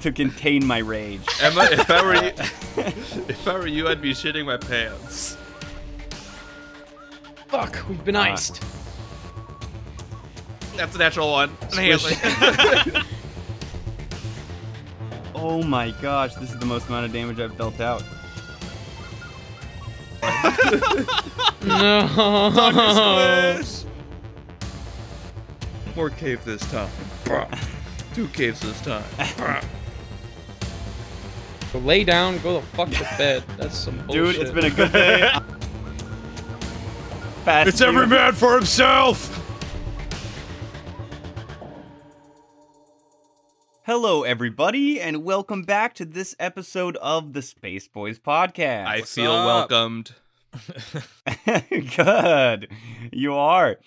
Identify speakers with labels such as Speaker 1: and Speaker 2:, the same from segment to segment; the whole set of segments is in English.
Speaker 1: to contain my rage.
Speaker 2: Emma, if I were you, if I were you, I'd be shitting my pants.
Speaker 3: Fuck, we've been iced.
Speaker 2: That's a natural one.
Speaker 1: Oh my gosh, this is the most amount of damage I've dealt out.
Speaker 3: no.
Speaker 4: Oh.
Speaker 2: More cave this time. Bruh. Two caves this time. Bruh.
Speaker 3: Lay down, go the fuck to bed. That's some bullshit.
Speaker 1: Dude, it's been a good day. Fast
Speaker 4: It's every
Speaker 1: food.
Speaker 4: man for himself.
Speaker 1: Hello, everybody, and welcome back to this episode of the Space Boys podcast.
Speaker 2: I feel
Speaker 4: up?
Speaker 2: welcomed.
Speaker 1: Good. You are.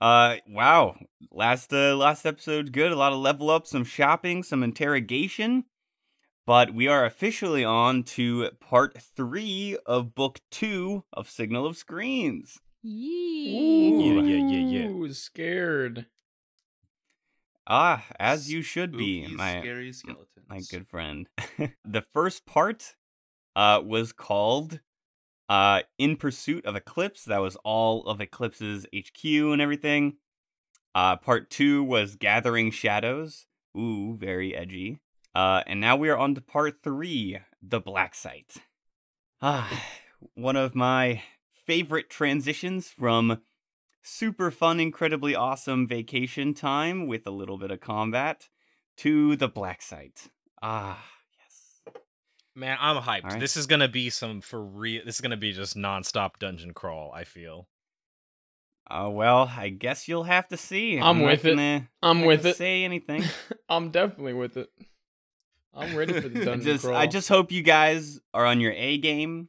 Speaker 1: Uh wow. Last uh last episode good. A lot of level up, some shopping, some interrogation. But we are officially on to part 3 of book 2 of Signal of Screens.
Speaker 5: Yee.
Speaker 4: Yeah, yeah, yeah, yeah.
Speaker 3: Ooh, scared.
Speaker 1: Ah, as you should be,
Speaker 2: Spooky,
Speaker 1: my
Speaker 2: scary skeletons.
Speaker 1: my good friend. the first part uh, was called uh, In Pursuit of Eclipse. That was all of Eclipse's HQ and everything. Uh, part two was Gathering Shadows. Ooh, very edgy. Uh, and now we are on to part three The Black Site. Ah, one of my favorite transitions from super fun, incredibly awesome vacation time with a little bit of combat to the black site. Ah, yes.
Speaker 4: Man, I'm hyped.
Speaker 1: All right.
Speaker 4: This is gonna be some for real. This is gonna be just nonstop dungeon crawl. I feel.
Speaker 1: Uh, well, I guess you'll have to see.
Speaker 3: I'm with
Speaker 1: not
Speaker 3: it.
Speaker 1: gonna-
Speaker 3: I'm
Speaker 1: not
Speaker 3: with
Speaker 1: gonna
Speaker 3: it.
Speaker 1: Say anything.
Speaker 3: I'm definitely with it. I'm ready for the
Speaker 2: I
Speaker 1: I
Speaker 3: dungeon
Speaker 1: just,
Speaker 3: crawl.
Speaker 1: I just hope you guys are on your A game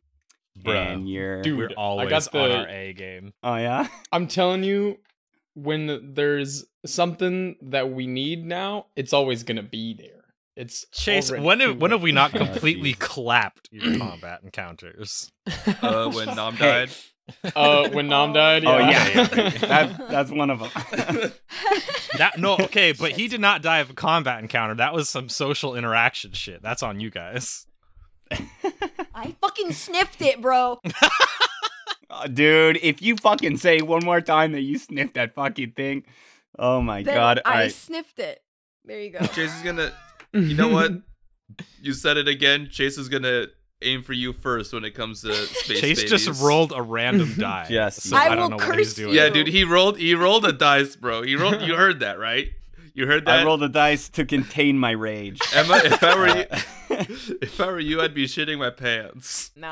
Speaker 1: and
Speaker 4: Bruh.
Speaker 1: you're.
Speaker 3: Dude,
Speaker 4: We're
Speaker 3: I got
Speaker 4: always on
Speaker 3: the-
Speaker 4: our A game.
Speaker 1: Oh yeah.
Speaker 3: I'm telling you, when there's something that we need now, it's always gonna be there. It's
Speaker 4: Chase,
Speaker 3: already
Speaker 4: when
Speaker 3: too
Speaker 4: have, when have we
Speaker 3: late.
Speaker 4: not
Speaker 1: Oh,
Speaker 4: completely
Speaker 1: jeez.
Speaker 4: clapped your combat encounters?
Speaker 2: Uh, when Nom
Speaker 1: Hey.
Speaker 2: died.
Speaker 3: uh, when Nom died.
Speaker 1: Oh yeah.
Speaker 4: yeah,
Speaker 1: that, that's one of them.
Speaker 4: That no, okay, but he did not die of a combat encounter. That was some social interaction shit. That's on you guys.
Speaker 5: I fucking sniffed it,
Speaker 1: Oh
Speaker 5: bro.
Speaker 1: Uh, Dude, if you fucking say one more time that you sniffed that fucking thing, oh my
Speaker 5: Then
Speaker 1: god!
Speaker 5: I
Speaker 1: All right.
Speaker 5: sniffed it. There you go.
Speaker 2: Chase is gonna. You know what? You said it again. Chase is gonna aim for you first when it comes to space.
Speaker 4: Chase
Speaker 2: babies.
Speaker 4: just rolled a random die.
Speaker 1: Yes.
Speaker 4: so
Speaker 5: I
Speaker 4: I, don't
Speaker 5: will
Speaker 4: know what he's
Speaker 5: curse
Speaker 4: doing.
Speaker 5: you.
Speaker 2: Yeah, dude. He rolled. He rolled a dice, bro. He rolled. You heard that, right? You heard that.
Speaker 1: I rolled the dice to contain my rage.
Speaker 2: Emma, if I were you, if I were you, I'd be shitting my pants.
Speaker 5: Nah.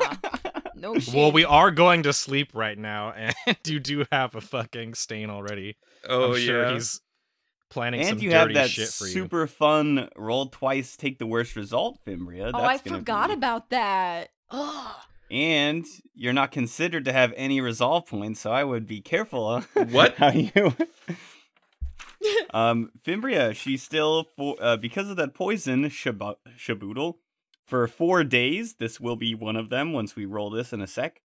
Speaker 5: No Oh, shit.
Speaker 4: Well, we are going to sleep right now, and you do have a fucking stain already.
Speaker 2: Oh
Speaker 4: I'm sure
Speaker 2: yeah.
Speaker 4: he's planning some
Speaker 1: And you
Speaker 4: dirty
Speaker 1: have that
Speaker 4: shit for you.
Speaker 1: super fun roll twice, take the worst result, Fimbria.
Speaker 5: Oh, I
Speaker 1: That's gonna
Speaker 5: forgot
Speaker 1: be...
Speaker 5: about that. Ugh.
Speaker 1: And you're not considered to have any resolve points, so I would be careful.
Speaker 2: What?
Speaker 1: How you? um, Fimbria, she's still for uh, because of that poison shabo- shaboodle for four days. This will be one of them once we roll this in a sec.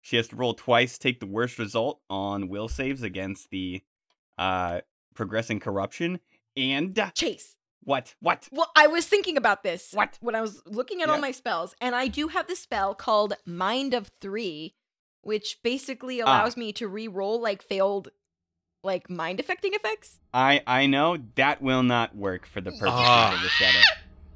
Speaker 1: She has to roll twice, take the worst result on will saves against the uh progressing corruption, and
Speaker 5: Chase.
Speaker 1: what? What?
Speaker 5: Well, I was thinking about this.
Speaker 1: What?
Speaker 5: When I was looking at
Speaker 1: Yeah.
Speaker 5: all my spells, and I do have this spell called Mind of Three, which basically
Speaker 1: Ah.
Speaker 5: allows me to re-roll like failed, like mind affecting effects.
Speaker 1: I I know that will not work for the purposes
Speaker 4: Ah.
Speaker 1: of the shadow.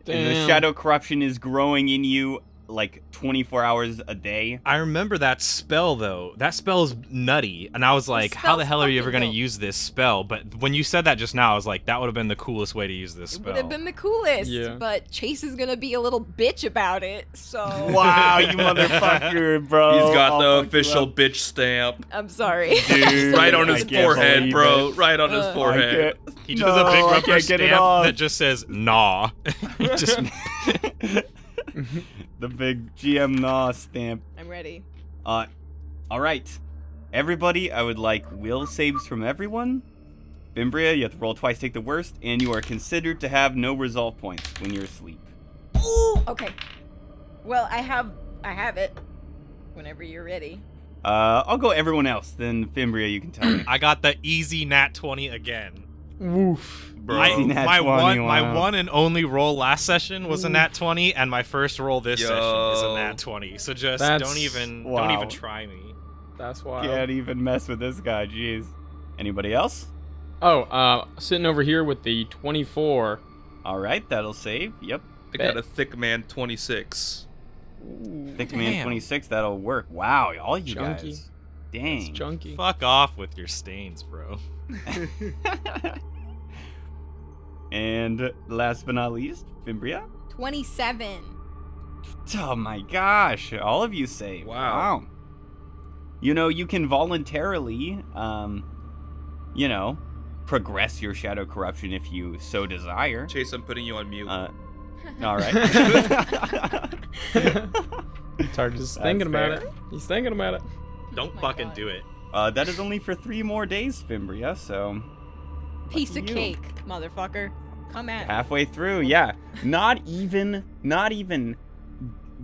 Speaker 1: The
Speaker 3: Damn.
Speaker 1: shadow corruption is growing in you like 24 hours a day.
Speaker 4: I remember that spell though. That spell's nutty, and I was like, "How the
Speaker 5: spell's
Speaker 4: hell are you ever
Speaker 5: fucking
Speaker 4: gonna
Speaker 5: dope.
Speaker 4: use this spell?" But when you said that just now, I was like, "That would have been the coolest way to use this
Speaker 5: It
Speaker 4: spell."
Speaker 5: would have been the coolest,
Speaker 3: Yeah.
Speaker 5: but Chase is gonna be a little bitch about it. So
Speaker 1: Wow, you motherfucker, bro.
Speaker 2: He's got
Speaker 1: Oh, I'll
Speaker 2: the
Speaker 1: fuck you
Speaker 2: official
Speaker 1: up.
Speaker 2: bitch stamp.
Speaker 5: I'm sorry.
Speaker 1: Dude,
Speaker 2: Right on
Speaker 1: I
Speaker 2: his
Speaker 1: can't
Speaker 2: forehead,
Speaker 1: believe
Speaker 2: bro.
Speaker 1: it.
Speaker 2: Right on his
Speaker 5: Uh,
Speaker 1: I
Speaker 2: forehead.
Speaker 1: can't-
Speaker 4: he does a big
Speaker 1: No, I
Speaker 4: rubber
Speaker 1: can't get it
Speaker 4: stamp
Speaker 1: off.
Speaker 4: that just says "Nah." He just-
Speaker 1: the big GM Nah stamp.
Speaker 5: I'm ready.
Speaker 1: Uh, all right, everybody. I would like will saves from everyone. Bimbria, you have to roll twice, take the worst, and you are considered to have no resolve points when you're asleep.
Speaker 5: Okay. Well, I have I have it. Whenever you're ready.
Speaker 1: Uh, I'll go everyone else. Then Fimbria, you can tell me.
Speaker 4: I got the easy nat twenty again.
Speaker 3: Woof.
Speaker 2: bro.
Speaker 6: My,
Speaker 1: Seen that
Speaker 6: my
Speaker 1: 20,
Speaker 6: one, my
Speaker 1: wow.
Speaker 6: one and only roll last session was a nat twenty, and my first roll this session is
Speaker 2: Yo.
Speaker 6: a nat twenty. So just
Speaker 3: That's-
Speaker 6: don't even, don't
Speaker 1: wow.
Speaker 6: even try me.
Speaker 3: That's why.
Speaker 1: Can't even mess with this guy. Jeez. Anybody else?
Speaker 3: Oh, uh, sitting over here with the 24.
Speaker 1: All right, that'll save. Yep.
Speaker 2: I got a thick man 26.
Speaker 1: Thick man
Speaker 6: Damn.
Speaker 1: 26, that'll work. Wow, all you
Speaker 3: Chunky.
Speaker 1: guys.
Speaker 3: It's
Speaker 1: Dang.
Speaker 3: chunky.
Speaker 6: Fuck off with your stains, bro.
Speaker 1: and last but not least, Fimbria.
Speaker 5: 27.
Speaker 1: Oh my gosh, all of you saved.
Speaker 2: Wow.
Speaker 1: You know, you can voluntarily, um, you know, progress your shadow corruption if you so desire.
Speaker 2: Chase, I'm putting you on mute.
Speaker 1: Uh, all right.
Speaker 3: It's hard just
Speaker 1: That's
Speaker 3: thinking about
Speaker 1: fair.
Speaker 3: it. He's thinking about it.
Speaker 6: Don't
Speaker 5: Oh my
Speaker 6: fucking
Speaker 5: God.
Speaker 6: do it.
Speaker 1: uh, that is only for three more days, Fimbria. So
Speaker 5: Piece
Speaker 1: Lucky
Speaker 5: of
Speaker 1: you.
Speaker 5: cake, motherfucker. Come at me.
Speaker 1: halfway through, yeah. Not even, not even,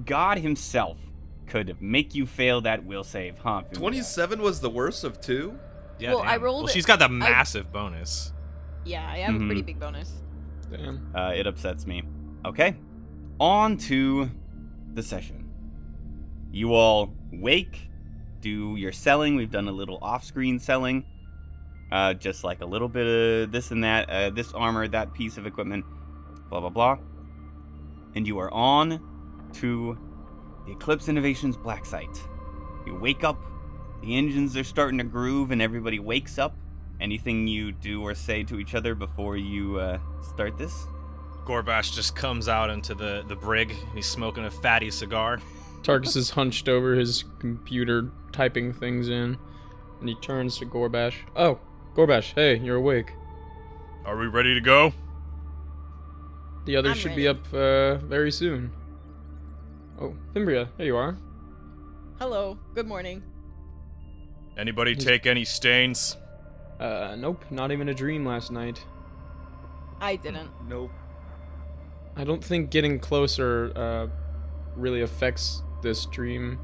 Speaker 1: God Himself could make you fail that will save, huh? Fimbria?
Speaker 2: 27 was the worst of two.
Speaker 6: Yeah,
Speaker 5: Well, I
Speaker 6: damn.
Speaker 5: rolled
Speaker 6: Well,
Speaker 5: it-
Speaker 6: she's got the massive bonus.
Speaker 5: Yeah, I have a
Speaker 6: Mm-hmm.
Speaker 5: pretty
Speaker 1: Mhm.
Speaker 5: big bonus.
Speaker 3: Damn.
Speaker 1: Uh, it upsets me. Okay. On to the session. You all wake, do your selling. We've done a little off screen selling. Uh, just like a little bit of this and that, uh, this armor, that piece of equipment, blah, blah, blah. And you are on to the Eclipse Innovations Black Site. You wake up, the engines are starting to groove, and everybody wakes up. Anything you do or say to each other before you uh, start this?
Speaker 6: Gorbash just comes out into the, the brig. and He's smoking a fatty cigar.
Speaker 3: Tarkus is hunched over his computer, typing things in, and he turns to Gorbash. Oh, Gorbash, hey, you're awake.
Speaker 6: Are we ready to go?
Speaker 3: The others
Speaker 5: I'm
Speaker 3: should be
Speaker 5: ready.
Speaker 3: up uh, very soon. Oh, Fimbria, there you are.
Speaker 5: Hello. Good morning.
Speaker 6: Anybody take any stains?
Speaker 3: Uh, nope, not even a dream last night.
Speaker 5: I didn't.
Speaker 2: Nope.
Speaker 3: I don't think getting closer uh, really affects this dream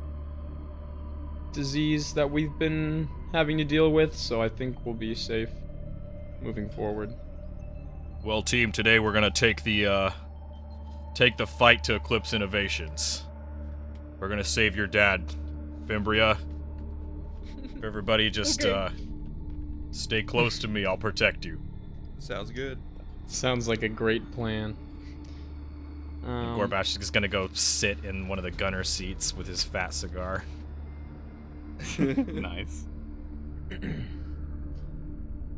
Speaker 3: disease that we've been having to deal with, so I think we'll be safe moving forward.
Speaker 6: Well, team, today we're gonna take the uh, take the fight to Eclipse Innovations. We're gonna save your dad, Fimbria. If everybody just
Speaker 5: Okay.
Speaker 6: uh, stay close to me, I'll protect you.
Speaker 2: Sounds good.
Speaker 3: Sounds like a great plan. Um,
Speaker 6: Gorbash is gonna go sit in one of the gunner seats with his fat cigar.
Speaker 1: nice.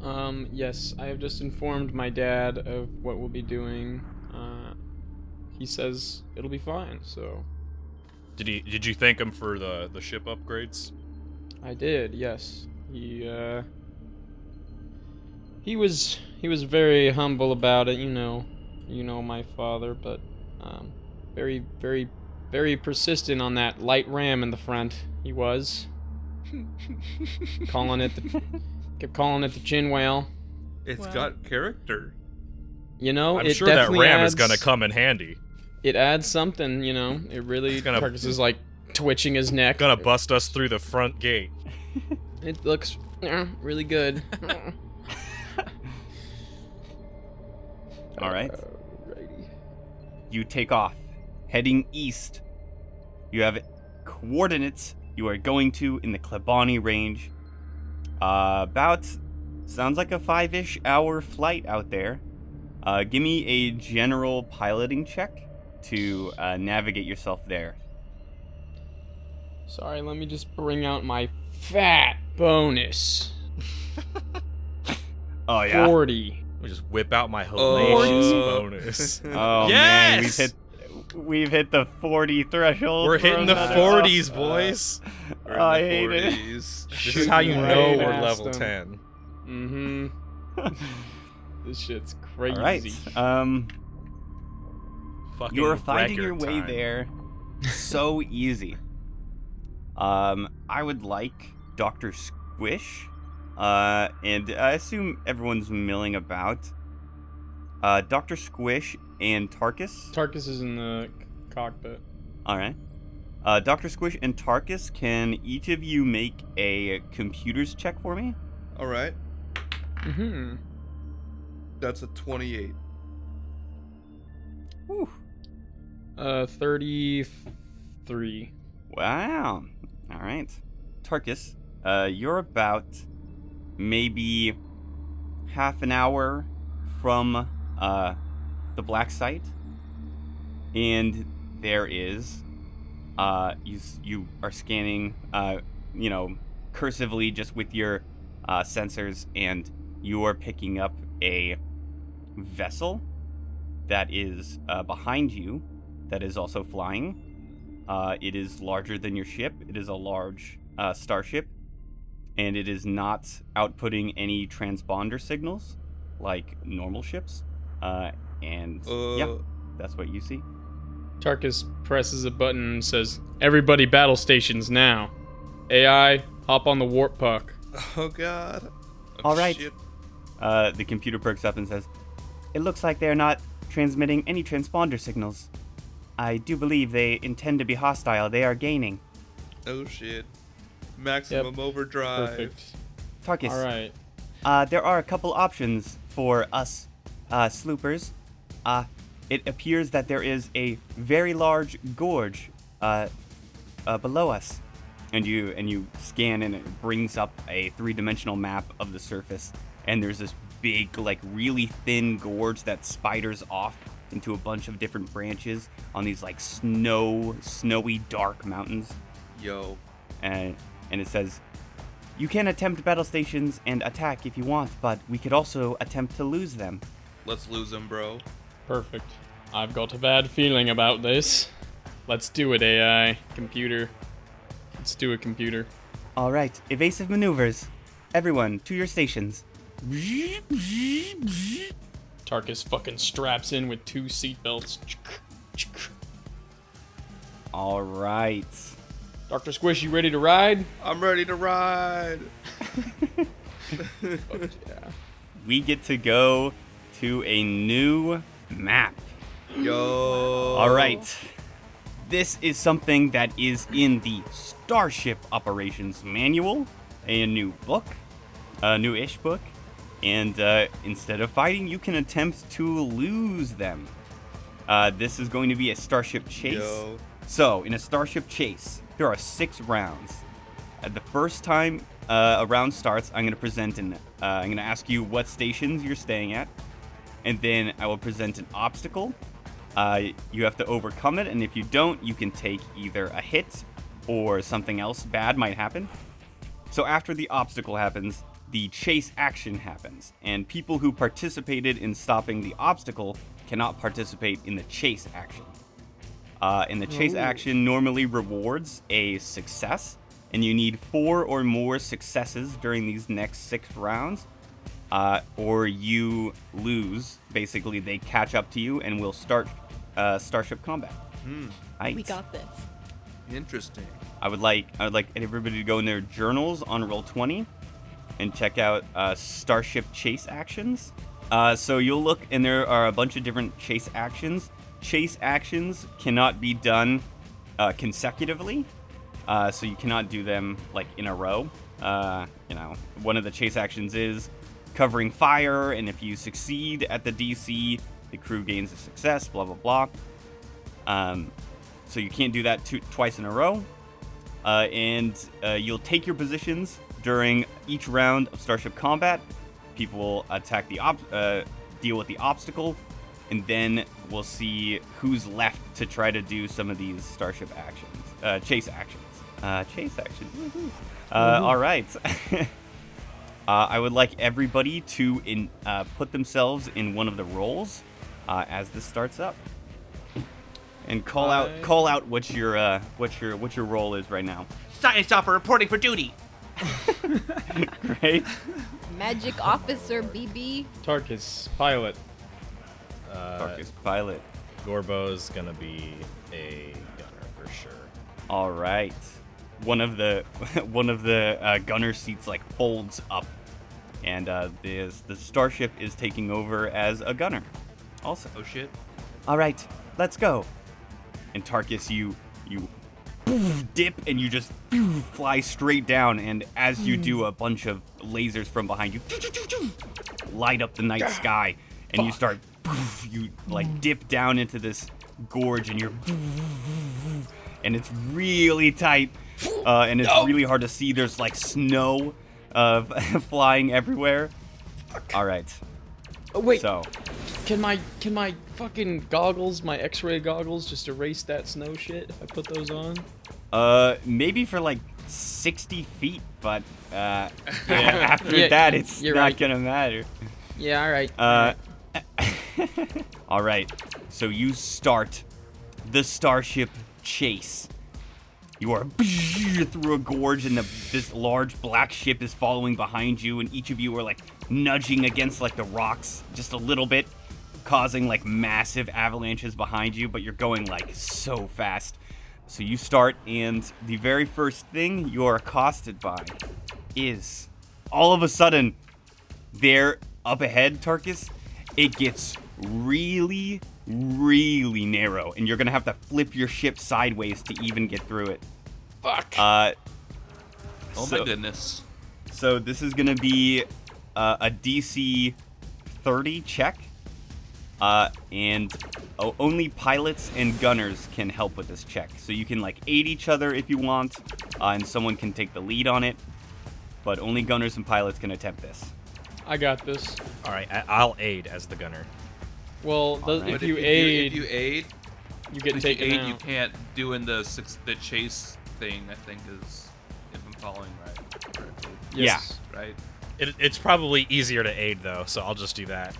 Speaker 3: Um, yes, I have just informed my dad of what we'll be doing. Uh, he says it'll be fine, so
Speaker 6: Did he? Did you thank him for the the ship upgrades?
Speaker 3: I did, yes. He uh He was he was very humble about it, you know. You know my father, but um very very very persistent on that light ram in the front. He was calling it the kept calling it the chin whale.
Speaker 2: It's
Speaker 5: Wow.
Speaker 2: got character.
Speaker 3: You
Speaker 1: Oh,
Speaker 3: know,
Speaker 6: I'm
Speaker 3: it
Speaker 6: sure that
Speaker 3: definitely
Speaker 6: ram
Speaker 3: adds,
Speaker 6: is gonna come in handy.
Speaker 3: It adds something, you know. It really
Speaker 6: It's gonna-
Speaker 3: Tarkus is like twitching his neck.
Speaker 6: Gonna bust us through the front gate.
Speaker 3: It looks eh, really good.
Speaker 1: All right.
Speaker 3: Alrighty.
Speaker 1: You take off, heading east. You have coordinates you are going to in the Klebani range. Uh, about sounds like a five-ish hour flight out there. Uh, give me a general piloting check to uh, navigate yourself there.
Speaker 3: Sorry, let me just bring out my fat bonus.
Speaker 1: Oh yeah.
Speaker 3: 40.
Speaker 6: We just whip out my hellacious
Speaker 2: Oh.
Speaker 6: bonus.
Speaker 1: Oh man, we've
Speaker 6: Yes!
Speaker 1: hit we've hit the 40 threshold.
Speaker 6: We're
Speaker 1: for
Speaker 6: hitting the
Speaker 1: another- Oh,
Speaker 6: 40s, boys.
Speaker 2: We're in
Speaker 1: I
Speaker 2: the
Speaker 1: hate it.
Speaker 2: 40s.
Speaker 6: This is how you know
Speaker 3: Right
Speaker 6: we're
Speaker 3: past
Speaker 6: level
Speaker 3: them.
Speaker 6: 10.
Speaker 3: Mm-hmm. This shit's crazy.
Speaker 1: All right. Um,
Speaker 6: Fucking
Speaker 1: You're finding your
Speaker 6: record
Speaker 1: way
Speaker 6: time.
Speaker 1: there so easy. Um, I would like Doctor Squish, uh, and I assume everyone's milling about. Uh, Doctor Squish and Tarkus.
Speaker 3: Tarkus is in the c- cockpit.
Speaker 1: All right. Uh, Doctor Squish and Tarkus, can each of you make a computers check for me?
Speaker 2: All right.
Speaker 3: Mm-hmm.
Speaker 2: That's a 28.
Speaker 1: Whew.
Speaker 3: Uh, 33.
Speaker 1: Wow. All right. Tarkus, uh, you're about maybe half an hour from uh, the black site, and there is. Uh, you s- you are scanning, uh, you know, cursively just with your uh, sensors, and you are picking up a vessel that is uh, behind you, that is also flying. Uh, it is larger than your ship. It is a large uh, starship, and it is not outputting any transponder signals like normal ships. Uh, and
Speaker 2: Uh,
Speaker 1: yeah, that's what you see.
Speaker 3: Tarkus presses a button and says, Everybody battle stations now. AI, hop on the warp puck.
Speaker 2: Oh god. Oh,
Speaker 1: All right.
Speaker 2: shit.
Speaker 1: Uh, the computer perks up and says, "It looks like they are not transmitting any transponder signals. I do believe they intend to be hostile. They are gaining."
Speaker 2: Oh shit. Maximum overdrive.
Speaker 3: Perfect.
Speaker 1: Tarkus,
Speaker 3: All right.
Speaker 1: Uh, there are a couple options for us uh, sloopers. Uh, it appears that there is a very large gorge uh, uh, below us, and you and you scan and it brings up a three-dimensional map of the surface. And there's this big, like really thin gorge that spiders off into a bunch of different branches on these like snow, snowy, dark mountains
Speaker 2: Yo.
Speaker 1: and Uh, and it says you can attempt battle stations and attack if you want but we could also attempt to lose them
Speaker 2: Let's lose him, bro.
Speaker 3: Perfect. I've got a bad feeling about this. Let's do it, AI. Computer. Let's do it, computer.
Speaker 1: all right evasive maneuvers everyone to your stations
Speaker 3: Tarkus fucking straps in with two seatbelts.
Speaker 1: all right
Speaker 3: Dr. Squish, you ready to ride?
Speaker 2: I'm ready to ride.
Speaker 3: Yeah.
Speaker 1: we get to go to a new map
Speaker 2: Yo.
Speaker 1: all right this is something that is in the starship operations manual a new book a new ish book, and uh, instead of fighting, you can attempt to lose them. Uh, this is going to be a starship chase.
Speaker 2: Yo.
Speaker 1: So, in a starship chase, there are six rounds. At the first time uh, a round starts, I'm going to present an. Uh, I'm going to ask you what stations you're staying at, and then I will present an obstacle. Uh, you have to overcome it, and if you don't, you can take either a hit or something else bad might happen. So after the obstacle happens, the chase action happens, and people who participated in stopping the obstacle cannot participate in the chase action. Uh, and the chase action normally rewards a success, and you need four or more successes during these next six rounds, uh, or you lose. Basically, they catch up to you and will start uh, starship combat.
Speaker 2: Hmm.
Speaker 5: We
Speaker 1: Aight.
Speaker 5: got this.
Speaker 2: Interesting.
Speaker 1: I would like I would like everybody to go in their journals on roll twenty, and check out uh, Starship Chase actions. Uh, so you'll look, and there are a bunch of different chase actions. Chase actions cannot be done uh, consecutively, uh, so you cannot do them like in a row. Uh, you know, one of the chase actions is covering fire, and if you succeed at the DC, the crew gains a success. Blah blah blah. Um, so you can't do that two, twice in a row. Uh, and uh, you'll take your positions during each round of starship combat. People will attack the ob- uh, deal with the obstacle, and then we'll see who's left to try to do some of these starship actions, uh, chase actions, uh, chase actions. Woohoo. Uh, all right. uh, I would like everybody to in, uh, put themselves in one of the roles uh, as this starts up, and call
Speaker 3: I-
Speaker 1: out call out what your uh, what your what your role is right now.
Speaker 7: Science offer reporting for duty.
Speaker 1: Great.
Speaker 5: Magic Officer BB.
Speaker 3: Tarkus, pilot.
Speaker 6: Uh,
Speaker 1: Tarkus pilot.
Speaker 6: Gorbo's gonna be a gunner for sure.
Speaker 1: All right. One of the one of the uh, gunner seats like folds up, and uh, the the starship is taking over as a gunner. Also.
Speaker 2: Oh shit.
Speaker 1: All right, let's go. And Tarkus, you you dip and you just fly straight down, and as you do, a bunch of lasers from behind you light up the night sky, and you start you like dip down into this gorge and you're and it's really tight uh, and it's really hard to see there's like snow uh, flying everywhere all right
Speaker 3: Oh, wait,
Speaker 1: so
Speaker 3: can my can my fucking goggles, my X-ray goggles, just erase that snow shit if I put those on?
Speaker 1: uh maybe for like 60 feet but uh after
Speaker 3: Yeah,
Speaker 1: that it's
Speaker 3: you're
Speaker 1: not
Speaker 3: right.
Speaker 1: gonna matter
Speaker 3: Yeah, all right.
Speaker 1: Uh, all right. So you start the starship chase. You are through a gorge, and the, this large black ship is following behind you, and each of you are like nudging against like the rocks just a little bit, causing like massive avalanches behind you. But you're going like so fast. So you start, and the very first thing you are accosted by is all of a sudden there up ahead, Tarkus, it gets really, really narrow, and you're gonna have to flip your ship sideways to even get through it.
Speaker 3: Fuck.
Speaker 1: Uh,
Speaker 2: Oh
Speaker 1: so,
Speaker 2: my goodness.
Speaker 1: So this is gonna be uh, a DC 30 check, uh, and o- only pilots and gunners can help with this check. So you can like aid each other if you want, uh, and someone can take the lead on it, but only gunners and pilots can attempt this.
Speaker 3: I got this.
Speaker 6: All right, I- I'll aid as the gunner.
Speaker 3: Well, the,
Speaker 1: Alright.
Speaker 3: if,
Speaker 2: But
Speaker 3: you aid,
Speaker 2: if you aid,
Speaker 3: you get
Speaker 2: if
Speaker 3: taken
Speaker 2: you aid,
Speaker 3: out.
Speaker 2: you can't do in the six, the chase thing. I think is if I'm following right correctly,
Speaker 3: Yes.
Speaker 2: right?
Speaker 6: It, it's probably easier to aid though, so I'll just do that.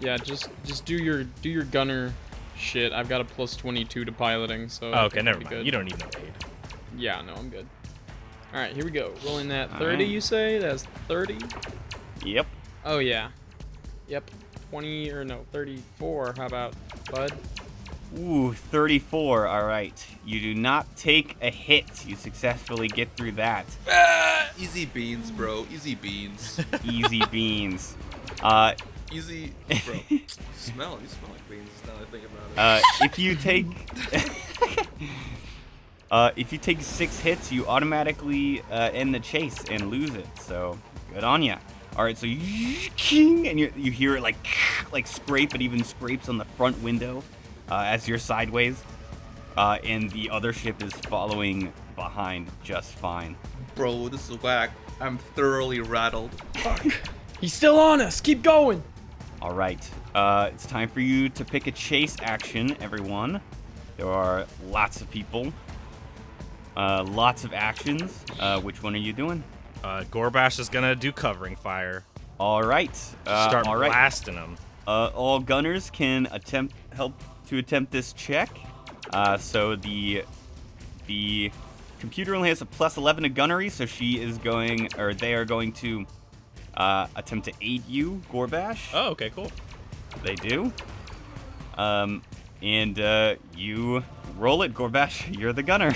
Speaker 3: Yeah, just just do your do your gunner shit. I've got a plus 22 to piloting, so I
Speaker 6: Oh, okay,
Speaker 3: think it'll
Speaker 6: never
Speaker 3: be
Speaker 6: mind.
Speaker 3: Good.
Speaker 6: You don't need no aid.
Speaker 3: Yeah, no, I'm good. All right, here we go. Rolling that
Speaker 1: All
Speaker 3: 30,
Speaker 1: right.
Speaker 3: you say? That's 30?
Speaker 1: Yep.
Speaker 3: Oh yeah. Yep. 20 or no, 34. How about bud?
Speaker 1: Ooh, 34. All right. You do not take a hit. You successfully get through that.
Speaker 2: Uh, Easy beans, bro. Easy beans.
Speaker 1: Easy beans. Uh,
Speaker 2: Easy, bro. smell. You smell like beans. Now that I think about it.
Speaker 1: uh, if you take. Uh, if you take six hits, you automatically uh, end the chase and lose it. So good on ya. All right, so you king, and you, you hear it like like scrape. It even scrapes on the front window uh, as you're sideways, uh, and the other ship is following behind just fine.
Speaker 2: bro, this is whack. I'm thoroughly rattled.
Speaker 3: He's still on us. Keep going.
Speaker 1: All right. Uh, it's time for you to pick a chase action, everyone. There are lots of people, uh, lots of actions. Uh, which one are you doing?
Speaker 6: Uh, Gorbash is gonna do covering fire.
Speaker 1: All right. Uh,
Speaker 6: Start
Speaker 1: all right.
Speaker 6: blasting them.
Speaker 1: Uh, all gunners can attempt help to attempt this check. Uh, so the the computer only has a plus 11 to gunnery, so she is going, or they are going to uh, attempt to aid you, Gorbash.
Speaker 6: Oh, okay, cool.
Speaker 1: They do. Um, and uh, you roll it, Gorbash. You're the gunner.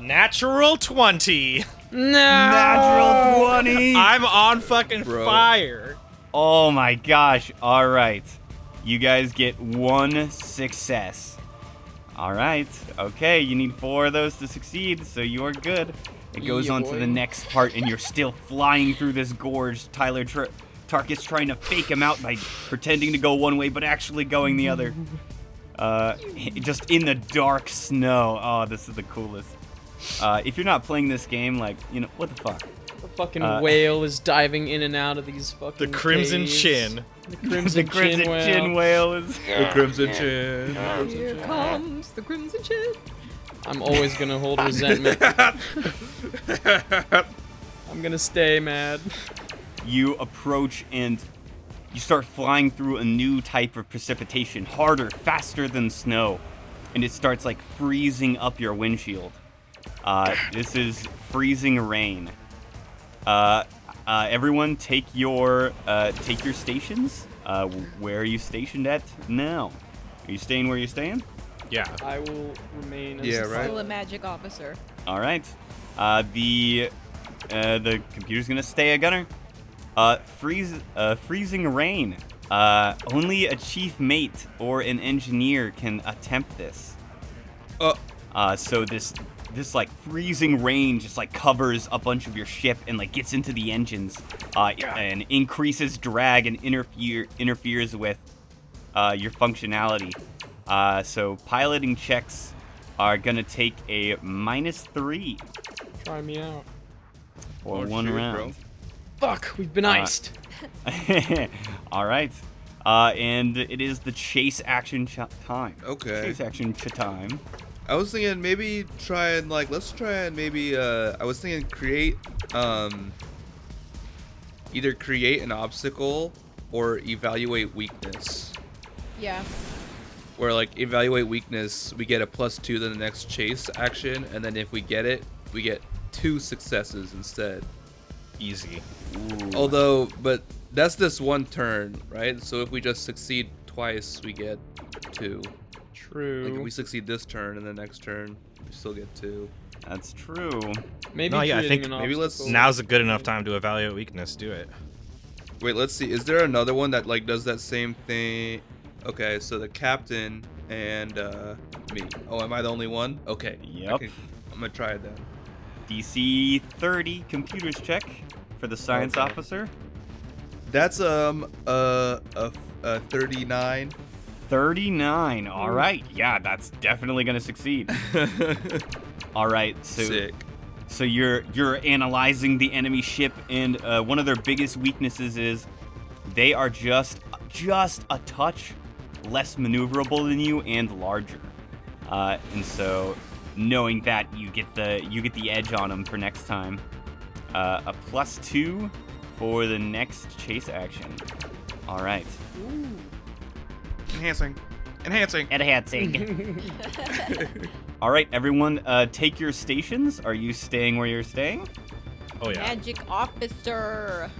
Speaker 6: Natural twenty.
Speaker 1: Natural 20!
Speaker 6: I'm on fucking
Speaker 2: Bro.
Speaker 6: fire.
Speaker 1: oh my gosh. All right. You guys get one success. All right. Okay, you need four of those to succeed, so you're good. It goes
Speaker 3: Yeah,
Speaker 1: on to
Speaker 3: boy.
Speaker 1: the next part, and you're still flying through this gorge. Tyler Tr- Tarkus trying to fake him out by pretending to go one way, but actually going the other. Uh, just in the dark snow. Oh, this is the coolest. Uh, if you're not playing this game, like, you know, what the fuck?
Speaker 3: The fucking
Speaker 1: Uh,
Speaker 3: whale is diving in and out of these
Speaker 6: The
Speaker 3: fucking
Speaker 6: crimson
Speaker 3: caves.
Speaker 6: chin.
Speaker 3: The crimson,
Speaker 1: the crimson
Speaker 3: chin whale.
Speaker 1: chin whale is.
Speaker 2: The crimson chin.
Speaker 5: Here comes the crimson chin.
Speaker 3: I'm always going to hold resentment. I'm going to stay mad.
Speaker 1: you approach and you start flying through a new type of precipitation, harder, faster than snow, and it starts like freezing up your windshield. Uh, this is freezing rain. Uh, uh, everyone, take your uh, take your stations. Uh, where are you stationed at now? Are you staying where you're staying?
Speaker 6: Yeah.
Speaker 3: I will remain as
Speaker 2: Yeah,
Speaker 3: the
Speaker 2: right.
Speaker 5: Still a magic officer.
Speaker 1: All right. Uh, the uh, the computer's gonna stay a gunner. Uh, freeze, uh, freezing rain. Uh, only a chief mate or an engineer can attempt this.
Speaker 2: Uh,
Speaker 1: Uh, so this this like freezing rain just like covers a bunch of your ship and like gets into the engines uh, and increases drag and interfere interferes with uh, your functionality. Uh, so piloting checks are gonna take a minus three
Speaker 3: Try me out.
Speaker 1: for
Speaker 2: Oh,
Speaker 1: one
Speaker 2: shoot,
Speaker 1: round.
Speaker 3: Fuck, we've been iced.
Speaker 1: All right. Uh, and it is the chase action ch- time.
Speaker 2: Okay.
Speaker 1: Chase action ch- time.
Speaker 2: I was thinking maybe try and like let's try and maybe uh I was thinking create um either create an obstacle or evaluate weakness.
Speaker 5: Yeah.
Speaker 2: Where like evaluate weakness, we get a plus two to the next chase action, and then if we get it, we get two successes instead.
Speaker 6: Easy.
Speaker 2: Although, but that's this one turn, right? So if we just succeed twice, we get two. Like if
Speaker 3: True.
Speaker 2: we succeed this turn and the next turn, we still get two.
Speaker 1: That's true.
Speaker 3: Maybe
Speaker 6: No, yeah, I
Speaker 3: creating
Speaker 6: think
Speaker 3: an
Speaker 2: maybe let's-
Speaker 3: obstacle.
Speaker 6: Now's a good enough time to evaluate weakness. Do it.
Speaker 2: Wait, let's see. Is there another one that like does that same thing? Okay, so the captain and uh me. Oh, am I the only one? Okay. I
Speaker 1: Yep.
Speaker 2: can- I'm gonna try it then.
Speaker 1: DC 30 computers check for the science officer.
Speaker 2: That's um uh a, a 39.
Speaker 1: 39. All
Speaker 2: Hmm.
Speaker 1: right. Yeah, that's definitely going to succeed. All right. So
Speaker 2: Sick.
Speaker 1: so you're you're analyzing the enemy ship and uh, one of their biggest weaknesses is they are just just a touch less maneuverable than you and larger. Uh, and so knowing that you get the you get the edge on them for next time. Uh, a plus 2 for the next chase action. All right.
Speaker 7: Enhancing. Enhancing.
Speaker 1: Enhancing. All right, everyone, uh, take your stations. Are you staying where you're staying?
Speaker 6: Oh yeah.
Speaker 5: Magic officer.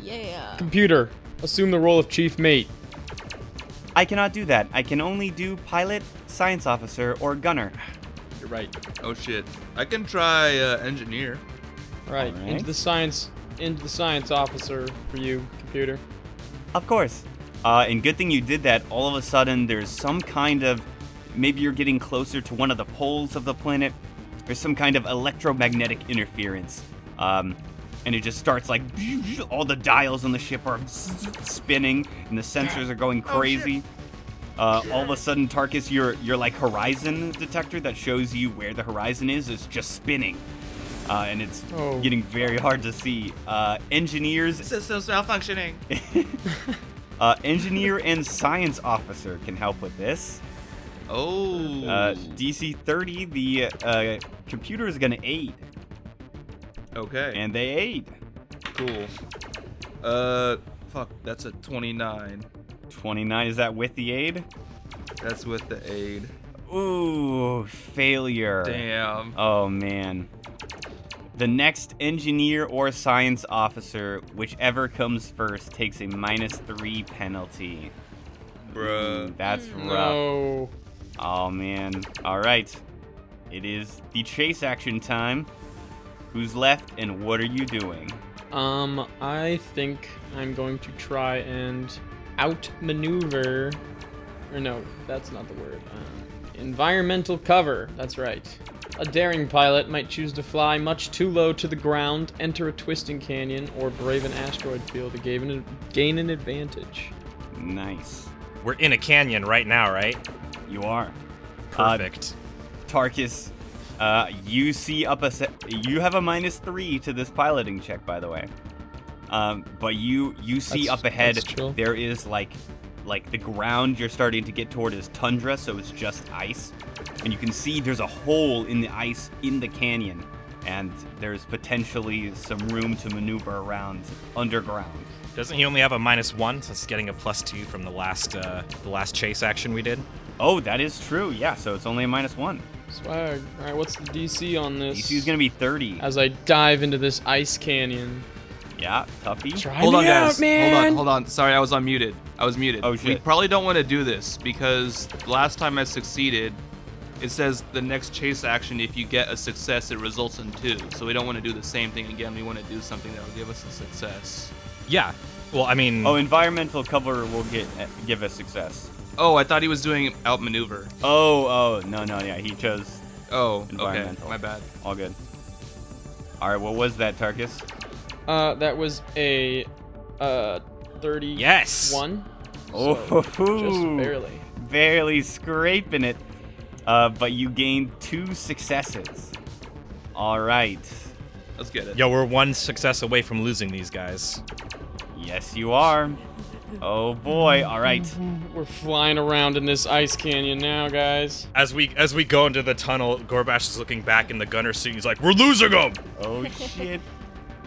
Speaker 5: Yeah.
Speaker 3: Computer, assume the role of chief mate.
Speaker 1: I cannot do that. I can only do pilot, science officer, or gunner.
Speaker 3: You're right.
Speaker 2: Oh shit. I can try uh, engineer.
Speaker 3: Right.
Speaker 1: Alright.
Speaker 3: Into the science, into the science officer for you, computer.
Speaker 1: Of course. Uh, and good thing you did that. All of a sudden, there's some kind of maybe you're getting closer to one of the poles of the planet. There's some kind of electromagnetic interference. Um, and it just starts like all the dials on the ship are spinning and the sensors are going crazy. Uh, all of a sudden, Tarkus, your your like horizon detector that shows you where the horizon is is just spinning, uh, and it's
Speaker 3: Oh.
Speaker 1: getting very hard to see. Uh, engineers
Speaker 7: Systems malfunctioning.
Speaker 1: uh, engineer and science officer can help with this.
Speaker 2: Oh.
Speaker 1: Uh, DC 30, the uh, computer is going to aid,
Speaker 2: okay.
Speaker 1: and they aid.
Speaker 2: cool. Uh fuck, that's a 29.
Speaker 1: 29, is that with the aid?
Speaker 2: That's with the aid.
Speaker 1: Ooh, failure.
Speaker 2: Damn.
Speaker 1: Oh, man. The next engineer or science officer, whichever comes first, takes a minus three penalty.
Speaker 2: Bruh.
Speaker 1: That's rough.
Speaker 3: Hmm. No.
Speaker 1: Oh man. All right. It is the chase action time. Who's left and what are you doing?
Speaker 3: Um, I think I'm going to try and outmaneuver. Or no, that's not the word. Um, environmental cover. That's right. A daring pilot might choose to fly much too low to the ground, enter a twisting canyon, or brave an asteroid field to gain an, gain an advantage.
Speaker 1: Nice.
Speaker 6: We're in a canyon right now, right?
Speaker 1: You are. Uh,
Speaker 6: Perfect.
Speaker 1: Tarkus, uh, you see up a se- you have a minus three to this piloting check, by the way. Um, but you you see
Speaker 3: That's-
Speaker 1: up ahead
Speaker 3: that's chill.
Speaker 1: there is like like the ground you're starting to get toward is tundra, so it's just ice, and you can see there's a hole in the ice in the canyon, and there's potentially some room to maneuver around underground.
Speaker 6: Doesn't he only have a minus one since getting a plus two from the last uh, the last chase action we did?
Speaker 1: Oh, that is true. Yeah, so it's only a minus one.
Speaker 3: Swag. Alright, what's the DC on this?
Speaker 1: DC is gonna be thirty.
Speaker 3: As I dive into this ice canyon.
Speaker 1: Yeah, toughie.
Speaker 3: Try
Speaker 2: Hold
Speaker 3: me
Speaker 2: on,
Speaker 3: out,
Speaker 2: guys. Hold
Speaker 3: man!
Speaker 2: on, hold on. Sorry, I was unmuted. I was muted.
Speaker 1: Oh,
Speaker 2: We
Speaker 1: shit.
Speaker 2: probably don't want to do this because last time I succeeded, it says the next chase action, if you get a success, it results in two. So we don't want to do the same thing again. We want to do something that will give us a success.
Speaker 6: Yeah. Well, I mean,
Speaker 1: Oh, environmental cover will get give us success.
Speaker 2: Oh, I thought he was doing outmaneuver.
Speaker 1: Oh, oh, no, no, yeah, he chose.
Speaker 2: Oh, okay.
Speaker 1: Environmental.
Speaker 2: My bad.
Speaker 1: All good. All right, what was that, Tarkus?
Speaker 3: Uh, that was a uh 31.
Speaker 6: Yes.
Speaker 1: Oh,
Speaker 3: so just barely.
Speaker 1: barely scraping it. Uh, but you gained two successes. All right.
Speaker 2: Let's get it.
Speaker 6: Yo, we're one success away from losing these guys.
Speaker 1: Yes, you are. Oh boy. All right.
Speaker 3: We're flying around in this ice canyon now, guys.
Speaker 4: As we as we go into the tunnel, Gorbash is looking back in the gunner seat. He's like, "We're losing them."
Speaker 1: Oh shit.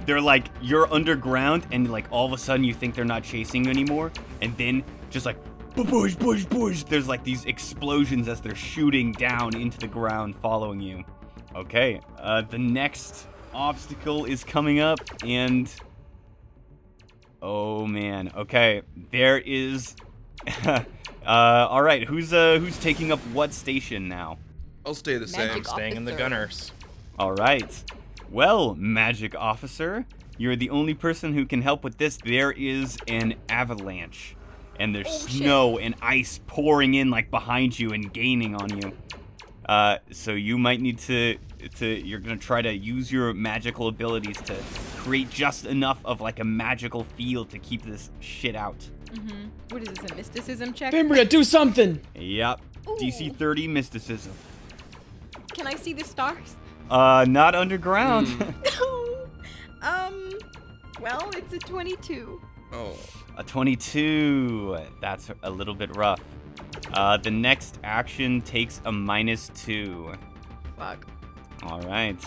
Speaker 1: They're like you're underground, and like all of a sudden you think they're not chasing you anymore, and then just like boosh, boosh, boosh. There's like these explosions as they're shooting down into the ground, following you. Okay. Uh, the next obstacle is coming up, and oh man. Okay, there is. uh, all right. Who's uh who's taking up what station now?
Speaker 2: I'll stay the same.
Speaker 5: Magic
Speaker 6: Staying in the
Speaker 5: officer.
Speaker 6: gunners.
Speaker 1: All right. Well, magic officer, you're the only person who can help with this. There is an avalanche, and there's
Speaker 5: Oh, shit.
Speaker 1: snow and ice pouring in like behind you and gaining on you. Uh, so you might need to to you're gonna try to use your magical abilities to create just enough of like a magical field to keep this shit out.
Speaker 5: Mhm. What is this? A mysticism check?
Speaker 3: Fimbria, do something!
Speaker 1: Yep.
Speaker 5: Ooh.
Speaker 1: DC 30 mysticism.
Speaker 5: Can I see the stars?
Speaker 1: Uh, not underground.
Speaker 5: Hmm. No. um. Well, it's a 22.
Speaker 2: Oh,
Speaker 1: A 22. That's a little bit rough. Uh, the next action takes a minus two.
Speaker 5: Fuck.
Speaker 1: All right.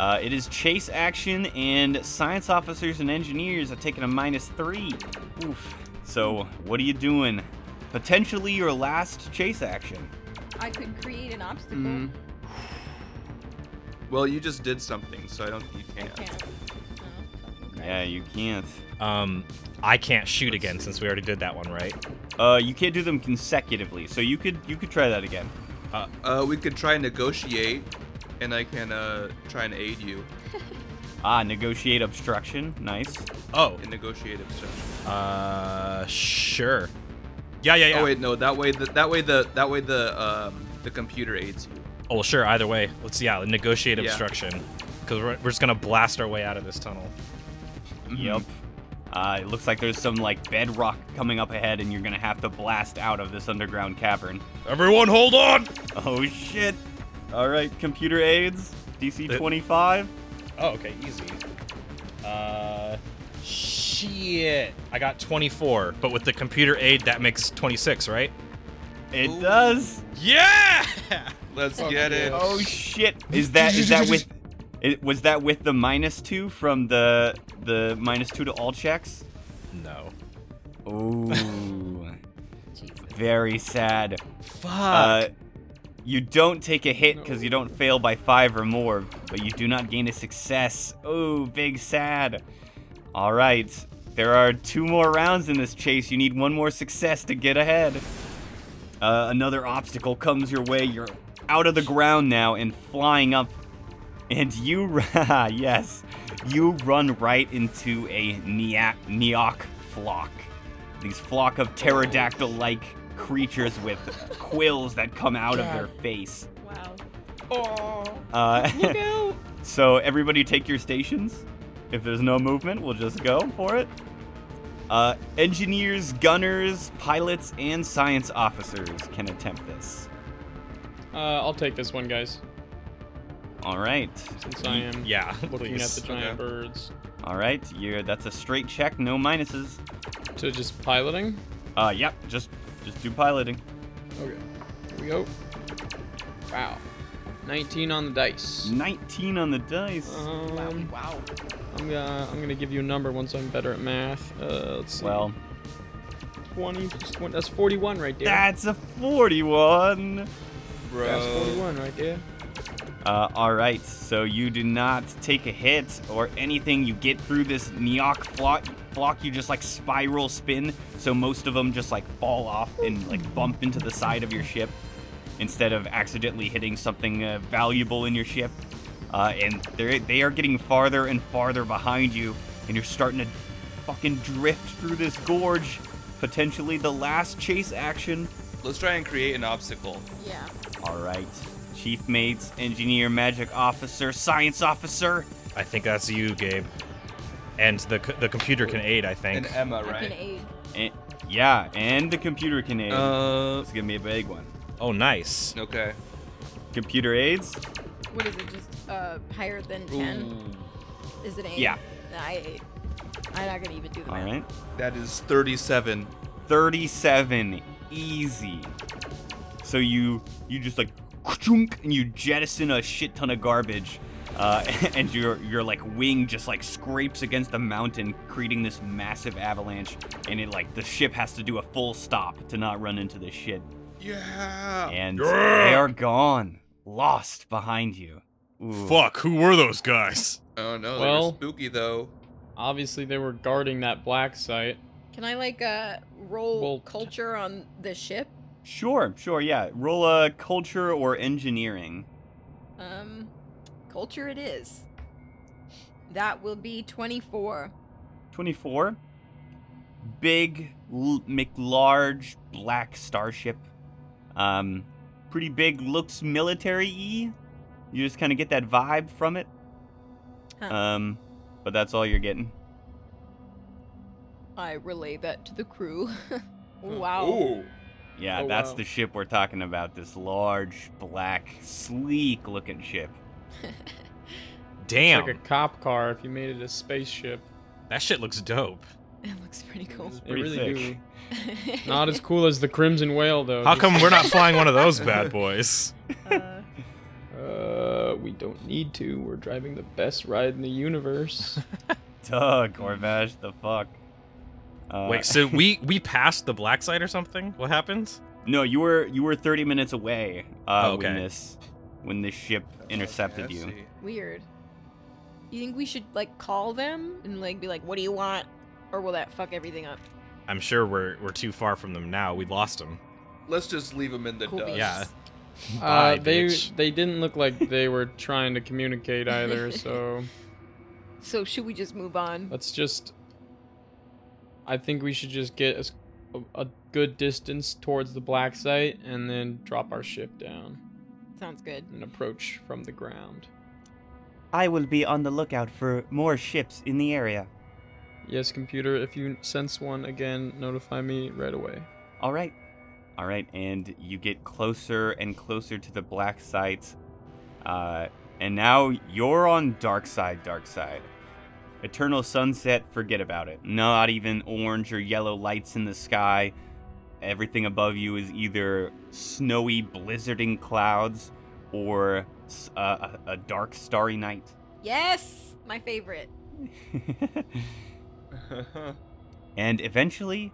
Speaker 1: Uh, it is chase action, and science officers and engineers are taking a minus three. Oof. So, what are you doing? Potentially your last chase action.
Speaker 5: I could create an obstacle.
Speaker 2: Mm. Well, you just did something, so I don't think you can.
Speaker 5: Can't. Oh, fucking Christ.
Speaker 1: Yeah, you can't.
Speaker 6: Um, I can't shoot again since we already did that one, right?
Speaker 1: Uh, you can't do them consecutively, so you could you could try that again.
Speaker 2: Uh, we could try and negotiate, and I can uh try and aid you
Speaker 1: Ah, negotiate obstruction. Nice.
Speaker 6: Oh.
Speaker 2: in negotiative stuff.
Speaker 6: Uh, sure. Yeah, yeah, yeah.
Speaker 2: Oh wait, no. That way, the, that way the that way the um the computer aids you.
Speaker 6: Oh, well, sure. Either way, let's yeah negotiate
Speaker 2: Yeah.
Speaker 6: obstruction because we're, we're just gonna blast our way out of this tunnel.
Speaker 1: Yep. Uh, it looks like there's some like bedrock coming up ahead, and you're gonna have to blast out of this underground cavern.
Speaker 4: Everyone, hold on.
Speaker 1: Oh shit! All right, computer aids, DC
Speaker 6: Uh,
Speaker 1: 25.
Speaker 6: Oh, okay, easy. Uh, shit. I got 24, but with the computer aid, that makes 26, right?
Speaker 1: It
Speaker 2: Ooh.
Speaker 1: does.
Speaker 6: Yeah.
Speaker 2: Let's get it.
Speaker 1: Oh shit! Is that is that with? It, was that with the minus two from the the minus two to all checks?
Speaker 6: No.
Speaker 1: Ooh,
Speaker 5: Oh, Jesus.
Speaker 1: very sad.
Speaker 6: Fuck.
Speaker 1: Uh, you don't take a hit because you don't fail by five or more, but you do not gain a success. Oh, big sad. All right, there are two more rounds in this chase. You need one more success to get ahead. Uh, another obstacle comes your way. You're out of the ground now and flying up, and you yes, you run right into a neac neok flock these flock of pterodactyl-like creatures with quills that come out of their face.
Speaker 5: Wow.
Speaker 1: Uh,
Speaker 3: Look out!
Speaker 1: so everybody take your stations. If there's no movement, we'll just go for it. Uh, engineers, gunners, pilots, and science officers can attempt this.
Speaker 3: Uh, I'll take this one, guys,
Speaker 1: All right,
Speaker 3: since I am
Speaker 6: yeah.
Speaker 3: looking
Speaker 6: please.
Speaker 3: at the giant
Speaker 2: Okay.
Speaker 3: birds.
Speaker 1: all right. You're that's a straight check, no minuses.
Speaker 3: To just piloting.
Speaker 1: Uh, yep, just just do piloting.
Speaker 3: Okay. Here we go. Wow. 19 on the dice.
Speaker 1: 19 on the dice.
Speaker 3: Um, wow. I'm gonna I'm gonna give you a number once I'm better at math. Uh, let's see.
Speaker 1: Well,
Speaker 3: 20 plus 20. That's 41 right there.
Speaker 1: that's a 41.
Speaker 3: That's
Speaker 2: bro.
Speaker 3: 41 right there.
Speaker 1: Uh, all right, so you do not take a hit or anything. You get through this Neok flock, flock. You just like spiral spin, so most of them just like fall off and like bump into the side of your ship instead of accidentally hitting something uh, valuable in your ship. Uh, and they're, they are getting farther and farther behind you, and you're starting to fucking drift through this gorge. Potentially the last chase action.
Speaker 2: Let's try and create an obstacle.
Speaker 5: Yeah.
Speaker 1: All right, Chief Mates, Engineer, Magic Officer, Science Officer.
Speaker 6: I think that's you, Gabe. And the c- the computer can aid. I think.
Speaker 2: And Emma,
Speaker 5: I can
Speaker 2: right?
Speaker 5: aid.
Speaker 1: And, yeah, and the computer can aid.
Speaker 2: Uh,
Speaker 1: Let's give me a big one.
Speaker 6: oh, nice.
Speaker 2: okay.
Speaker 1: Computer aids?
Speaker 5: What is it? Just uh, higher than ten?
Speaker 2: Ooh,
Speaker 5: Is it eight?
Speaker 1: Yeah.
Speaker 5: I aid. I'm not gonna even do the
Speaker 1: All
Speaker 5: math.
Speaker 1: right.
Speaker 2: that is 37.
Speaker 1: 37 easy so you you just like chunk and you jettison a shit ton of garbage uh, and your your like wing just like scrapes against the mountain creating this massive avalanche and it like the ship has to do a full stop to not run into this shit
Speaker 2: Yeah.
Speaker 1: and they are gone lost behind you Ooh.
Speaker 4: Fuck, who were those guys?
Speaker 2: Oh no, they
Speaker 3: Well-
Speaker 2: were spooky though.
Speaker 3: Obviously, they were guarding that black site.
Speaker 5: Can I like uh roll
Speaker 3: Well, t-
Speaker 5: culture on the ship?
Speaker 1: sure sure yeah roll a culture or engineering
Speaker 5: Um, culture it is. That will be 24.
Speaker 1: 24 big l- mclarge black starship um pretty big looks military y you just kind of get that vibe from it
Speaker 5: Huh.
Speaker 2: Uh.
Speaker 1: um but that's all you're getting
Speaker 5: I relay that to the crew. wow.
Speaker 2: Hmm. Ooh.
Speaker 1: yeah
Speaker 3: Oh,
Speaker 1: that's
Speaker 3: wow.
Speaker 1: the ship we're talking about this large black sleek looking ship
Speaker 6: Damn,
Speaker 3: It's like a cop car if you made it a spaceship.
Speaker 6: that shit looks dope.
Speaker 5: It looks pretty cool.
Speaker 1: It's
Speaker 3: They
Speaker 1: pretty
Speaker 3: really
Speaker 1: sick.
Speaker 3: do. Not as cool as the Crimson Whale, though.
Speaker 6: How
Speaker 3: Just-
Speaker 6: come we're not flying one of those bad boys?
Speaker 5: Uh,
Speaker 3: Uh, we don't need to. We're driving the best ride in the universe.
Speaker 1: Doug Orvash the fuck uh,
Speaker 6: Wait, so we we passed the black site or something? What happens?
Speaker 1: no you were you were 30 minutes away uh
Speaker 6: Oh,
Speaker 1: when
Speaker 6: okay.
Speaker 1: this when this ship intercepted
Speaker 2: Okay, I
Speaker 1: you
Speaker 2: see.
Speaker 5: weird. You think we should like call them and like be like, "What do you want?" Or will that fuck everything up?
Speaker 6: I'm sure we're we're too far from them now. We lost them.
Speaker 2: Let's just leave him in the
Speaker 5: Cool
Speaker 2: dust.
Speaker 5: beans.
Speaker 6: Yeah.
Speaker 3: uh,
Speaker 6: Bye,
Speaker 3: they
Speaker 6: bitch.
Speaker 3: they didn't look like they were trying to communicate either. So
Speaker 5: So should we just move on?
Speaker 3: let's just. I think we should just get as- a, a good distance towards the black site and then drop our ship down
Speaker 5: Sounds good.
Speaker 3: and approach from the ground.
Speaker 1: I will be on the lookout for more ships in the area.
Speaker 3: Yes, computer. If you sense one again, notify me right away.
Speaker 1: All right. All right, and you get closer and closer to the black site. Uh, and now you're on dark side, dark side. Eternal sunset, forget about it. Not even orange or yellow lights in the sky. Everything above you is either snowy, blizzarding clouds or s- a- a- a dark, starry night.
Speaker 5: Yes, my favorite.
Speaker 3: Uh,
Speaker 1: And eventually,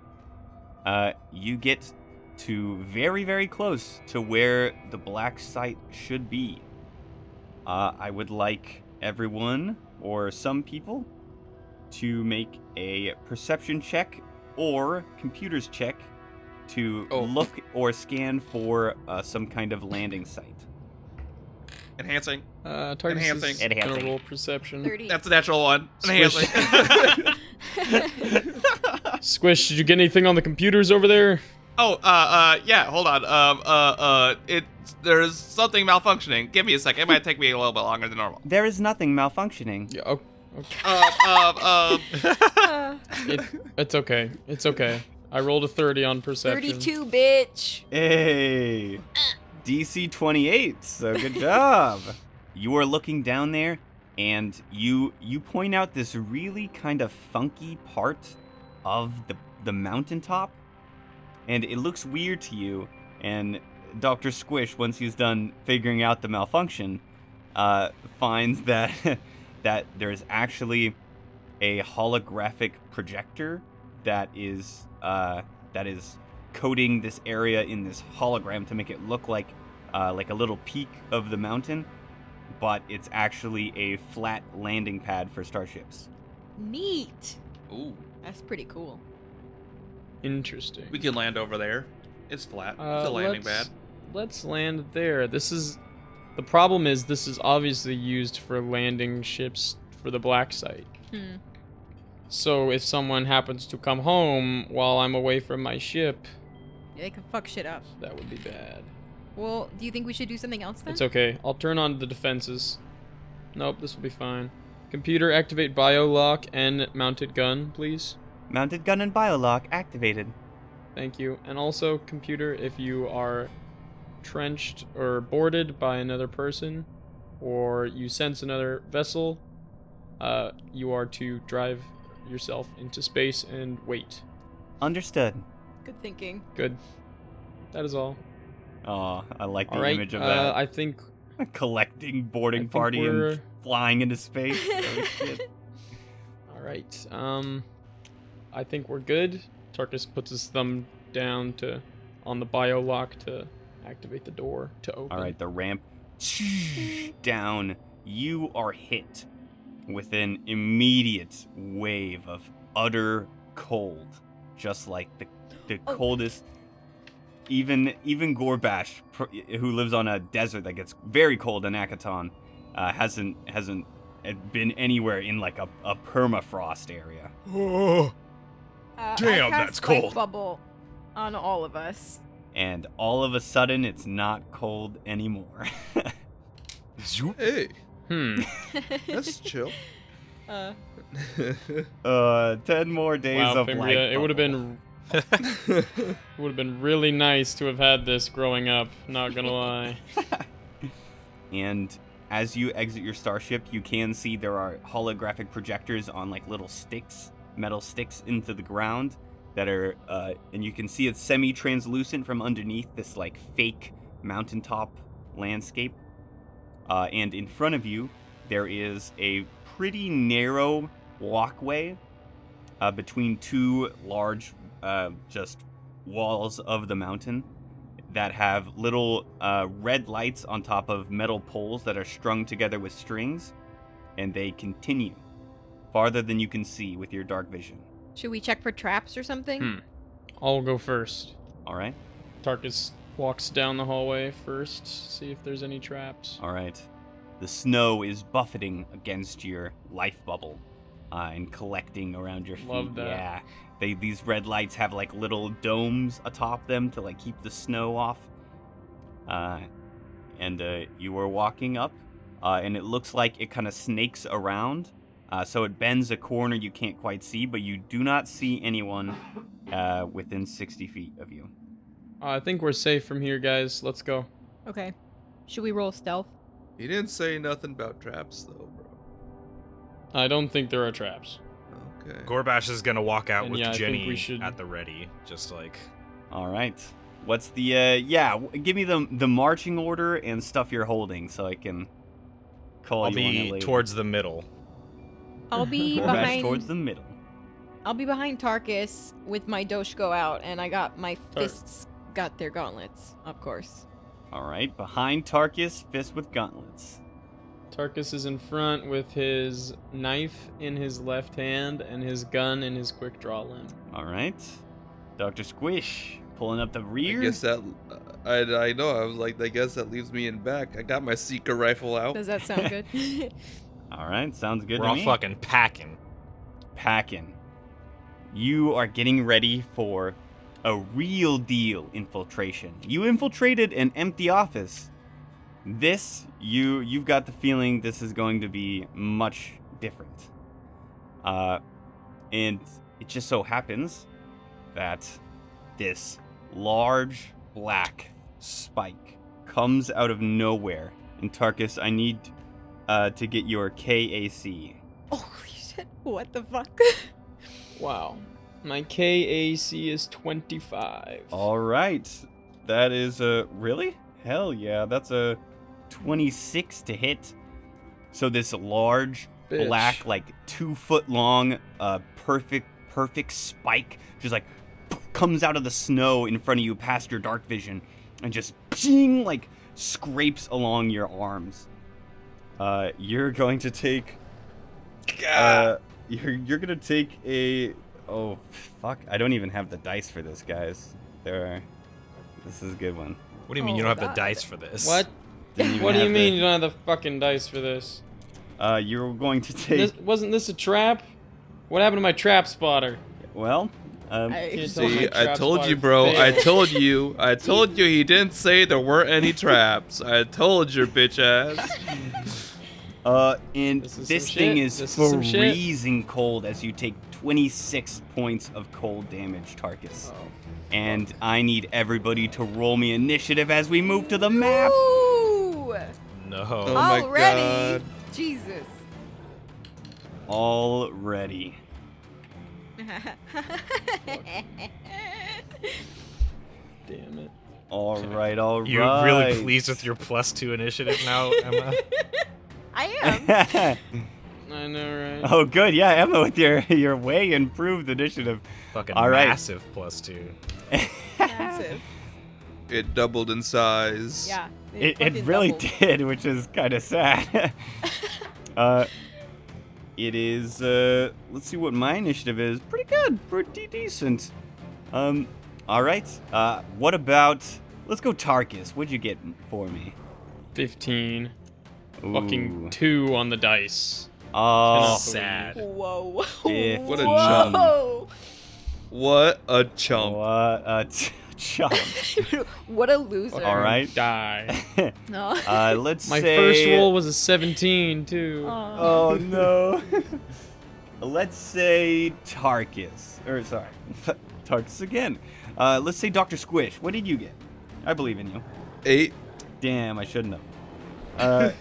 Speaker 1: uh, you get to very, very close to where the black site should be. Uh, I would like everyone, or some people, to make a perception check or computers check to
Speaker 2: Oh.
Speaker 1: look or scan for uh, some kind of landing site.
Speaker 7: Enhancing.
Speaker 3: Uh, target
Speaker 7: Enhancing.
Speaker 3: is gonna
Speaker 1: Enhancing.
Speaker 3: roll perception.
Speaker 5: Thirty.
Speaker 7: That's a natural one.
Speaker 3: Squish.
Speaker 7: Enhancing.
Speaker 3: Squish, did you get anything on the computers over there?
Speaker 7: oh, uh, uh, yeah. Hold on. Um, uh, uh, it. There's something malfunctioning. Give me a second. It might take me a little bit longer than normal.
Speaker 1: There is nothing malfunctioning.
Speaker 3: Yeah. Oh,
Speaker 7: Um, um, um.
Speaker 5: Uh,
Speaker 3: it, it's okay. It's okay. I rolled a thirty on perception.
Speaker 5: Thirty-two, bitch.
Speaker 1: Hey! DC 28, so good job. you are looking down there and you you point out this really kind of funky part of the the mountaintop and it looks weird to you and Dr. Squish once he's done figuring out the malfunction uh, finds that that there is actually a holographic projector that is uh, that is coating this area in this hologram to make it look like uh, like a little peak of the mountain, but it's actually a flat landing pad for starships.
Speaker 5: Neat.
Speaker 2: Ooh.
Speaker 5: That's pretty cool.
Speaker 3: Interesting.
Speaker 2: We can land over there. It's flat.
Speaker 3: Uh,
Speaker 2: it's a landing
Speaker 3: let's-
Speaker 2: pad.
Speaker 3: Let's land there. This is the problem. Is this is obviously used for landing ships for the black site.
Speaker 5: Hmm.
Speaker 3: So if someone happens to come home while I'm away from my ship,
Speaker 5: They can fuck shit up.
Speaker 3: that would be bad.
Speaker 5: Well, do you think we should do something else then?
Speaker 3: It's okay. I'll turn on the defenses. Nope, this will be fine. Computer, activate biolock and mounted gun, please.
Speaker 1: Mounted gun and biolock activated.
Speaker 3: Thank you. And also, computer, if you are trenched or boarded by another person, or you sense another vessel, uh, you are to drive yourself into space and wait.
Speaker 1: Understood.
Speaker 5: Good thinking.
Speaker 3: Good. That is all.
Speaker 1: Oh, I like the
Speaker 3: all right.
Speaker 1: image of
Speaker 3: uh, I think
Speaker 1: that. Collecting
Speaker 3: I
Speaker 1: boarding
Speaker 3: think
Speaker 1: party
Speaker 3: we're-
Speaker 1: and flying into space. Oh, shit.
Speaker 3: All right. Um, I think we're good. Tarkus puts his thumb down to on the bio lock to activate the door to open.
Speaker 1: All right, the ramp down. You are hit with an immediate wave of utter cold, just like the the
Speaker 5: Oh.
Speaker 1: coldest. Even even Gorbash, pr- who lives on a desert that gets very cold in Akaton, uh, hasn't hasn't been anywhere in like a, a permafrost area.
Speaker 5: Uh,
Speaker 4: Damn,
Speaker 5: I cast
Speaker 4: that's
Speaker 5: life
Speaker 4: cold.
Speaker 5: Bubble on all of us.
Speaker 1: And all of a sudden, it's not cold anymore.
Speaker 2: Hey,
Speaker 3: Hmm.
Speaker 2: that's chill.
Speaker 5: Uh,
Speaker 1: uh, ten more days
Speaker 3: wow,
Speaker 1: of life.
Speaker 3: Fimbria, it would have
Speaker 1: bubble.
Speaker 3: been it would have been really nice to have had this growing up. Not gonna lie.
Speaker 1: and as you exit your starship you can see there are holographic projectors on like little sticks metal sticks into the ground that are uh, and you can see it's semi-translucent from underneath this like fake mountaintop landscape uh, and in front of you there is a pretty narrow walkway uh, between two large uh, just walls of the mountain that have little uh, red lights on top of metal poles that are strung together with strings, and they continue farther than you can see with your dark vision.
Speaker 5: should we check for traps or something?
Speaker 3: Hmm. I'll go first.
Speaker 1: All right,
Speaker 3: Tarkus walks down the hallway first, see if there's any traps. Uh,
Speaker 1: all right. The snow is buffeting against your life bubble uh, and collecting around your feet.
Speaker 3: Love that.
Speaker 1: Yeah, they, these red lights have like little domes atop them to like keep the snow off. Uh, and uh, you are walking up, uh, and it looks like it kind of snakes around. Uh, so it bends a corner you can't quite see, but you do not see anyone uh, within 60 feet of you.
Speaker 3: I think we're safe from here, guys. Let's go.
Speaker 5: Okay. Should we roll stealth?
Speaker 2: he didn't say nothing about traps though,
Speaker 3: I don't think there are traps.
Speaker 2: bro. Okay.
Speaker 6: Gorbash is gonna walk out
Speaker 3: And
Speaker 6: with
Speaker 3: yeah, I think
Speaker 6: Jenny
Speaker 3: we should-
Speaker 6: at the ready, just like
Speaker 1: All right. What's the uh yeah, w- give me the the marching order and stuff you're holding so I can call
Speaker 6: I'll
Speaker 1: you on it
Speaker 6: be
Speaker 1: later.
Speaker 6: towards the middle.
Speaker 5: I'll be
Speaker 1: Or back
Speaker 5: behind.
Speaker 1: towards the middle.
Speaker 5: I'll be behind Tarkus with my Doshko out, and I got my
Speaker 3: Tar-
Speaker 5: fists got their gauntlets, of course.
Speaker 1: All right, behind Tarkus, fist with gauntlets.
Speaker 3: Tarkus is in front with his knife in his left hand and his gun in his quick draw limb.
Speaker 1: All right. Dr. Squish pulling up the
Speaker 2: I
Speaker 1: rear.
Speaker 2: guess that I I know. I was like, I guess that leaves me in back. I got my seeker rifle
Speaker 1: Oh.
Speaker 2: out.
Speaker 5: Does that sound good?
Speaker 1: All right, sounds good
Speaker 6: We're
Speaker 1: to
Speaker 6: all
Speaker 1: me.
Speaker 6: fucking packing.
Speaker 1: packing. You are getting ready for a real deal infiltration. You infiltrated an empty office. This you you've got the feeling this is going to be much different. Uh and it just so happens that this large black spike comes out of nowhere. And Tarkus, I need uh, to get your KAC.
Speaker 5: Holy shit! What the fuck?
Speaker 3: Wow. My KAC is 25.
Speaker 1: All right. That is a really? Hell yeah. That's a 26 to hit. So this large
Speaker 3: Bitch.
Speaker 1: black like 2 foot long uh perfect perfect spike just like comes out of the snow in front of you past your dark vision and just ping like scrapes along your arms. Uh you're going to take
Speaker 3: Ah.
Speaker 1: uh, you're you're gonna take a oh fuck I don't even have the dice for this guys. There are this is a good one.
Speaker 6: What do you mean
Speaker 5: Oh,
Speaker 6: you don't have
Speaker 5: God.
Speaker 6: the dice for this?
Speaker 3: What?
Speaker 1: Didn't even
Speaker 3: What do you
Speaker 1: have
Speaker 3: mean you
Speaker 1: to-
Speaker 3: don't have the fucking dice for this?
Speaker 1: Uh, you're going to take
Speaker 3: this? Wasn't this a trap? What happened to my trap spotter?
Speaker 1: well. Uh, Um,
Speaker 5: I,
Speaker 3: It's all my
Speaker 2: See, I
Speaker 3: traps
Speaker 2: told
Speaker 3: are
Speaker 2: you, bro. I
Speaker 3: fake.
Speaker 2: told you. I told you he didn't say there weren't any traps. I told your bitch ass.
Speaker 1: Uh, and
Speaker 3: This
Speaker 1: this,
Speaker 3: is some
Speaker 1: thing
Speaker 3: shit.
Speaker 1: is
Speaker 3: This is some shit.
Speaker 1: freezing cold as you take 26 points of cold damage, Tarkus.
Speaker 3: Oh.
Speaker 1: And I need everybody to roll me initiative as we move to the map.
Speaker 5: Ooh,
Speaker 2: Oh
Speaker 6: No.
Speaker 2: my
Speaker 5: already?
Speaker 2: God.
Speaker 5: Jesus.
Speaker 1: Already.
Speaker 3: Damn it.
Speaker 1: All right, all right.
Speaker 6: You really pleased with your plus two initiative now, Emma?
Speaker 5: I am.
Speaker 3: I know, right?
Speaker 1: oh, good. Yeah, Emma, with your your way improved initiative.
Speaker 6: Fucking
Speaker 1: All right.
Speaker 6: massive plus two.
Speaker 5: Massive.
Speaker 2: It doubled in size.
Speaker 5: Yeah.
Speaker 1: It, it
Speaker 5: fucking
Speaker 1: really
Speaker 5: doubled.
Speaker 1: did, which is kind of sad. uh, it is. Uh, let's see what my initiative is. Pretty good. Pretty decent. Um, all right. Uh, what about? Let's go, Tarkus. What'd you get for me?
Speaker 3: 15.
Speaker 1: Ooh.
Speaker 3: Fucking 2 on the dice.
Speaker 1: oh,
Speaker 6: Sad.
Speaker 5: Whoa.
Speaker 1: Yeah.
Speaker 2: What a
Speaker 5: Whoa.
Speaker 2: What a
Speaker 1: Oh,
Speaker 2: chump.
Speaker 1: what a ch- chump!
Speaker 5: what a loser.
Speaker 1: all right.
Speaker 3: Die.
Speaker 5: No.
Speaker 1: Uh, let's
Speaker 3: My
Speaker 1: say.
Speaker 3: first roll was a 17, too.
Speaker 5: Aw.
Speaker 1: Oh no. let's say Tarkus. Or sorry, Tarkus again. Uh, let's say Dr. Squish. What did you get? I believe in you.
Speaker 2: Eight.
Speaker 1: Damn, I shouldn't have.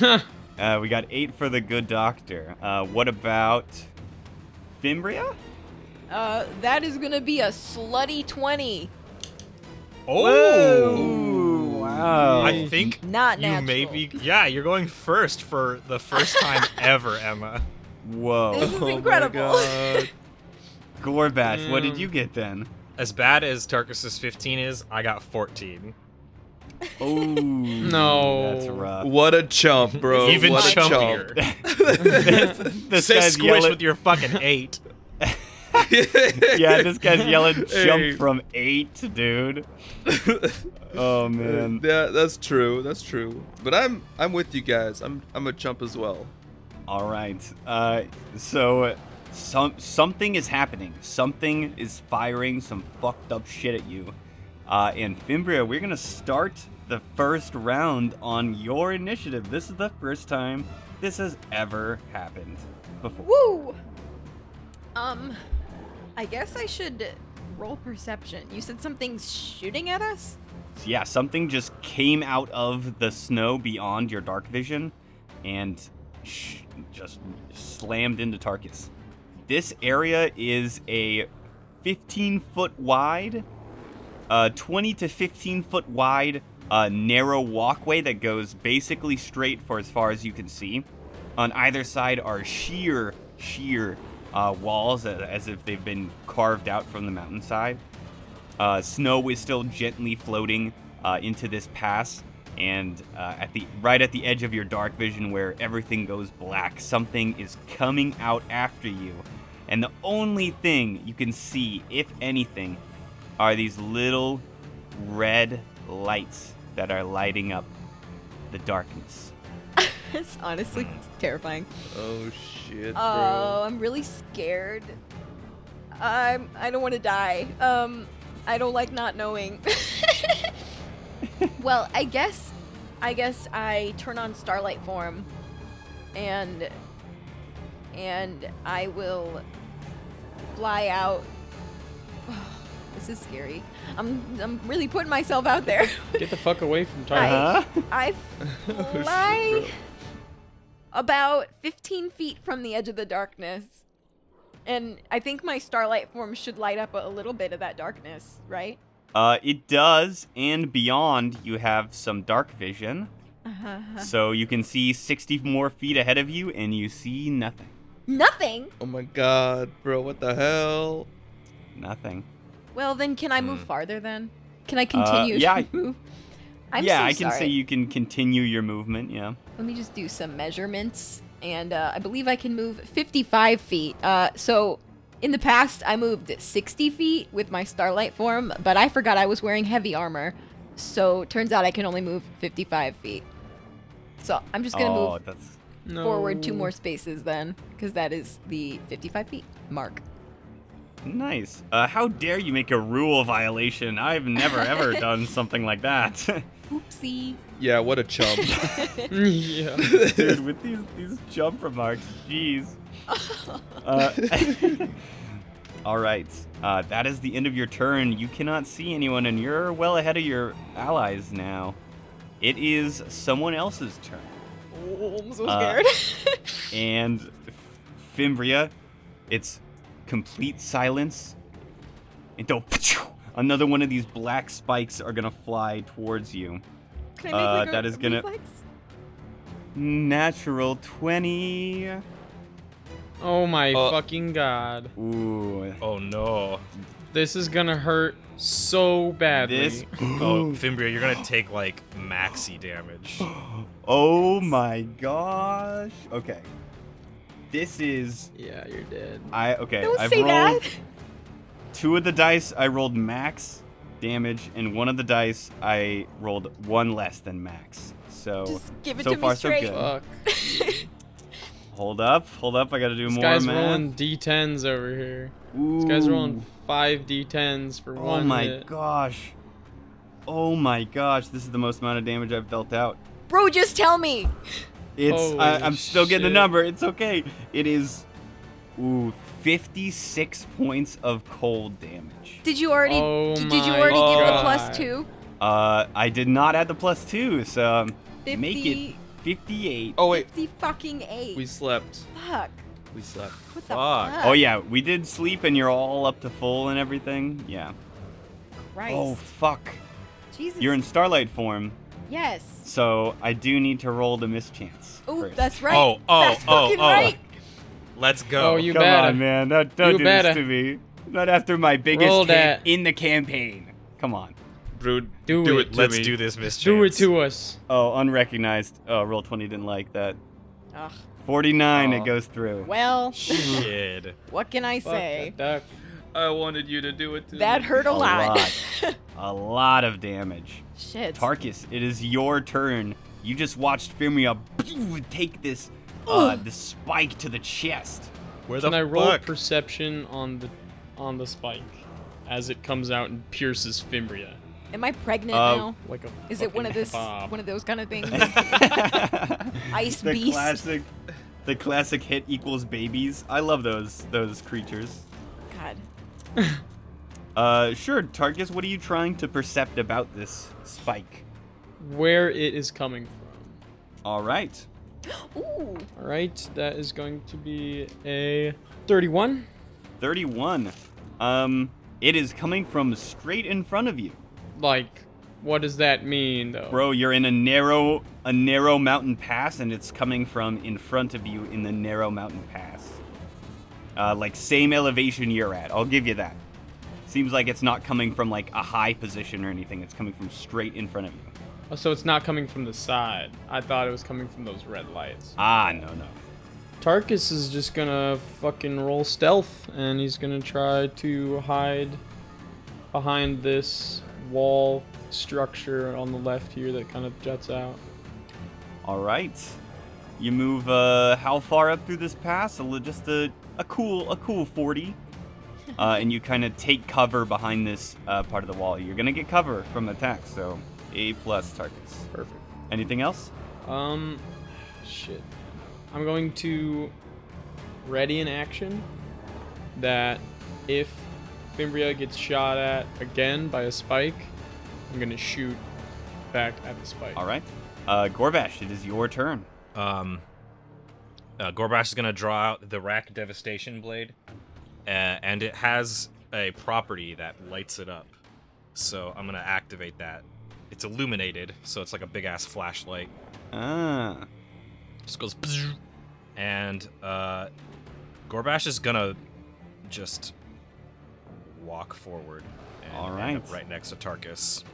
Speaker 1: Uh, uh, we got eight for the good doctor. Uh, what about Fimbria?
Speaker 5: Uh, that is gonna be a slutty twenty.
Speaker 1: Whoa! Wow.
Speaker 6: Oh! I think
Speaker 5: Not
Speaker 6: you
Speaker 5: natural.
Speaker 6: may be. Yeah, you're going first for the first time ever, Emma.
Speaker 5: This
Speaker 1: Whoa.
Speaker 5: is incredible.
Speaker 1: Oh Gorbash, what did
Speaker 3: Mm.
Speaker 1: you get then?
Speaker 6: As bad as Tarkus's 15 is, I got 14.
Speaker 1: Oh.
Speaker 3: No.
Speaker 1: That's rough.
Speaker 2: What a chump, bro.
Speaker 6: Even
Speaker 2: what a
Speaker 6: chumpier.
Speaker 2: chump.
Speaker 1: this
Speaker 6: Say
Speaker 1: guy's
Speaker 6: squish
Speaker 1: yelling-
Speaker 6: with your fucking eight.
Speaker 1: yeah, this guy's yelling jump
Speaker 2: Hey.
Speaker 1: from eight, dude. Oh man.
Speaker 2: yeah, that's true. That's true. But I'm I'm with you guys. I'm I'm a chump as well.
Speaker 1: All right. Uh, so some something is happening. Something is firing some fucked up shit at you. Uh, and Fimbria, we're gonna start the first round on your initiative. This is the first time this has ever happened before.
Speaker 5: Woo. Um, I guess I should roll perception. You said something's shooting at us.
Speaker 1: Yeah, something just came out of the snow beyond your dark vision and sh- just slammed into Tarkus. This area is a 15 foot wide, uh, 20 to 15 foot wide uh, narrow walkway that goes basically straight for as far as you can see. On either side are sheer, sheer uh, walls uh, as if they've been carved out from the mountainside. Uh, snow is still gently floating uh, into this pass, and uh, at the right at the edge of your dark vision, where everything goes black, something is coming out after you, and the only thing you can see, if anything, are these little red lights that are lighting up the darkness.
Speaker 5: It's honestly terrifying.
Speaker 2: Oh shit, bro.
Speaker 5: Oh, I'm really scared. I'm. I don't want to die. Um, I don't like not knowing. well, I guess, I guess I turn on starlight form, and and I will fly out. this is scary. I'm I'm really putting myself out there.
Speaker 3: Get the fuck away from
Speaker 5: I-
Speaker 3: Target.
Speaker 5: I
Speaker 2: Oh, shit,
Speaker 5: fly
Speaker 2: bro.
Speaker 5: about 15 feet from the edge of the darkness. And I think my starlight form should light up a a little bit of that darkness, right?
Speaker 1: Uh, it does, and beyond, you have some dark vision,
Speaker 5: Uh-huh.
Speaker 1: so you can see 60 more feet ahead of you, and you see nothing.
Speaker 5: Nothing.
Speaker 2: Oh my god, bro. What the hell?
Speaker 1: Nothing.
Speaker 5: Well, then can I move
Speaker 6: Hmm.
Speaker 5: farther then? Can I continue
Speaker 1: Uh, yeah,
Speaker 5: to
Speaker 1: I-
Speaker 5: move? I'm
Speaker 1: yeah,
Speaker 5: so
Speaker 1: I can
Speaker 5: sorry.
Speaker 1: say you can continue your movement. Yeah.
Speaker 5: Let me just do some measurements. And uh, I believe I can move 55 feet. Uh, so in the past, I moved 60 feet with my starlight form, but I forgot I was wearing heavy armor. So turns out I can only move 55 feet. So I'm just going to
Speaker 1: oh,
Speaker 5: move
Speaker 1: that's
Speaker 3: No.
Speaker 5: forward two more spaces then, because that is the 55 feet mark.
Speaker 1: Nice. Uh, how dare you make a rule violation? I've never ever done something like that.
Speaker 5: Oopsie.
Speaker 2: Yeah, what a chump.
Speaker 3: yeah.
Speaker 1: Dude, with these these jump remarks, jeez. Uh, all right, uh, that is the end of your turn. You cannot see anyone, and you're well ahead of your allies now. It is someone else's turn,
Speaker 5: Oh, I'm so
Speaker 1: Uh,
Speaker 5: scared.
Speaker 1: and F- Fimbria, it's complete silence. Until another one of these black spikes are gonna fly towards you.
Speaker 5: Can
Speaker 1: uh,
Speaker 5: I make like, a
Speaker 1: that is gonna-
Speaker 5: reflex?
Speaker 1: Natural twenty.
Speaker 3: Oh my
Speaker 2: Uh,
Speaker 3: fucking god.
Speaker 1: Ooh,
Speaker 6: Oh no.
Speaker 3: This is gonna hurt so badly.
Speaker 1: this.
Speaker 6: Oh, Fimbria, you're gonna take like maxi damage.
Speaker 1: Oh my gosh. Okay. This is
Speaker 3: Yeah, you're dead.
Speaker 1: I okay,
Speaker 5: Don't
Speaker 1: I've
Speaker 5: say
Speaker 1: rolled
Speaker 5: that.
Speaker 1: two of the dice I rolled max damage and one of the dice I rolled one less than max. So
Speaker 5: Just give it
Speaker 1: so
Speaker 5: to me
Speaker 1: far, so
Speaker 5: straight.
Speaker 1: good.
Speaker 3: Fuck.
Speaker 1: hold up, hold up, I gotta do
Speaker 3: This
Speaker 1: more
Speaker 3: guy's
Speaker 1: math.
Speaker 3: rolling d10s over here. This guy's rolling five d10s for
Speaker 1: Ooh,
Speaker 3: one.
Speaker 1: Oh my
Speaker 3: hit.
Speaker 1: gosh. Oh my gosh, this is the most amount of damage I've dealt out.
Speaker 5: Bro, just tell me.
Speaker 1: It's I,
Speaker 3: Holy
Speaker 1: I'm still getting the
Speaker 3: shit.
Speaker 1: number. It's okay. It is ooh 56 points of cold damage.
Speaker 5: Did you already?
Speaker 3: Oh
Speaker 5: did, did you
Speaker 3: my
Speaker 5: already give the
Speaker 3: God.
Speaker 5: plus two?
Speaker 1: Uh, I did not add the plus two, so um, make it
Speaker 5: 50
Speaker 1: 58.
Speaker 2: oh wait,
Speaker 5: 50 fucking eight.
Speaker 2: we slept.
Speaker 5: Fuck.
Speaker 2: We slept.
Speaker 5: What the
Speaker 6: Fuck.
Speaker 5: fuck?
Speaker 1: Oh yeah, we did sleep, and you're all up to full and everything. Yeah.
Speaker 5: Christ.
Speaker 1: Oh fuck,
Speaker 5: Jesus.
Speaker 1: you're in starlight form,
Speaker 5: Yes.
Speaker 1: so I do need to roll the mischance.
Speaker 5: Oh,
Speaker 1: first.
Speaker 5: that's right.
Speaker 6: Oh, oh,
Speaker 5: that's
Speaker 6: oh,
Speaker 5: fucking
Speaker 6: oh.
Speaker 5: Right.
Speaker 6: Let's go.
Speaker 3: Oh, you
Speaker 1: Come
Speaker 3: better.
Speaker 1: on, man! Don't, don't
Speaker 3: You
Speaker 1: do
Speaker 3: better.
Speaker 1: this to me. Not after my biggest
Speaker 3: Roll
Speaker 1: hit
Speaker 3: that.
Speaker 1: in the campaign. Come on.
Speaker 2: Brood,
Speaker 3: Do
Speaker 2: do
Speaker 3: it.
Speaker 2: it. to
Speaker 6: Let's
Speaker 2: me.
Speaker 6: do this, Miss
Speaker 3: Do it
Speaker 6: Chance.
Speaker 3: to us.
Speaker 1: Oh, unrecognized. Oh, roll twenty didn't like that.
Speaker 5: Ugh,
Speaker 1: 49
Speaker 2: Aw.
Speaker 1: it goes through.
Speaker 5: well,
Speaker 6: Shit.
Speaker 5: what can I
Speaker 3: Fuck
Speaker 5: say?
Speaker 3: that duck.
Speaker 2: I wanted you to do it to
Speaker 5: That
Speaker 2: me.
Speaker 5: hurt a,
Speaker 1: A
Speaker 5: lot.
Speaker 1: lot. A lot of damage.
Speaker 5: Shit.
Speaker 1: Tarkus, it is your turn. You just watched Firmia take this uh, this spike to the chest.
Speaker 6: Where the
Speaker 3: Can I roll
Speaker 6: fuck?
Speaker 3: perception on the on the spike as it comes out and pierces Fimbria
Speaker 5: Am I pregnant
Speaker 1: Uh, Um.
Speaker 5: now?
Speaker 3: like a.
Speaker 5: Is it one of
Speaker 3: fucking
Speaker 5: this
Speaker 3: bob.
Speaker 5: one of those kind of things?
Speaker 1: Ice
Speaker 5: Ice beast.
Speaker 1: Classic, the classic hit equals babies. I love those those creatures.
Speaker 5: God.
Speaker 1: Uh, sure, Tarkus, what are you trying to percept about this spike?
Speaker 3: Where it is coming from.
Speaker 1: All right.
Speaker 5: Ooh.
Speaker 3: All right, that is going to be a 31.
Speaker 1: 31. Um, it is coming from straight in front of you.
Speaker 3: Like, what does that mean though?
Speaker 1: Bro, you're in a narrow a narrow mountain pass and it's coming from in front of you in the narrow mountain pass. Uh, like same elevation you're at. I'll give you that. Seems like it's not coming from like a high position or anything. It's coming from straight in front of you.
Speaker 3: Oh, So it's not coming from the side. I thought it was coming from those red lights.
Speaker 1: Ah, no, no.
Speaker 3: Tarkus is just gonna fucking roll stealth and he's gonna try to hide behind this wall structure on the left here that kind of juts out.
Speaker 1: All right. You move uh how far up through this pass? A li- just a a cool a cool 40. Uh, and you kind of take cover behind this uh, part of the wall. You're gonna get cover from attacks, so A plus targets.
Speaker 3: Perfect.
Speaker 1: Anything else?
Speaker 3: Um, shit. I'm going to ready an action that if Fimbria gets shot at again by a spike, I'm gonna shoot back at the spike.
Speaker 1: All right. Uh, Gorbash, it is your turn.
Speaker 6: Um, uh, Gorbash is gonna draw out the Rack Devastation Blade, uh, and it has a property that lights it up. So I'm gonna activate that. It's illuminated, so it's like a big ass flashlight.
Speaker 1: Ah.
Speaker 6: Just goes, bzzz. and uh, Gorbash is gonna just walk forward. And
Speaker 1: All
Speaker 6: end up
Speaker 1: right.
Speaker 6: right next to Tarkus.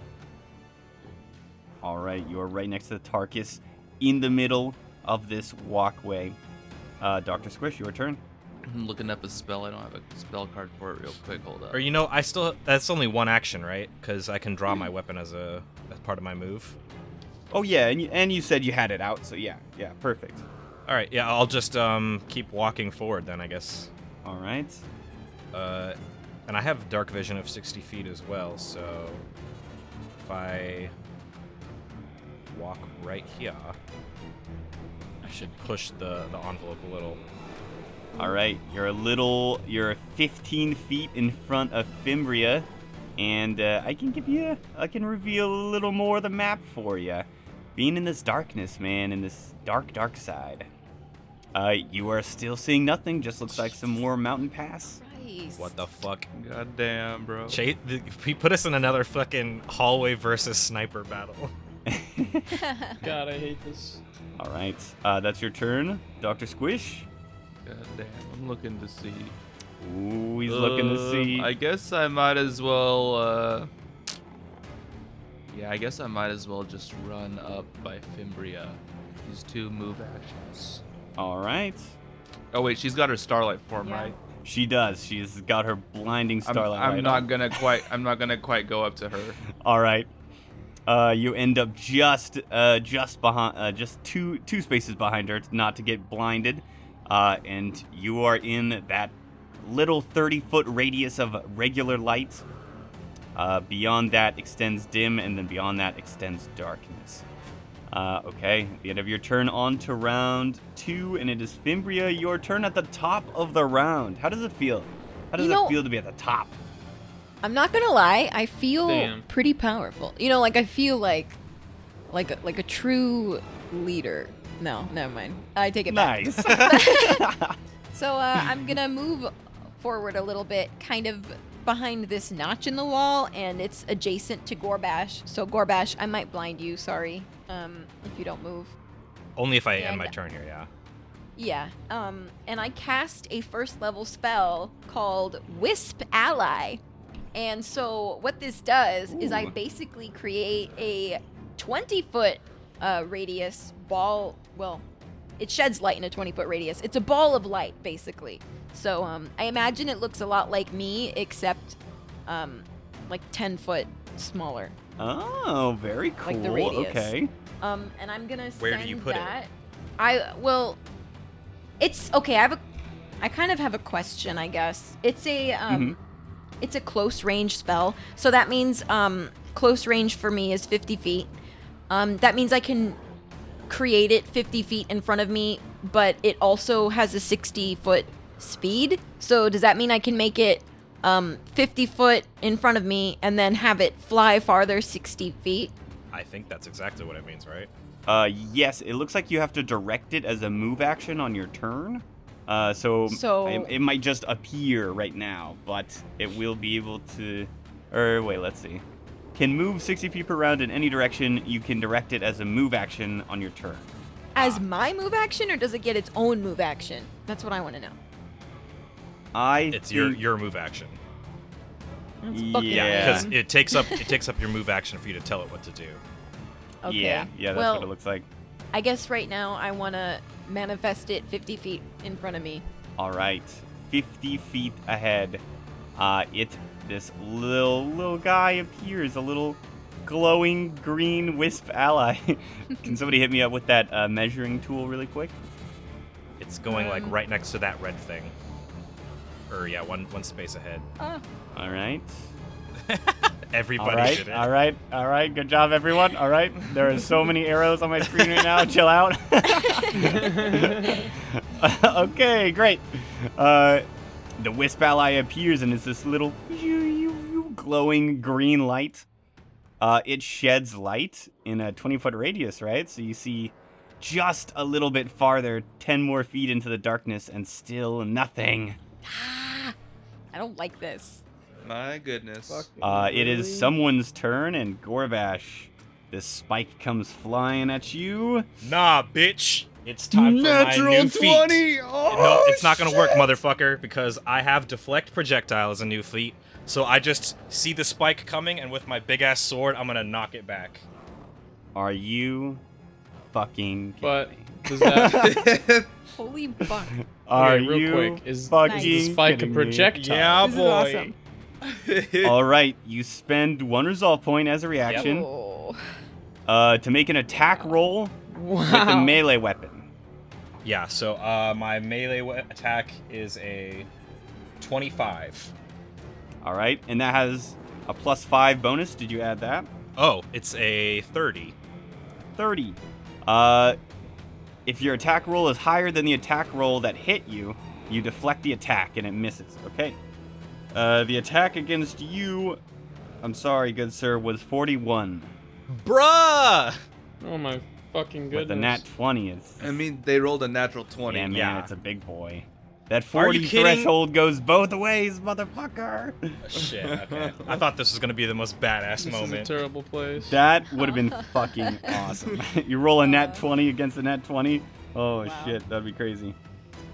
Speaker 1: All right. You're right next to the Tarkus in the middle of this walkway. Uh, Dr. Squish, your turn.
Speaker 2: I'm looking up a spell. I don't have a spell card for it real quick. Hold up.
Speaker 6: Or you know, I still that's only one action, right? Because I can draw my weapon as a as part of my move.
Speaker 1: Oh, yeah. And you, and you said you had it out, so yeah. Yeah, perfect.
Speaker 6: All right, yeah, I'll just um keep walking forward then, I guess.
Speaker 1: All right.
Speaker 6: Uh, And I have dark vision of 60 feet as well, so if I walk right here, I should push the, the envelope a little.
Speaker 1: All right, you're a little, you're 15 feet in front of Fimbria, and uh, I can give you, I can reveal a little more of the map for you. Being in this darkness, man, in this dark, dark side, uh, you are still seeing nothing. Just looks like some more mountain pass.
Speaker 5: Christ.
Speaker 6: What the fuck?
Speaker 2: God damn, bro.
Speaker 6: Chase, the, he put us in another fucking hallway versus sniper battle.
Speaker 3: God, I hate this.
Speaker 1: All right, uh, that's your turn, Doctor Squish.
Speaker 2: God damn. I'm looking to see.
Speaker 1: Ooh, he's looking to
Speaker 2: Um,
Speaker 1: see.
Speaker 2: I guess I might as well. Uh... Yeah, I guess I might as well just run up by Fimbria. These two move actions.
Speaker 1: All right,
Speaker 2: Oh wait, she's got her starlight form,
Speaker 5: Yeah.
Speaker 2: right?
Speaker 1: she does. She's got her blinding
Speaker 2: I'm-
Speaker 1: starlight.
Speaker 2: I'm,
Speaker 1: light
Speaker 2: not
Speaker 1: on.
Speaker 2: gonna quite. I'm not gonna quite go up to her.
Speaker 1: All right. Uh, you end up just uh, just behind uh, just two two spaces behind her not to get blinded, uh, and you are in that little 30 foot radius of regular light. Uh, beyond that extends dim, and then beyond that extends darkness. Uh, okay, at the end of your turn, on to round two, and it is Fimbria, your turn at the top of the round. How does it feel? How does
Speaker 5: You know-
Speaker 1: it feel to be at the top?
Speaker 5: I'm not gonna lie, I feel
Speaker 3: Damn.
Speaker 5: pretty powerful. You know, like I feel like, like a, like a true leader. No, never mind. I take it back.
Speaker 1: Nice.
Speaker 5: So uh, I'm gonna move forward a little bit, kind of behind this notch in the wall, and it's adjacent to Gorbash. So Gorbash, I might blind you. Sorry, um, if you don't move.
Speaker 6: Only if I
Speaker 5: And-
Speaker 6: end my turn here, yeah.
Speaker 5: Yeah. Um, and I cast a first level spell called Wisp Ally. And so what this does is I
Speaker 1: Ooh.
Speaker 5: basically create a 20 foot uh, radius ball. Well, it sheds light in a 20 foot radius. It's a ball of light, basically. So um, I imagine it looks a lot like me, except um, like 10 foot smaller.
Speaker 1: Oh, very cool.
Speaker 5: Like the radius.
Speaker 1: Okay.
Speaker 5: Um, and I'm gonna send
Speaker 6: Where do you put it?
Speaker 5: that. I well, it's okay. I have a, I kind of have a question, I guess. It's a um,
Speaker 6: Mm-hmm.
Speaker 5: it's a close range spell, so that means um, close range for me is 50 feet. Um, that means I can create it 50 feet in front of me, but it also has a 60 foot speed. So does that mean I can make it um 50 foot in front of me and then have it fly farther 60 feet?
Speaker 6: I think that's exactly what it means, right?
Speaker 1: Uh, yes, it looks like you have to direct it as a move action on your turn. Uh, so
Speaker 5: So-
Speaker 1: it, it might just appear right now, but it will be able to. Or wait, let's see. Can move 60 feet per round in any direction. You can direct it as a move action on your turn.
Speaker 5: as my move action or does it get its own move action? That's what I want to know.
Speaker 1: I.
Speaker 6: It's your
Speaker 1: think-
Speaker 6: your move action
Speaker 5: That's fucking
Speaker 1: Yeah.
Speaker 6: because
Speaker 5: lame.
Speaker 6: it takes up it takes up your move action for you to tell it what to do.
Speaker 5: Okay.
Speaker 1: Yeah, yeah, that's
Speaker 5: well,
Speaker 1: what it looks like.
Speaker 5: I guess right now I want to manifest it 50 feet in front of me.
Speaker 1: All right, 50 feet ahead. Uh, it this little little guy appears, a little glowing green wisp ally. Can somebody hit me up with that uh, measuring tool really quick?
Speaker 6: It's going like
Speaker 5: Um.
Speaker 6: right next to that red thing. Or yeah, one one space ahead.
Speaker 5: Oh,
Speaker 1: All right.
Speaker 6: Everybody
Speaker 1: all right.
Speaker 6: did it.
Speaker 1: All right. All right. Good job, everyone. All right. There are so many arrows on my screen right now. Chill out. okay. Great. Uh, the wisp ally appears and it's this little glowing green light. Uh, it sheds light in a 20 foot radius, right? So you see just a little bit farther, 10 more feet into the darkness, and still nothing.
Speaker 5: I don't like this.
Speaker 2: My goodness.
Speaker 1: Uh, it
Speaker 3: Really?
Speaker 1: is someone's turn, and Gorbash, this spike comes flying at you.
Speaker 6: Nah, bitch. It's time for my new feat. No, it's not gonna work, motherfucker, because I have deflect projectile as a new feat. So I just see the spike coming, and with my big ass sword, I'm gonna knock it back.
Speaker 1: Are you fucking kidding
Speaker 3: But
Speaker 1: me?
Speaker 3: does that
Speaker 5: Holy fuck.
Speaker 1: Are
Speaker 3: real
Speaker 1: you
Speaker 3: quick, is-
Speaker 1: fucking
Speaker 5: is
Speaker 3: is the spike a
Speaker 1: kidding me?
Speaker 3: projectile?
Speaker 6: Yeah,
Speaker 5: this
Speaker 6: boy.
Speaker 5: is awesome.
Speaker 1: All right, you spend one resolve point as a reaction
Speaker 5: Oh.
Speaker 1: uh, to make an attack roll with a
Speaker 3: Wow.
Speaker 1: melee weapon.
Speaker 6: Yeah. So uh, my melee we- attack is a 25.
Speaker 1: All right, and that has a plus five bonus. Did you add that?
Speaker 6: Oh, it's a 30.
Speaker 1: 30. Uh, if your attack roll is higher than the attack roll that hit you, you deflect the attack and it misses. Okay. Uh, the attack against you, I'm sorry, good sir, was 41.
Speaker 6: Bruh!
Speaker 3: Oh my fucking goodness.
Speaker 1: With the nat 20. It's,
Speaker 2: I mean, they rolled a natural twenty.
Speaker 1: yeah, man,
Speaker 6: yeah.
Speaker 1: it's a big boy. That
Speaker 6: Are you
Speaker 1: 40
Speaker 6: kidding?
Speaker 1: threshold goes both ways, motherfucker.
Speaker 6: Shit, okay. I thought this was gonna be the most badass
Speaker 3: this
Speaker 6: moment.
Speaker 3: is a terrible place.
Speaker 1: That would have been fucking awesome. you roll a nat 20 against a nat 20. Oh
Speaker 5: Wow.
Speaker 1: shit, that'd be crazy.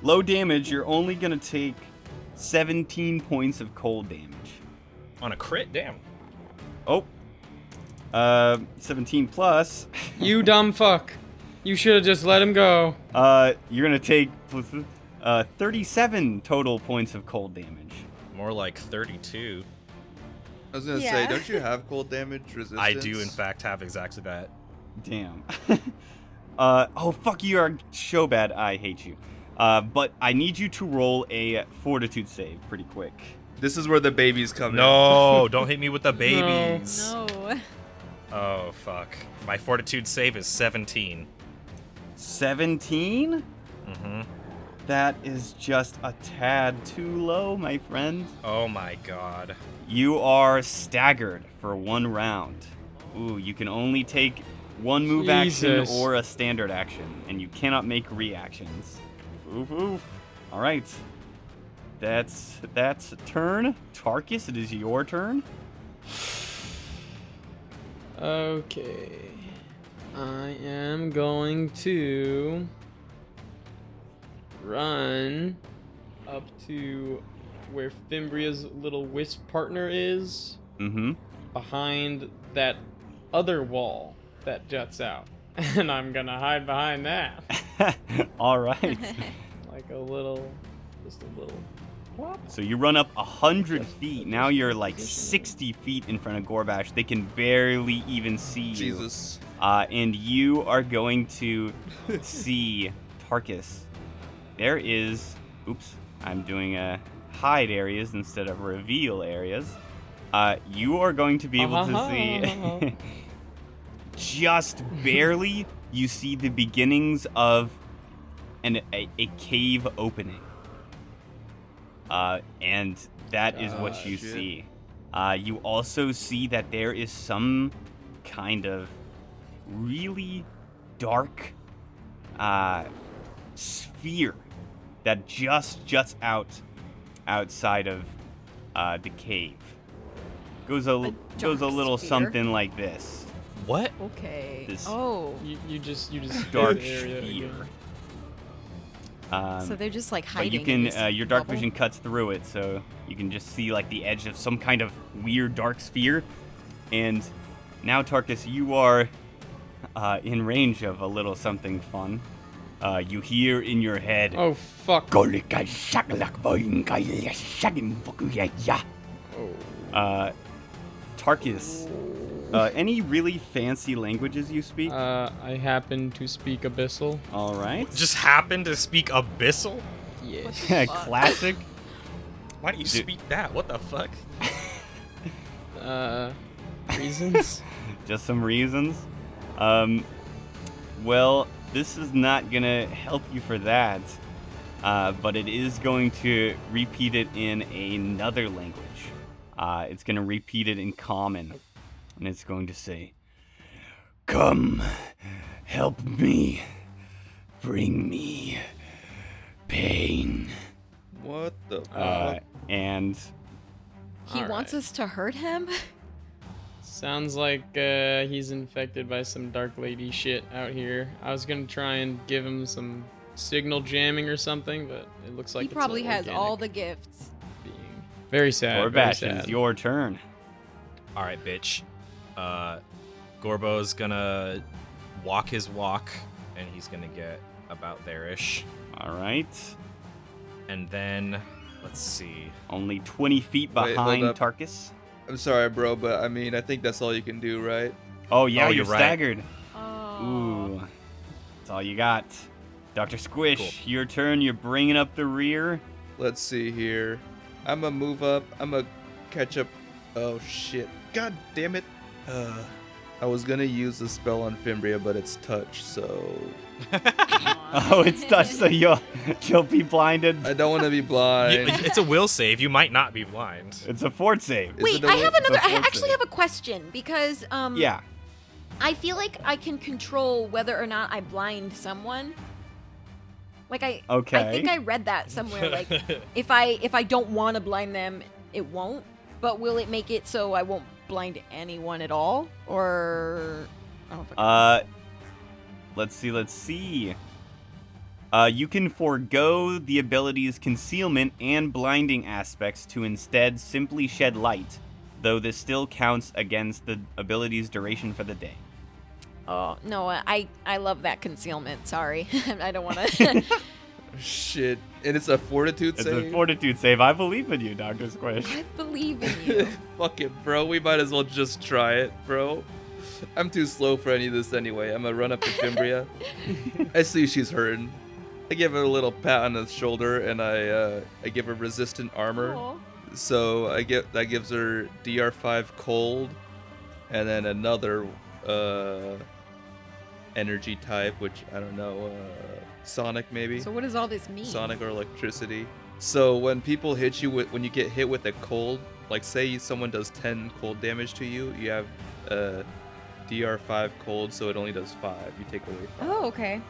Speaker 1: Low damage, you're only gonna take 17 points of cold damage.
Speaker 6: On a crit? Damn.
Speaker 1: Oh. Uh, 17 plus.
Speaker 3: You dumb fuck. You should have just let him go.
Speaker 1: Uh, you're gonna take uh, 37 total points of cold damage.
Speaker 6: More like 32.
Speaker 2: I was gonna
Speaker 5: Yeah.
Speaker 2: say, don't you have cold damage resistance?
Speaker 6: I do, in fact, have exactly that.
Speaker 1: Damn. uh, oh fuck, you are so bad. I hate you. Uh, but I need you to roll a fortitude save pretty quick.
Speaker 2: This is where the babies come in.
Speaker 6: No, don't hit me with the babies.
Speaker 5: No.
Speaker 6: Oh, fuck. My fortitude save is 17.
Speaker 1: 17?
Speaker 6: Mm-hmm.
Speaker 1: That is just a tad too low, my friend.
Speaker 6: Oh my god.
Speaker 1: You are staggered for one round. Ooh, you can only take one move
Speaker 3: Jesus.
Speaker 1: action or a standard action, and you cannot make reactions. Oof, oof. All right. That's that's turn. Tarkus, it is your turn.
Speaker 3: Okay. I am going to run up to where Fimbria's little wisp partner is
Speaker 1: Mm-hmm.
Speaker 3: behind that other wall that juts out. And I'm gonna hide behind that.
Speaker 1: All right.
Speaker 3: Like a little just a little what?
Speaker 1: So you run up a hundred feet. Now you're like sixty feet in front of Gorbash. They can barely even see you.
Speaker 2: Jesus.
Speaker 1: Uh, and you are going to see Tarkus. There is. Oops, I'm doing uh, hide areas instead of reveal areas. Uh, you are going to be able to see. just barely, you see the beginnings of an, a, a cave opening. Uh, and that is
Speaker 2: Ah,
Speaker 1: what you
Speaker 2: shit.
Speaker 1: see. Uh, you also see that there is some kind of really dark uh, sphere that just juts out outside of uh, the cave. Goes a,
Speaker 5: A
Speaker 1: goes a
Speaker 5: dark
Speaker 1: little
Speaker 5: sphere?
Speaker 1: something like this.
Speaker 6: What?
Speaker 5: Okay.
Speaker 1: This-
Speaker 5: oh.
Speaker 3: You, you just you just
Speaker 1: Dark
Speaker 3: hit the again.
Speaker 1: sphere. Um,
Speaker 5: so they're just like
Speaker 1: but
Speaker 5: hiding.
Speaker 1: you
Speaker 5: in
Speaker 1: can
Speaker 5: this
Speaker 1: uh, your dark
Speaker 5: bubble?
Speaker 1: vision cuts through it, so you can just see like the edge of some kind of weird dark sphere. And now, Tarkus, you are uh, in range of a little something fun. Uh, you hear in your head.
Speaker 3: Oh fuck.
Speaker 1: "Golika shakalak boinga ya shagin fuku ya ya."
Speaker 3: Oh.
Speaker 1: Uh, Tarkus, uh, any really fancy languages you speak?
Speaker 3: Uh, I happen to speak abyssal.
Speaker 1: All right.
Speaker 6: Just happened to speak abyssal?
Speaker 3: Yes.
Speaker 1: Classic.
Speaker 6: Why do you
Speaker 1: Dude.
Speaker 6: speak that? What the fuck?
Speaker 3: Uh, reasons?
Speaker 1: just some reasons. Um, well, this is not gonna help you for that, uh, but it is going to repeat it in another language. Uh, it's gonna repeat it in common, and it's going to say, "Come, help me, bring me pain,"
Speaker 2: What the?
Speaker 1: uh,
Speaker 2: fuck?
Speaker 1: and
Speaker 5: He wants us to hurt him.
Speaker 3: Sounds like uh, he's infected by some dark lady shit out here. I was gonna try and give him some signal jamming or something, but it looks like
Speaker 5: he
Speaker 3: it's
Speaker 5: probably
Speaker 3: an
Speaker 5: has all
Speaker 3: organic
Speaker 5: the gifts.
Speaker 3: being. Very sad. very
Speaker 1: Gorbash, it
Speaker 3: sad.
Speaker 1: is your turn.
Speaker 6: All right, bitch. Uh, Gorbo's gonna walk his walk, and he's gonna get about there-ish.
Speaker 1: All right.
Speaker 6: And then, let's see.
Speaker 1: Only 20 feet
Speaker 2: Wait, hold
Speaker 1: behind
Speaker 2: up.
Speaker 1: Tarkus.
Speaker 2: I'm sorry, bro, but I mean, I think that's all you can do, right?
Speaker 1: Oh, yeah,
Speaker 6: Oh,
Speaker 1: you're,
Speaker 6: you're right.
Speaker 1: staggered.
Speaker 5: Oh.
Speaker 1: Ooh. That's all you got. Dr. Squish,
Speaker 6: Cool.
Speaker 1: your turn. You're bringing up the rear.
Speaker 2: Let's see here. I'm gonna move up. I'm gonna catch up. Oh shit! God damn it! Uh, I was gonna use the spell on Fimbria, but it's touch, so
Speaker 1: Oh, it's touch, so you'll you'll be blinded.
Speaker 2: I don't want to be blind.
Speaker 6: it's a will save. You might not be blind.
Speaker 1: It's a fort save.
Speaker 2: Is
Speaker 5: Wait,
Speaker 2: it a
Speaker 5: I
Speaker 2: will-
Speaker 5: have
Speaker 1: it's a
Speaker 5: another. I
Speaker 1: fortune.
Speaker 5: actually have a question because um,
Speaker 1: Yeah.
Speaker 5: I feel like I can control whether or not I blind someone. Like I, I
Speaker 1: Okay.
Speaker 5: think I read that somewhere. Like if I if I don't want to blind them, it won't. But will it make it so I won't blind anyone at all? Or I don't fucking-
Speaker 1: Uh, let's see. Let's see. Uh, you can forego the ability's concealment and blinding aspects to instead simply shed light, though this still counts against the ability's duration for the day.
Speaker 2: uh.
Speaker 5: oh no, I I love that concealment. Sorry, I don't want to.
Speaker 2: Shit, and it's a fortitude
Speaker 1: It's
Speaker 2: save.
Speaker 1: a fortitude save. I believe in you, Doctor Squish.
Speaker 5: I believe in you.
Speaker 2: Fuck it, bro. We might as well just try it, bro. I'm too slow for any of this anyway. I'm gonna run up to Fimbria. I see she's hurting. I give her a little pat on the shoulder, and I uh, I give her resistant armor.
Speaker 5: Aw.
Speaker 2: So I get that gives her DR5 cold, and then another uh, energy type, which I don't know, uh, sonic maybe,
Speaker 8: So what does all this mean?
Speaker 2: sonic or electricity. So when people hit you with when you get hit with a cold, like say someone does 10 cold damage to you, you have uh, DR5 cold, so it only does five. You take away five,
Speaker 8: Oh, okay.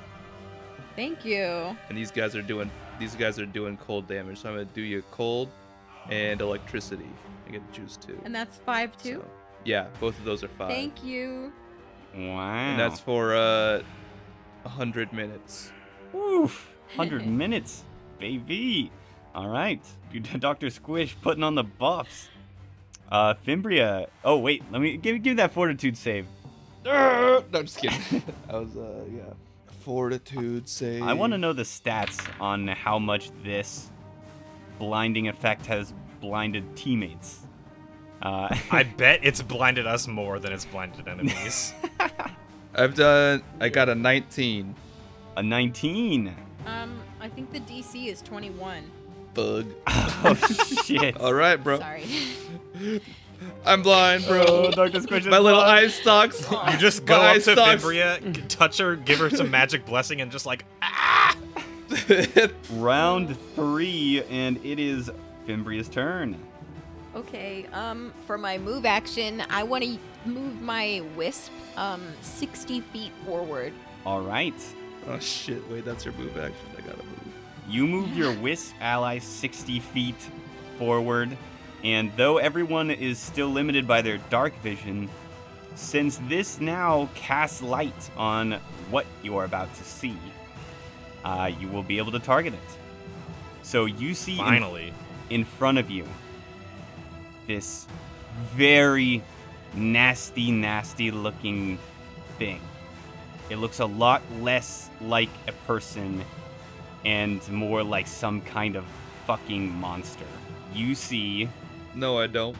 Speaker 8: Thank you.
Speaker 2: and these guys are doing these guys are doing cold damage. So I'm gonna do you cold and electricity. I get juice too.
Speaker 8: And that's five too.
Speaker 2: So, yeah, both of those are five.
Speaker 8: Thank you.
Speaker 1: Wow.
Speaker 2: And that's for uh, hundred minutes.
Speaker 1: Oof, 100 minutes, baby. All right, Doctor Squish putting on the buffs. Uh, Fimbria. Oh wait, let me give give me that fortitude save.
Speaker 2: no, I'm just kidding. I was uh, yeah. Fortitude save.
Speaker 1: I want to know the stats on how much this blinding effect has blinded teammates. Uh,
Speaker 6: I bet it's blinded us more than it's blinded enemies.
Speaker 2: I've done. I got a 19.
Speaker 1: a 19.
Speaker 8: Um, I think the DC is 21.
Speaker 2: Bug.
Speaker 1: Oh shit.
Speaker 2: All right, bro.
Speaker 8: Sorry.
Speaker 2: I'm blind, bro.
Speaker 1: Oh, Doctor Squish. is
Speaker 2: My little
Speaker 1: blind.
Speaker 2: eye stalks.
Speaker 6: you just go
Speaker 2: My eye
Speaker 6: up to
Speaker 2: stalks.
Speaker 6: Fimbria, g- touch her, give her some magic blessing, and just like
Speaker 1: Round three, and it is Fimbria's turn.
Speaker 5: Okay, um, for my move action, I want to move my wisp um 60 feet forward.
Speaker 1: All right.
Speaker 2: oh shit! Wait, that's your move action. I gotta move.
Speaker 1: You move your wisp ally 60 feet forward, and though everyone is still limited by their dark vision, since this now casts light on what you are about to see, uh, you will be able to target it. So you see in-
Speaker 6: finally.
Speaker 1: in front of you this very nasty, nasty looking thing. It looks a lot less like a person and more like some kind of fucking monster. You see,
Speaker 2: No, I don't.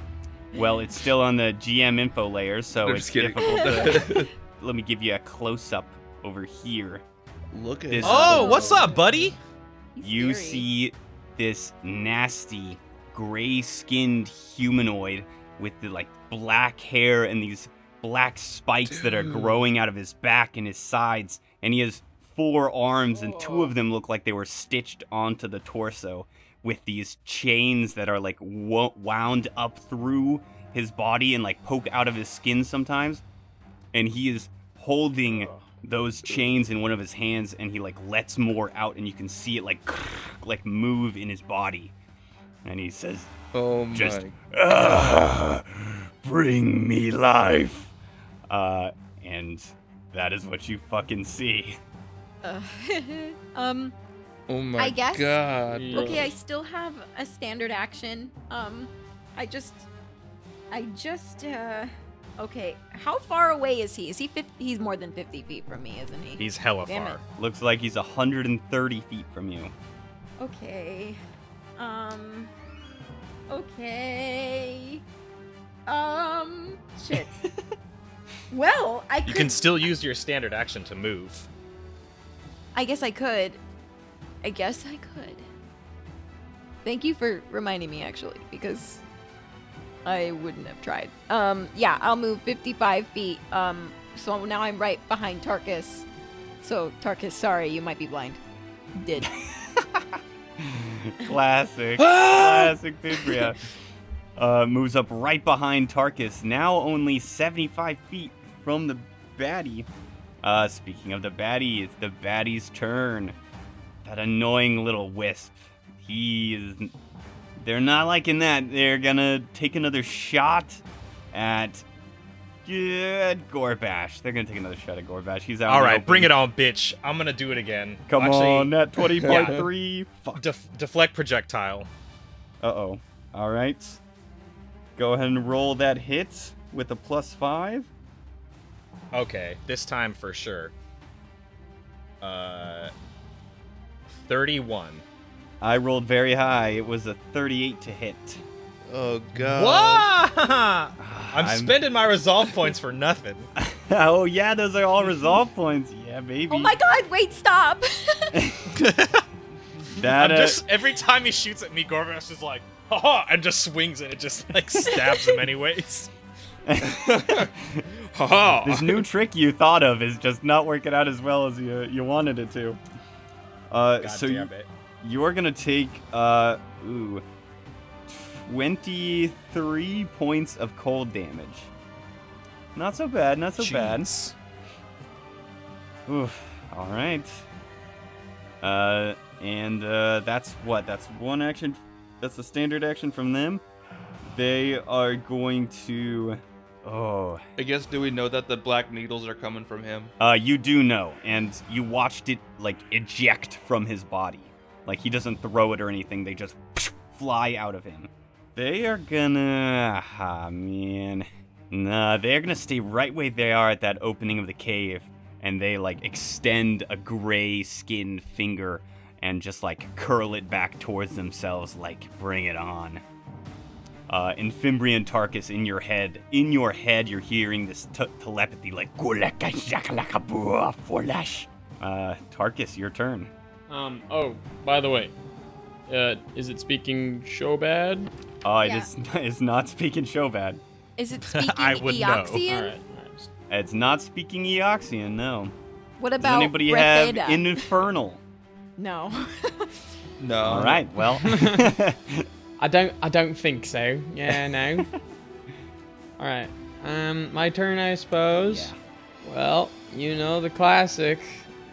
Speaker 1: well, it's still on the GM info layer, so
Speaker 2: I'm
Speaker 1: it's
Speaker 2: just kidding.
Speaker 1: difficult. To, let me give you a close up over here.
Speaker 2: Look at
Speaker 1: This-
Speaker 6: Oh, what's up, buddy?
Speaker 1: you see this nasty gray-skinned humanoid with the like black hair and these black spikes that are growing out of his back and his sides and he has four arms and two of them look like they were stitched onto the torso with these chains that are like wo- wound up through his body and like poke out of his skin sometimes and he is holding those chains in one of his hands and he like lets more out and you can see it like like move in his body and he says
Speaker 2: Oh my.
Speaker 1: Just- "Ah, bring me life uh and that is what you fucking see
Speaker 5: Uh, um,
Speaker 2: Oh my
Speaker 5: I guess-
Speaker 2: god.
Speaker 3: Yeah.
Speaker 5: okay, I still have a standard action. Um, I just, I just, uh, okay. How far away is he? Is he 50? He's more than 50 feet from me, isn't he?
Speaker 6: He's hella
Speaker 5: Damn
Speaker 6: far.
Speaker 1: looks like he's 130 feet from you
Speaker 5: Okay. Um. Okay. Um. Shit. well, I could.
Speaker 6: You can still use your standard action to move.
Speaker 5: I guess I could. I guess I could. Thank you for reminding me, actually, because I wouldn't have tried. Um, yeah, I'll move 55 feet. Um, so now I'm right behind Tarkus. So Tarkus, sorry, you might be blind. Did.
Speaker 1: classic,
Speaker 6: Ah!
Speaker 1: classic Fimbria. Uh, moves up right behind Tarkus, now only 75 feet from the baddie. Uh, speaking of the baddie, it's the baddie's turn. That annoying little wisp. He is. They're not liking that. They're gonna take another shot at. Good Gorbash. They're gonna take another shot at Gorbash. He's out.
Speaker 6: All right, bring it on, bitch. I'm gonna do it again.
Speaker 1: Come
Speaker 6: Actually,
Speaker 1: on, that 20 by
Speaker 6: Yeah.
Speaker 1: 3. Fuck.
Speaker 6: def- deflect projectile.
Speaker 1: Uh oh. All right. Go ahead and roll that hit with a plus five.
Speaker 6: Okay, this time for sure. Uh, thirty-one.
Speaker 1: I rolled very high. It was a 38 to hit.
Speaker 2: Oh god.
Speaker 6: Wha- I'm,
Speaker 1: I'm-
Speaker 6: spending my resolve points for nothing.
Speaker 1: oh yeah, those are all resolve points. Yeah, baby.
Speaker 9: Oh my god, wait, stop!
Speaker 1: That
Speaker 6: I'm
Speaker 1: uh,
Speaker 6: just every time he shoots at me, Gorbash is like, haha, and just swings and it just like stabs him anyways. haha.
Speaker 1: this new trick you thought of is just not working out as well as you you wanted it to. Uh,
Speaker 6: God
Speaker 1: so you,
Speaker 6: damn it.
Speaker 1: you're gonna take uh ooh, 23 points of cold damage. Not so bad. Not so bad.
Speaker 6: Jeez.
Speaker 1: Oof. All right. Uh, and uh, that's what? That's one action. That's the standard action from them. They are going to. Oh.
Speaker 2: I guess do we know that the black needles are coming from him?
Speaker 1: Uh, you do know, and you watched it like eject from his body. Like he doesn't throw it or anything. They just fly out of him. They are gonna. Ah, man. Nah, they're gonna stay right where they are at that opening of the cave, and they like extend a gray skinned finger and just like curl it back towards themselves, like bring it on. Uh, and Fimbrian Tarkus in your head, in your head, you're hearing this t- telepathy like "Gulaka shakalaka bua folash." Uh, Tarkus, your turn.
Speaker 3: Um. Oh, by the way, uh, is it speaking Shobad?
Speaker 1: Uh,
Speaker 9: Yeah.
Speaker 1: it is it's not speaking Shobad.
Speaker 9: Is it speaking
Speaker 6: I would know.
Speaker 9: Eoxian?
Speaker 3: All right. All right.
Speaker 1: It's not speaking Eoxian. No.
Speaker 9: What
Speaker 1: Does
Speaker 9: about
Speaker 1: anybody have
Speaker 9: Refeda?
Speaker 1: Infernal?
Speaker 9: no.
Speaker 2: No.
Speaker 1: All right. Well.
Speaker 3: I don't. I don't think so. Yeah. No. All right. Um. My turn, I suppose. Well, you know the classic.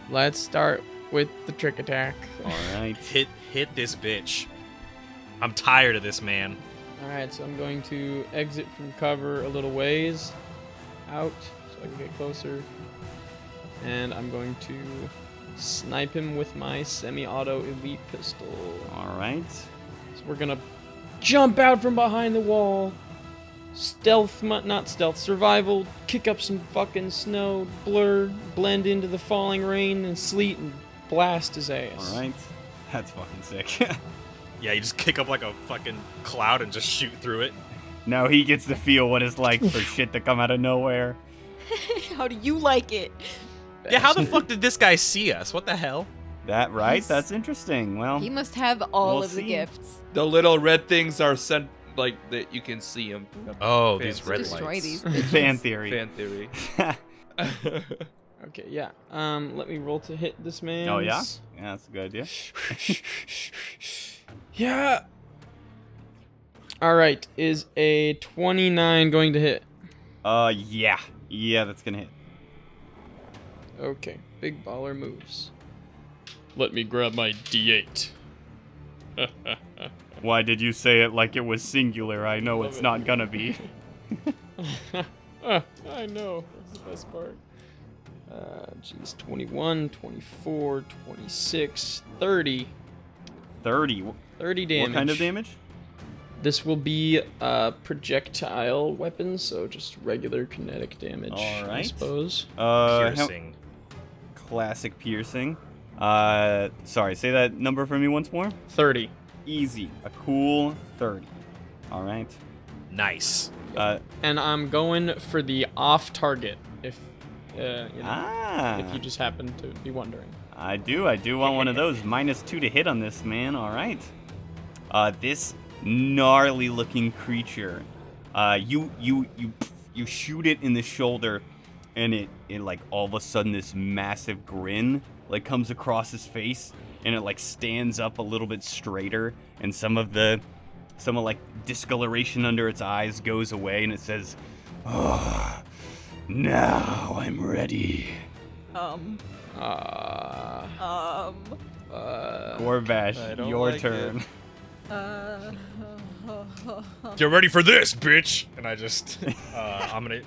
Speaker 3: Let's start with the trick attack.
Speaker 1: All right.
Speaker 6: Hit hit this bitch. I'm tired of this man.
Speaker 3: All right. So I'm going to exit from cover a little ways, out, so I can get closer, and I'm going to snipe him with my semi-auto elite pistol.
Speaker 1: All right.
Speaker 3: So we're gonna jump out from behind the wall, stealth, mu- not stealth, survival, kick up some fucking snow, blur, blend into the falling rain and sleet, and blast his ass.
Speaker 1: All right. That's fucking sick.
Speaker 6: Yeah, you just kick up like a fucking cloud and just shoot through it.
Speaker 1: now he gets to feel what it's like for shit to come out of nowhere.
Speaker 9: How do you like it?
Speaker 6: Yeah, how the fuck did this guy see us? What the hell?
Speaker 1: That right? That's interesting. Well.
Speaker 5: He must have all
Speaker 1: We'll
Speaker 5: of
Speaker 1: see.
Speaker 5: the gifts.
Speaker 2: The little red things are sent like that you can see them.
Speaker 6: Oh,
Speaker 2: these red
Speaker 5: Destroy these.
Speaker 1: Fan theory.
Speaker 2: Fan theory.
Speaker 1: yeah,
Speaker 3: Okay, yeah. Um, let me roll to hit this man.
Speaker 1: Oh, yeah? that's a good idea.
Speaker 3: Yeah. All right, is a twenty-nine going to hit?
Speaker 1: Uh, yeah, yeah, that's gonna hit.
Speaker 3: Okay, big baller moves. Let me grab my D8.
Speaker 1: Why did you say it like it was singular? I know it's not gonna be.
Speaker 3: Ah, I know. That's the best part. Uh, geez, 21, 24, 26, 30.
Speaker 1: 30. What
Speaker 3: 30 damage.
Speaker 1: kind of damage?
Speaker 3: This will be a projectile weapon, so just regular kinetic damage, I
Speaker 1: Alright.
Speaker 3: suppose.
Speaker 1: Uh, how-
Speaker 6: Piercing.
Speaker 1: classic piercing. Uh, sorry, say that number for me once more.
Speaker 3: 30.
Speaker 1: Easy. A cool 30. All right.
Speaker 6: Nice.
Speaker 1: Uh,
Speaker 3: And I'm going for the off target, if, uh, you know, if
Speaker 1: ah,
Speaker 3: you just happen to be wondering.
Speaker 1: I do, I do want one of those. Minus two to hit on this, man. All right. Uh, this gnarly looking creature Uh, you you you you shoot it in the shoulder, and it it like all of a sudden this massive grin like comes across his face, and it like stands up a little bit straighter, and some of the some of like discoloration under its eyes goes away, and it says, "Ah, "Now I'm ready."
Speaker 5: Um,
Speaker 3: Uh,
Speaker 5: um,
Speaker 3: uh,
Speaker 1: Gorbash,
Speaker 2: I don't
Speaker 1: your
Speaker 2: like it.
Speaker 1: turn.
Speaker 5: uh.
Speaker 6: Get ready for this, bitch! And I just, uh, I'm gonna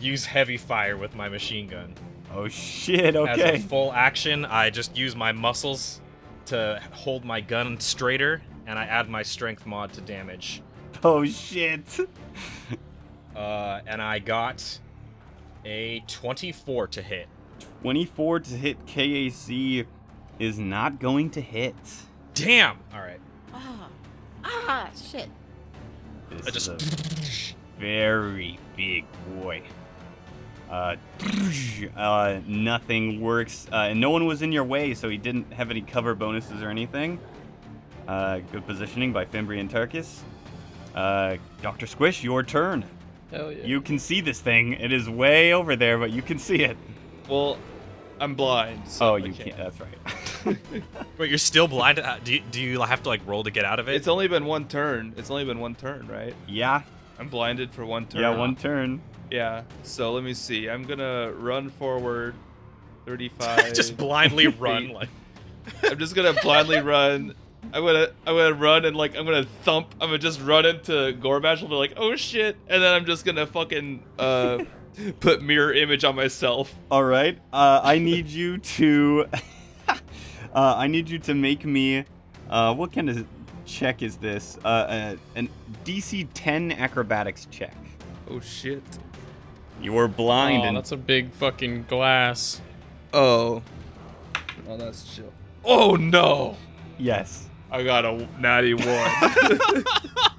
Speaker 6: use heavy fire with my machine gun.
Speaker 1: Oh shit!
Speaker 6: As
Speaker 1: Okay.
Speaker 6: a full action, I just use my muscles to hold my gun straighter, and I add my strength mod to damage.
Speaker 1: Oh shit!
Speaker 6: Uh, and I got a 24 to hit.
Speaker 1: 24 to hit KAC is not going to hit.
Speaker 6: Damn! All right.
Speaker 5: Ah, ah, shit.
Speaker 1: This
Speaker 6: I
Speaker 1: is
Speaker 6: just
Speaker 1: a very big boy. Uh, uh, nothing works. Uh, and no one was in your way, so he didn't have any cover bonuses or anything. Uh, good positioning by Fimbri and Tarkus. Uh, Dr. Squish, your turn.
Speaker 3: hell yeah.
Speaker 1: You can see this thing. It is way over there, but you can see it.
Speaker 2: Well, I'm blind. So
Speaker 1: Oh,
Speaker 2: I
Speaker 1: you can't. That's right.
Speaker 6: Wait, you're still blind? Uh, Do you, do you have to like roll to get out of it?
Speaker 2: It's only been one turn. It's only been one turn, right?
Speaker 1: yeah.
Speaker 2: I'm blinded for one turn.
Speaker 1: Yeah, one turn.
Speaker 2: Yeah. So let me see. I'm gonna run forward. 35.
Speaker 6: just blindly run
Speaker 2: feet.
Speaker 6: like.
Speaker 2: I'm just gonna blindly run. I'm gonna I'm gonna run and like I'm gonna thump. I'm gonna just run into Gorbash and be like, oh shit, and then I'm just gonna fucking uh put mirror image on myself.
Speaker 1: All right. Uh, I need you to. uh, I need you to make me. Uh, what kind of check is this? Uh, uh, an DC 10 acrobatics check.
Speaker 2: Oh shit.
Speaker 1: You are blind
Speaker 3: oh,
Speaker 1: and
Speaker 3: that's a big fucking glass.
Speaker 2: Oh. Oh, that's chill. Oh no!
Speaker 1: yes.
Speaker 2: I got a natty one.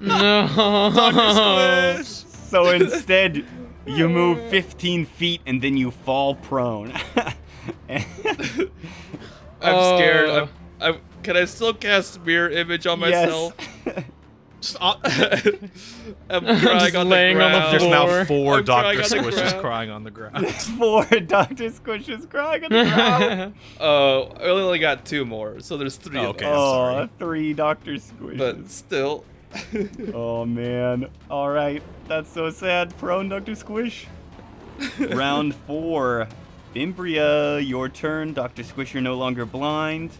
Speaker 2: Oh.
Speaker 3: No.
Speaker 1: So instead, you move 15 feet and then you fall prone.
Speaker 2: I'm scared.
Speaker 3: Oh.
Speaker 2: I'm, I'm, can I still cast mirror image on
Speaker 1: yes.
Speaker 2: myself? I'm crying
Speaker 3: just
Speaker 2: on
Speaker 3: laying
Speaker 2: the
Speaker 3: on the
Speaker 2: ground.
Speaker 3: There's now Four.
Speaker 6: four
Speaker 2: I'm crying on the ground.
Speaker 6: crying on the ground.
Speaker 1: Four Doctor Squish is crying on the ground.
Speaker 2: Oh, I only got two more, so there's three.
Speaker 6: Oh,
Speaker 2: of
Speaker 6: okay.
Speaker 2: us.
Speaker 1: oh, three Doctor Squishes.
Speaker 2: But still.
Speaker 1: Oh man. All right. That's so sad. Prone Dr. Squish. Round 4. Bimbria, your turn. Dr. Squish, you're no longer blind.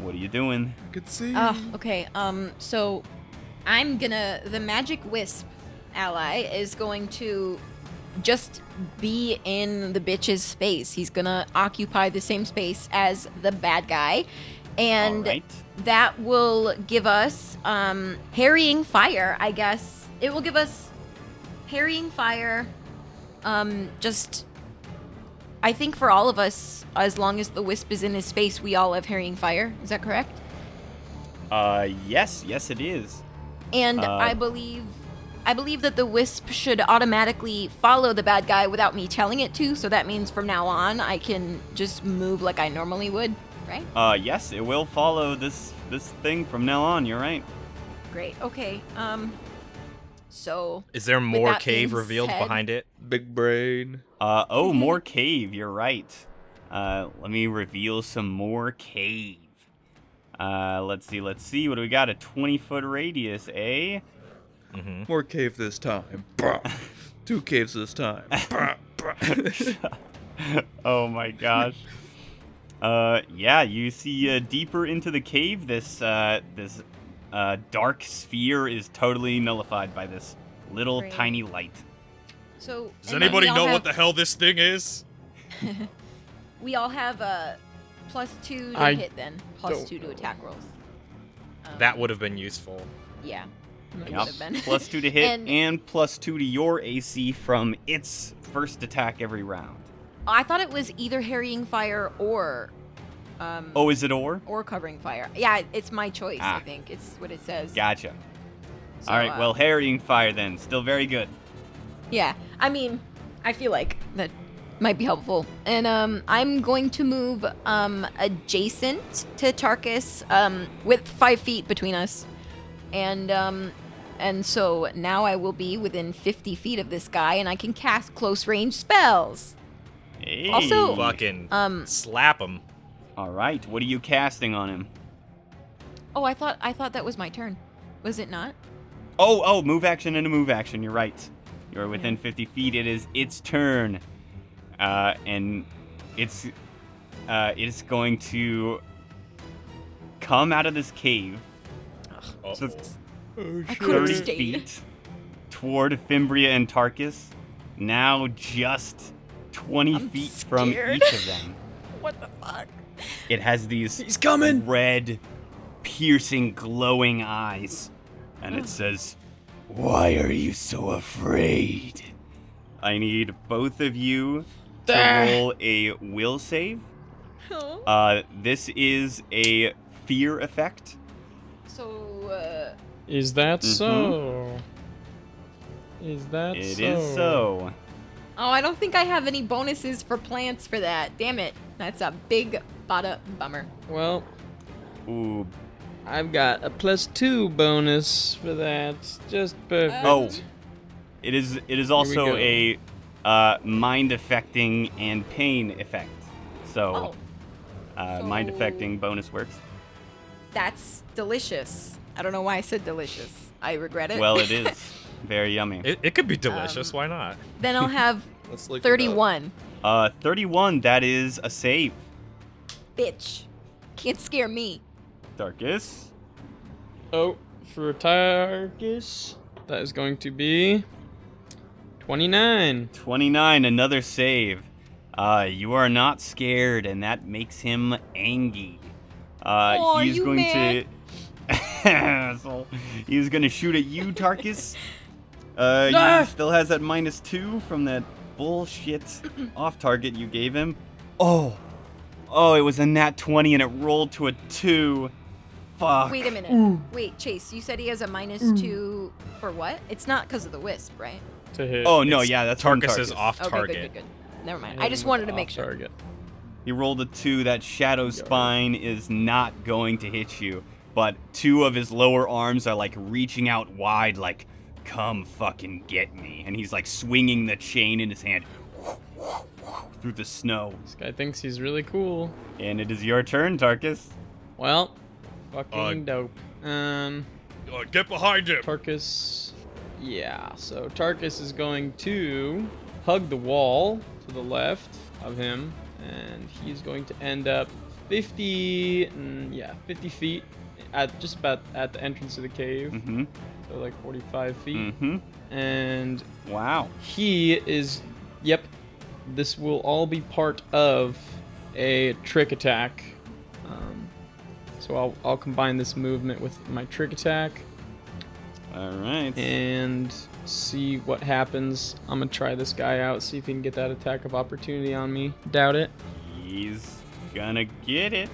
Speaker 1: What are you doing?
Speaker 2: could see.
Speaker 5: Ah,
Speaker 9: Mm.
Speaker 5: okay. Um, so I'm gonna the magic wisp ally is going to just be in the bitch's space. He's gonna occupy the same space as the bad guy, and
Speaker 1: All right.
Speaker 5: that will give us um, harrying fire. I guess it will give us harrying fire. Um, just. I think for all of us, as long as the wisp is in his space, we all have harrying fire. Is that correct?
Speaker 1: Uh yes, yes it is.
Speaker 5: and
Speaker 1: Uh,
Speaker 5: I believe I believe that the wisp should automatically follow the bad guy without me telling it to. So that means from now on, I can just move like I normally would. Right?
Speaker 1: Uh yes, it will follow this this thing from now on. You're right.
Speaker 5: Great. Okay. Um. So
Speaker 6: Is there more
Speaker 5: that
Speaker 6: cave
Speaker 5: being
Speaker 6: revealed
Speaker 5: said-
Speaker 6: behind it?
Speaker 2: Big brain.
Speaker 1: Uh oh, more cave. You're right. Uh let me reveal some more cave. Uh let's see, let's see. What do we got? A 20 foot radius, eh?
Speaker 6: Mm-hmm.
Speaker 2: More cave this time. Bah. Two caves this time. Bah, bah.
Speaker 1: oh my gosh. Uh, yeah, you see uh, deeper into the cave. This uh, this uh, dark sphere is totally nullified by this little
Speaker 5: Great.
Speaker 1: tiny light.
Speaker 5: so.
Speaker 6: Does
Speaker 5: and then
Speaker 6: anybody
Speaker 5: we all
Speaker 6: know
Speaker 5: have-
Speaker 6: what the hell this thing is?
Speaker 5: We all have uh, plus two to
Speaker 3: I
Speaker 5: hit then, plus
Speaker 3: don't
Speaker 5: two to
Speaker 3: know.
Speaker 5: attack rolls. Um,
Speaker 6: That would have been useful.
Speaker 5: Yeah.
Speaker 3: Nice.
Speaker 1: Yup.
Speaker 5: would've been.
Speaker 1: plus two to hit and,
Speaker 5: And-
Speaker 1: plus two to your AC from its first attack every round.
Speaker 5: I thought it was either harrying fire or. Um,
Speaker 1: Oh, is it or?
Speaker 5: Or covering fire. Yeah, it's my choice.
Speaker 1: Ah.
Speaker 5: I think it's what it says.
Speaker 1: Gotcha.
Speaker 5: So,
Speaker 1: All right,
Speaker 5: uh,
Speaker 1: well, harrying fire then. Still very good.
Speaker 5: Yeah, I mean, I feel like that might be helpful. And um, I'm going to move um, adjacent to Tarkus um, with five feet between us. And um,
Speaker 9: and so now I will be within 50 feet of this guy, and I can cast close range spells.
Speaker 1: Hey.
Speaker 9: Also-
Speaker 6: Fucking
Speaker 9: Um.
Speaker 6: slap him.
Speaker 1: all right. What are you casting on him?
Speaker 9: Oh, I thought I thought that was my turn. Was it not?
Speaker 1: Oh, oh, move action and a move action. You're right. You're within 50 feet. It is its turn, uh, and it's uh, it's going to come out of this cave. So it's
Speaker 9: I could have
Speaker 1: 30
Speaker 9: stayed.
Speaker 1: feet toward Fimbria and Tarkus. Now just 20
Speaker 9: I'm
Speaker 1: feet from
Speaker 9: scared.
Speaker 1: each of them.
Speaker 9: What the fuck?
Speaker 1: It has these
Speaker 6: He's coming.
Speaker 1: red, piercing, glowing eyes. And it says, Why are you so afraid? I need both of you to roll a will save.
Speaker 9: Oh.
Speaker 1: Uh, this is a fear effect.
Speaker 9: So uh,
Speaker 3: Is that
Speaker 1: Mhm.
Speaker 3: so? Is that
Speaker 1: It is
Speaker 3: so?
Speaker 1: so.
Speaker 9: Oh, I don't think I have any bonuses for plants for that. Damn it. That's a big bada bummer.
Speaker 3: Well,
Speaker 1: Ooh.
Speaker 3: I've got a plus two bonus for that. Just perfect.
Speaker 1: Oh. It is it is also
Speaker 3: go.
Speaker 1: a uh, mind affecting and pain effect.
Speaker 9: Oh,
Speaker 1: So, uh, mind
Speaker 9: So-
Speaker 1: affecting bonus works.
Speaker 9: That's delicious. I don't know why I said delicious. I regret it.
Speaker 1: Well, it is very yummy.
Speaker 6: It, it could
Speaker 9: Um,
Speaker 6: be delicious. why not?
Speaker 9: then I'll have
Speaker 2: Let's look. it up.
Speaker 9: 31.
Speaker 1: Uh, 31, that is a save.
Speaker 9: Bitch. Can't scare me.
Speaker 1: Darkus.
Speaker 3: Oh, for Tarkus, that is going to be 29.
Speaker 1: 29, another save. Uh, you are not scared, and that makes him angry. Uh,
Speaker 9: Aw,
Speaker 1: he's
Speaker 9: you
Speaker 1: going
Speaker 9: mad.
Speaker 1: to. Asshole. he's going to shoot at you, Tarkus. Uh,
Speaker 3: Ah!
Speaker 1: you still has that minus two from that bullshit off target you gave him. Oh, oh, it was a nat 20 and it rolled to a two. Fuck.
Speaker 9: Wait a minute. Wait, Chase, you said he has a minus 2 for what? It's not because of the wisp, right?
Speaker 3: To hit.
Speaker 1: Oh no,
Speaker 6: It's-
Speaker 1: yeah, that's from
Speaker 6: Tarkus is
Speaker 1: Tarkus.
Speaker 6: off
Speaker 9: Okay,
Speaker 6: target.
Speaker 9: good, good, good. Never mind.
Speaker 3: Hit
Speaker 9: I
Speaker 3: him
Speaker 9: just
Speaker 3: with
Speaker 9: wanted to
Speaker 3: the
Speaker 9: make sure.
Speaker 3: off-target.
Speaker 1: You rolled a two. That shadow spine is not going to hit you, but two of his lower arms are like reaching out wide, like, come fucking get me. And he's like swinging the chain in his hand through the snow.
Speaker 3: This guy thinks he's really cool.
Speaker 1: And it is your turn, Tarkus.
Speaker 3: Well,
Speaker 1: Uh,
Speaker 3: fucking dope. Um,
Speaker 4: Uh, get behind him.
Speaker 3: Tarkus. Yeah, so Tarkus is going to hug the wall to the left of him, and he's going to end up 50, mm, yeah, 50 feet at just about at the entrance of the cave,
Speaker 1: Mm
Speaker 3: so like 45 feet,
Speaker 1: hmm. Mm
Speaker 3: and
Speaker 1: hmm. Wow.
Speaker 3: he is yep this will all be part of a trick attack um, so I'll, I'll combine this movement with my trick attack
Speaker 1: All right.
Speaker 3: and see what happens i'm gonna try this guy out see if he can get that attack of opportunity on me doubt it
Speaker 1: He's gonna get it.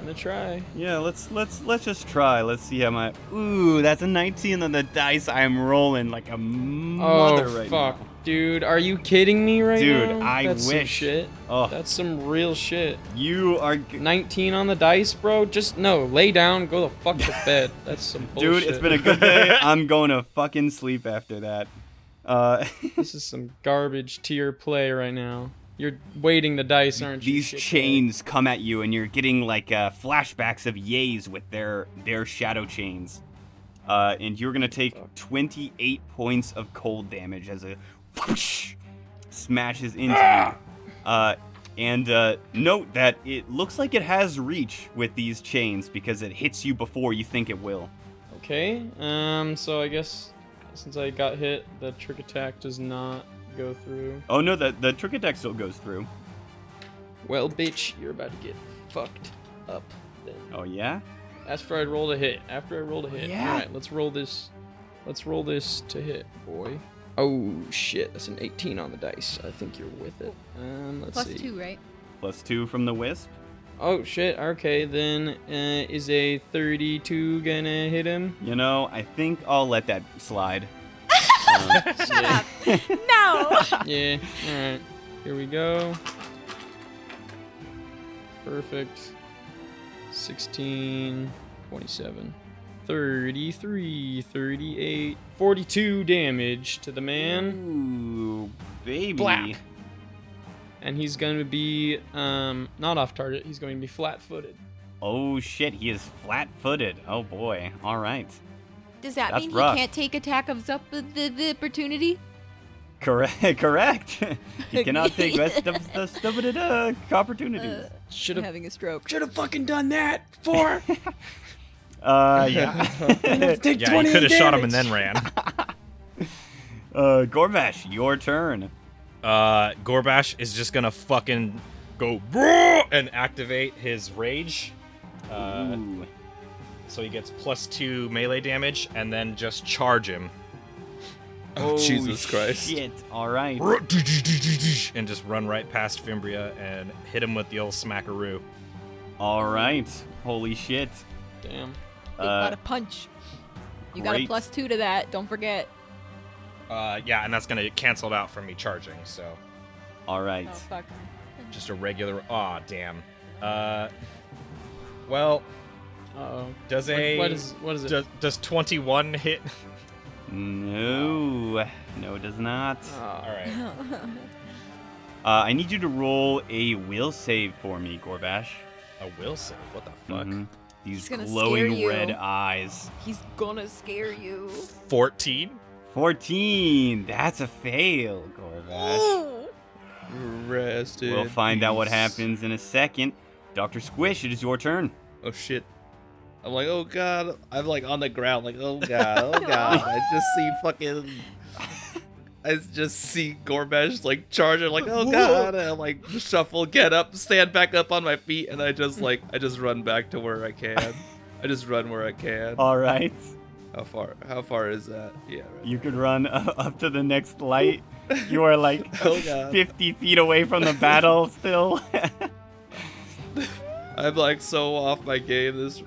Speaker 3: gonna try
Speaker 1: Yeah, let's let's let's just try. Let's see how my ooh, that's a 19 on the dice. I'm rolling like a mother
Speaker 3: oh
Speaker 1: right
Speaker 3: fuck
Speaker 1: now.
Speaker 3: dude are you kidding me right
Speaker 1: Dude,
Speaker 3: now
Speaker 1: I
Speaker 3: that's some
Speaker 1: wish.
Speaker 3: shit
Speaker 1: Oh,
Speaker 3: that's some real shit
Speaker 1: you are, g-
Speaker 3: 19 on the dice, bro. Just no, lay down, go the fuck to bed. That's some
Speaker 1: dude.
Speaker 3: bullshit.
Speaker 1: It's been a good day. I'm going to fucking sleep after that. Uh,
Speaker 3: This is some garbage tier play right now. You're waiting the dice, aren't you?
Speaker 1: these
Speaker 3: shit
Speaker 1: chains come at you, and you're getting like uh, flashbacks of yays with their their shadow chains. Uh, and you're gonna take 28 points of cold damage as a whoosh smashes into
Speaker 3: Ah!
Speaker 1: you. Uh, and uh, note that it looks like it has reach with these chains because it hits you before you think it will.
Speaker 3: play. Okay. Um. So I guess since I got hit, the trick attack does not go through.
Speaker 1: Oh no, the the trick attack still goes through.
Speaker 3: Well, bitch, you're about to get fucked up. Then.
Speaker 1: Oh yeah.
Speaker 3: After I rolled a hit. After I rolled a hit.
Speaker 1: Yeah.
Speaker 3: All right. Let's roll this. Let's roll this to hit, boy. Oh shit! That's an 18 on the dice. I think you're with it. Um. Let's
Speaker 5: Plus
Speaker 3: see.
Speaker 5: two, right?
Speaker 1: Plus two from the wisp.
Speaker 3: Oh shit, okay, then uh, is a 32 gonna hit him?
Speaker 1: You know, I think I'll let that slide.
Speaker 3: Shut up!
Speaker 9: No!
Speaker 3: yeah, alright. Here we go. Perfect. 16, 27. 33, 38, 42 damage to the man.
Speaker 1: Ooh, baby.
Speaker 3: Blap. And he's going to be um, not off target. He's going to be flat footed.
Speaker 1: Oh shit, he is flat-footed. Oh boy. All right.
Speaker 5: Does that
Speaker 1: That's
Speaker 5: mean
Speaker 1: rough.
Speaker 5: he can't take attack of up the, the opportunity?
Speaker 1: Correct. Correct. he cannot take best of the stupid uh, opportunities.
Speaker 3: Should have.
Speaker 5: having a stroke.
Speaker 10: Should have fucking done that before.
Speaker 1: Uh, yeah.
Speaker 10: Take
Speaker 6: Yeah, you
Speaker 10: 28
Speaker 6: could have shot him and
Speaker 10: damage.
Speaker 6: then ran.
Speaker 1: uh, Gorbash, your turn.
Speaker 6: Uh, Gorbash is just gonna fucking go "Bruh!" and activate his rage. Uh,
Speaker 1: Ooh.
Speaker 6: so he gets plus two melee damage and then just charge him
Speaker 2: Oh, Jesus Christ.
Speaker 1: Shit. All right.
Speaker 6: and just run right past Fimbria and hit him with the old smackaroo.
Speaker 1: All right. Holy shit.
Speaker 3: Damn.
Speaker 5: You
Speaker 1: Uh,
Speaker 5: got a punch. You got a
Speaker 1: great.
Speaker 5: plus two to that. Don't forget.
Speaker 6: Uh, yeah, and that's gonna get canceled out from me charging. So
Speaker 1: All right.
Speaker 5: Oh fuck.
Speaker 6: just a regular. Aw, damn. Uh, well,
Speaker 3: Uh oh.
Speaker 6: does a
Speaker 3: What is what is it?
Speaker 6: does, does twenty one hit?
Speaker 1: No. No, it does not.
Speaker 3: Oh.
Speaker 6: All right.
Speaker 5: Oh.
Speaker 1: Uh, I need you to roll a will save for me, Gorbash.
Speaker 6: A will save. What the fuck?
Speaker 4: Mm-hmm.
Speaker 1: Mhm. These
Speaker 9: He's gonna
Speaker 1: glowing
Speaker 9: scare
Speaker 1: red
Speaker 9: you.
Speaker 1: eyes.
Speaker 9: He's gonna scare you.
Speaker 6: 14?
Speaker 1: 14. That's a fail, Gorbash.
Speaker 2: Rest
Speaker 1: We'll
Speaker 2: in
Speaker 1: find out what
Speaker 2: peace.
Speaker 1: happens in a second. Dr. Squish, it is your turn.
Speaker 2: Oh shit. I'm like, oh god. I'm like on the ground, like, oh god, oh god. I just see fucking. I just see Gorbash like charging, like, oh god. And I'm like, shuffle, get up, stand back up on my feet, and I just like, I just run back to where I can. I just run where I can.
Speaker 1: All right.
Speaker 2: How far? How far is that? Yeah. Right.
Speaker 1: You could run uh, up to the next light. You are like
Speaker 2: Oh, God.
Speaker 1: 50 feet away from the battle still.
Speaker 2: I'm like so off my game this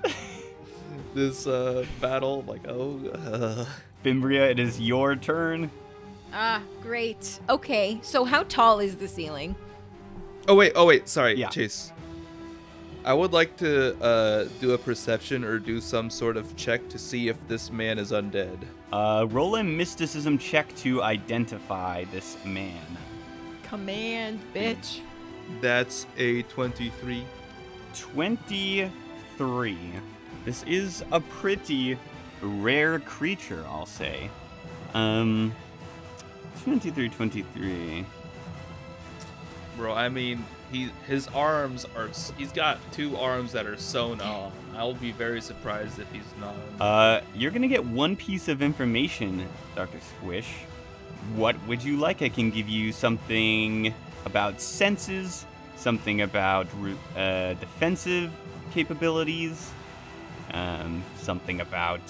Speaker 2: this uh battle. I'm like, oh. Uh.
Speaker 1: Fimbria, it is your turn.
Speaker 5: Ah, great.
Speaker 9: Great. Okay, so how tall is the ceiling?
Speaker 2: Oh wait, oh wait, sorry,
Speaker 1: Yeah.
Speaker 2: Chase. I would like to uh, do a perception or do some sort of check to see if this man is undead.
Speaker 1: Uh, roll a mysticism check to identify this man.
Speaker 5: Command, bitch.
Speaker 2: That's a 23.
Speaker 1: 23. This is a pretty rare creature, I'll say. Um, 23, 23.
Speaker 2: Bro, I mean, he his arms are s- he's got two arms that are sewn on. I'll be very surprised if he's not.
Speaker 1: Uh, you're gonna get one piece of information, Dr. Squish. What would you like? I can give you something about senses, something about ru- uh, defensive capabilities, um, something about.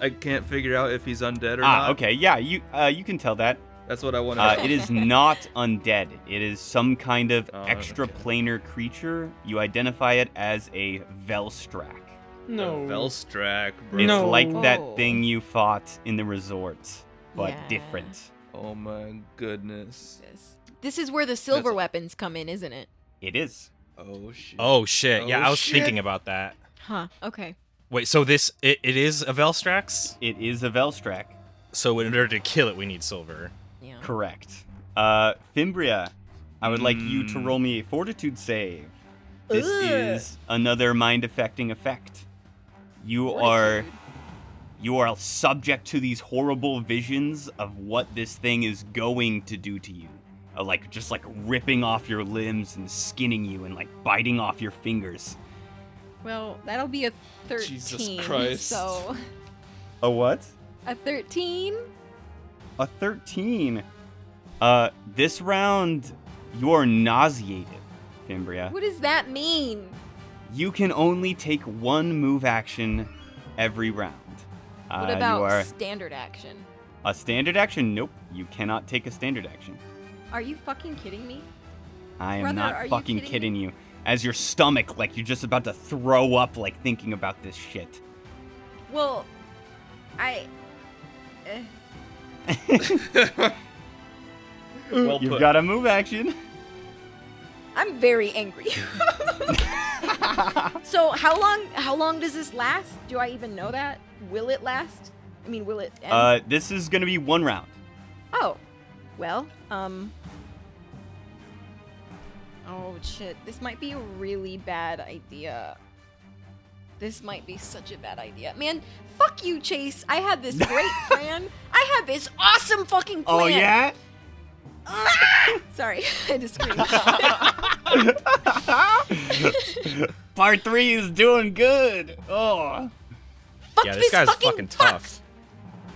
Speaker 2: I can't figure out if he's undead or
Speaker 1: Ah,
Speaker 2: not.
Speaker 1: okay, yeah, you uh, you can tell that.
Speaker 2: That's what I want to
Speaker 1: Uh, it is not undead. It is some kind of
Speaker 2: Oh, okay.
Speaker 1: extraplanar creature. You identify it as a Velstrak.
Speaker 3: No.
Speaker 2: Velstrak, bro.
Speaker 1: It's
Speaker 3: No.
Speaker 1: like that
Speaker 9: Oh.
Speaker 1: thing you fought in the resort, but
Speaker 9: Yeah.
Speaker 1: different.
Speaker 2: Oh my goodness.
Speaker 9: This is where the silver weapons come in, isn't it?
Speaker 1: It is.
Speaker 2: Oh shit.
Speaker 6: Oh shit. yeah,
Speaker 2: Oh,
Speaker 6: I was
Speaker 2: shit.
Speaker 6: thinking about that.
Speaker 9: Huh. Okay.
Speaker 6: Wait, so this it, it is a Velstrax?
Speaker 1: It is a Velstrak.
Speaker 6: So in order to kill it we need silver.
Speaker 9: Yeah.
Speaker 1: Correct. Uh, Fimbria, I would like you to
Speaker 6: Mm.
Speaker 1: roll me a Fortitude save. This
Speaker 9: Ugh.
Speaker 1: is another mind-affecting effect. You are, you are subject to these horrible visions of what this thing is going to do to you, Uh, like just like ripping off your limbs and skinning you and like biting off your fingers.
Speaker 5: Well, that'll be a 13.
Speaker 2: Christ.
Speaker 5: So,
Speaker 1: A what?
Speaker 5: a 13?
Speaker 1: a 13. Uh, this round, you're nauseated, Fimbria.
Speaker 9: What does that mean?
Speaker 1: You can only take one move action every round.
Speaker 9: What
Speaker 1: Uh,
Speaker 9: about
Speaker 1: you are
Speaker 9: standard action?
Speaker 1: a standard action? Nope, you cannot take a standard action.
Speaker 9: Are you fucking kidding me?
Speaker 1: I am
Speaker 9: Brother, are
Speaker 1: not
Speaker 9: you
Speaker 1: fucking
Speaker 9: kidding
Speaker 1: kidding you. As your stomach, like you're just about to throw up, like thinking about this shit.
Speaker 9: Well, I. eh.
Speaker 2: well
Speaker 1: You've
Speaker 2: put.
Speaker 1: got a move action.
Speaker 9: I'm very angry.
Speaker 5: so how long? How long does this last? Do I even know that? Will it last? I mean, will it? End?
Speaker 1: Uh, this is gonna be one round.
Speaker 5: oh, well. Um. Oh shit! This might be a really bad idea. This might be such a bad idea, man. Fuck you, Chase. I had this great plan. I had this awesome fucking plan.
Speaker 1: Oh yeah.
Speaker 5: Sorry, I just screamed.
Speaker 1: Part three is doing good. Oh.
Speaker 5: Fuck
Speaker 6: Yeah, this
Speaker 5: this
Speaker 6: guy's
Speaker 5: fucking,
Speaker 6: fucking
Speaker 5: fuck.
Speaker 6: tough.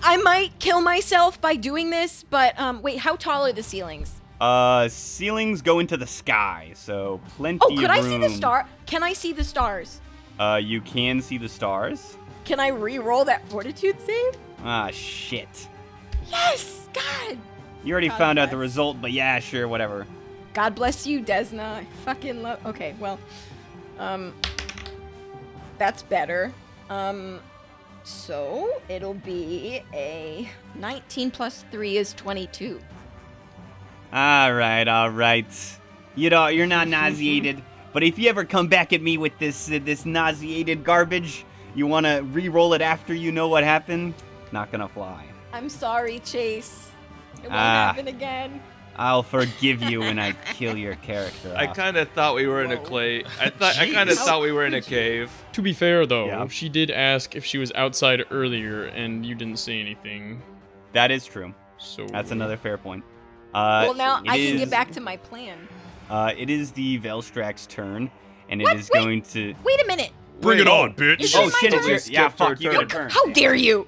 Speaker 5: I might kill myself by doing this, but um, wait, how tall are the ceilings?
Speaker 1: Uh, ceilings go into the sky, so plenty.
Speaker 5: Oh, could
Speaker 1: of
Speaker 5: I see the
Speaker 1: room.
Speaker 5: star? Can I see the stars?
Speaker 1: Uh, you can see the stars.
Speaker 5: Can I re-roll that fortitude save?
Speaker 1: Ah, shit.
Speaker 5: Yes, God.
Speaker 1: You already
Speaker 5: God
Speaker 1: found out the
Speaker 5: bless.
Speaker 1: result, but yeah, sure, whatever.
Speaker 5: God bless you, Desna. I fucking love. Okay, well, um, that's better. Um, so it'll be a
Speaker 9: 19 plus 3 is 22.
Speaker 1: All right, all right. You know, you're not nauseated, but if you ever come back at me with this uh, this nauseated garbage, you want to re-roll it after you know what happened. Not gonna fly.
Speaker 5: I'm sorry, Chase. It won't
Speaker 1: Ah.
Speaker 5: happen again.
Speaker 1: I'll forgive you when I kill your character.
Speaker 2: I
Speaker 1: off.
Speaker 2: kind of thought we were in a clay. I thought I kind of thought we were in a cave.
Speaker 3: To be fair, though,
Speaker 1: Yeah.
Speaker 3: she did ask if she was outside earlier, and you didn't say anything.
Speaker 1: That is true.
Speaker 3: So
Speaker 1: That's another fair point. Uh,
Speaker 5: well, now
Speaker 1: it
Speaker 5: I can
Speaker 1: is-
Speaker 5: get back to my plan.
Speaker 1: Uh, it is the Velstrak's turn, and it is
Speaker 5: What? Wait.
Speaker 1: going to.
Speaker 5: Wait a minute.
Speaker 4: Bring it
Speaker 2: Wait,
Speaker 4: on, bitch.
Speaker 5: Is
Speaker 1: Oh
Speaker 5: it my
Speaker 1: shit! It's
Speaker 5: turn?
Speaker 1: your, yeah,
Speaker 2: Skipped her
Speaker 1: fuck. You get a turn.
Speaker 5: How dare you?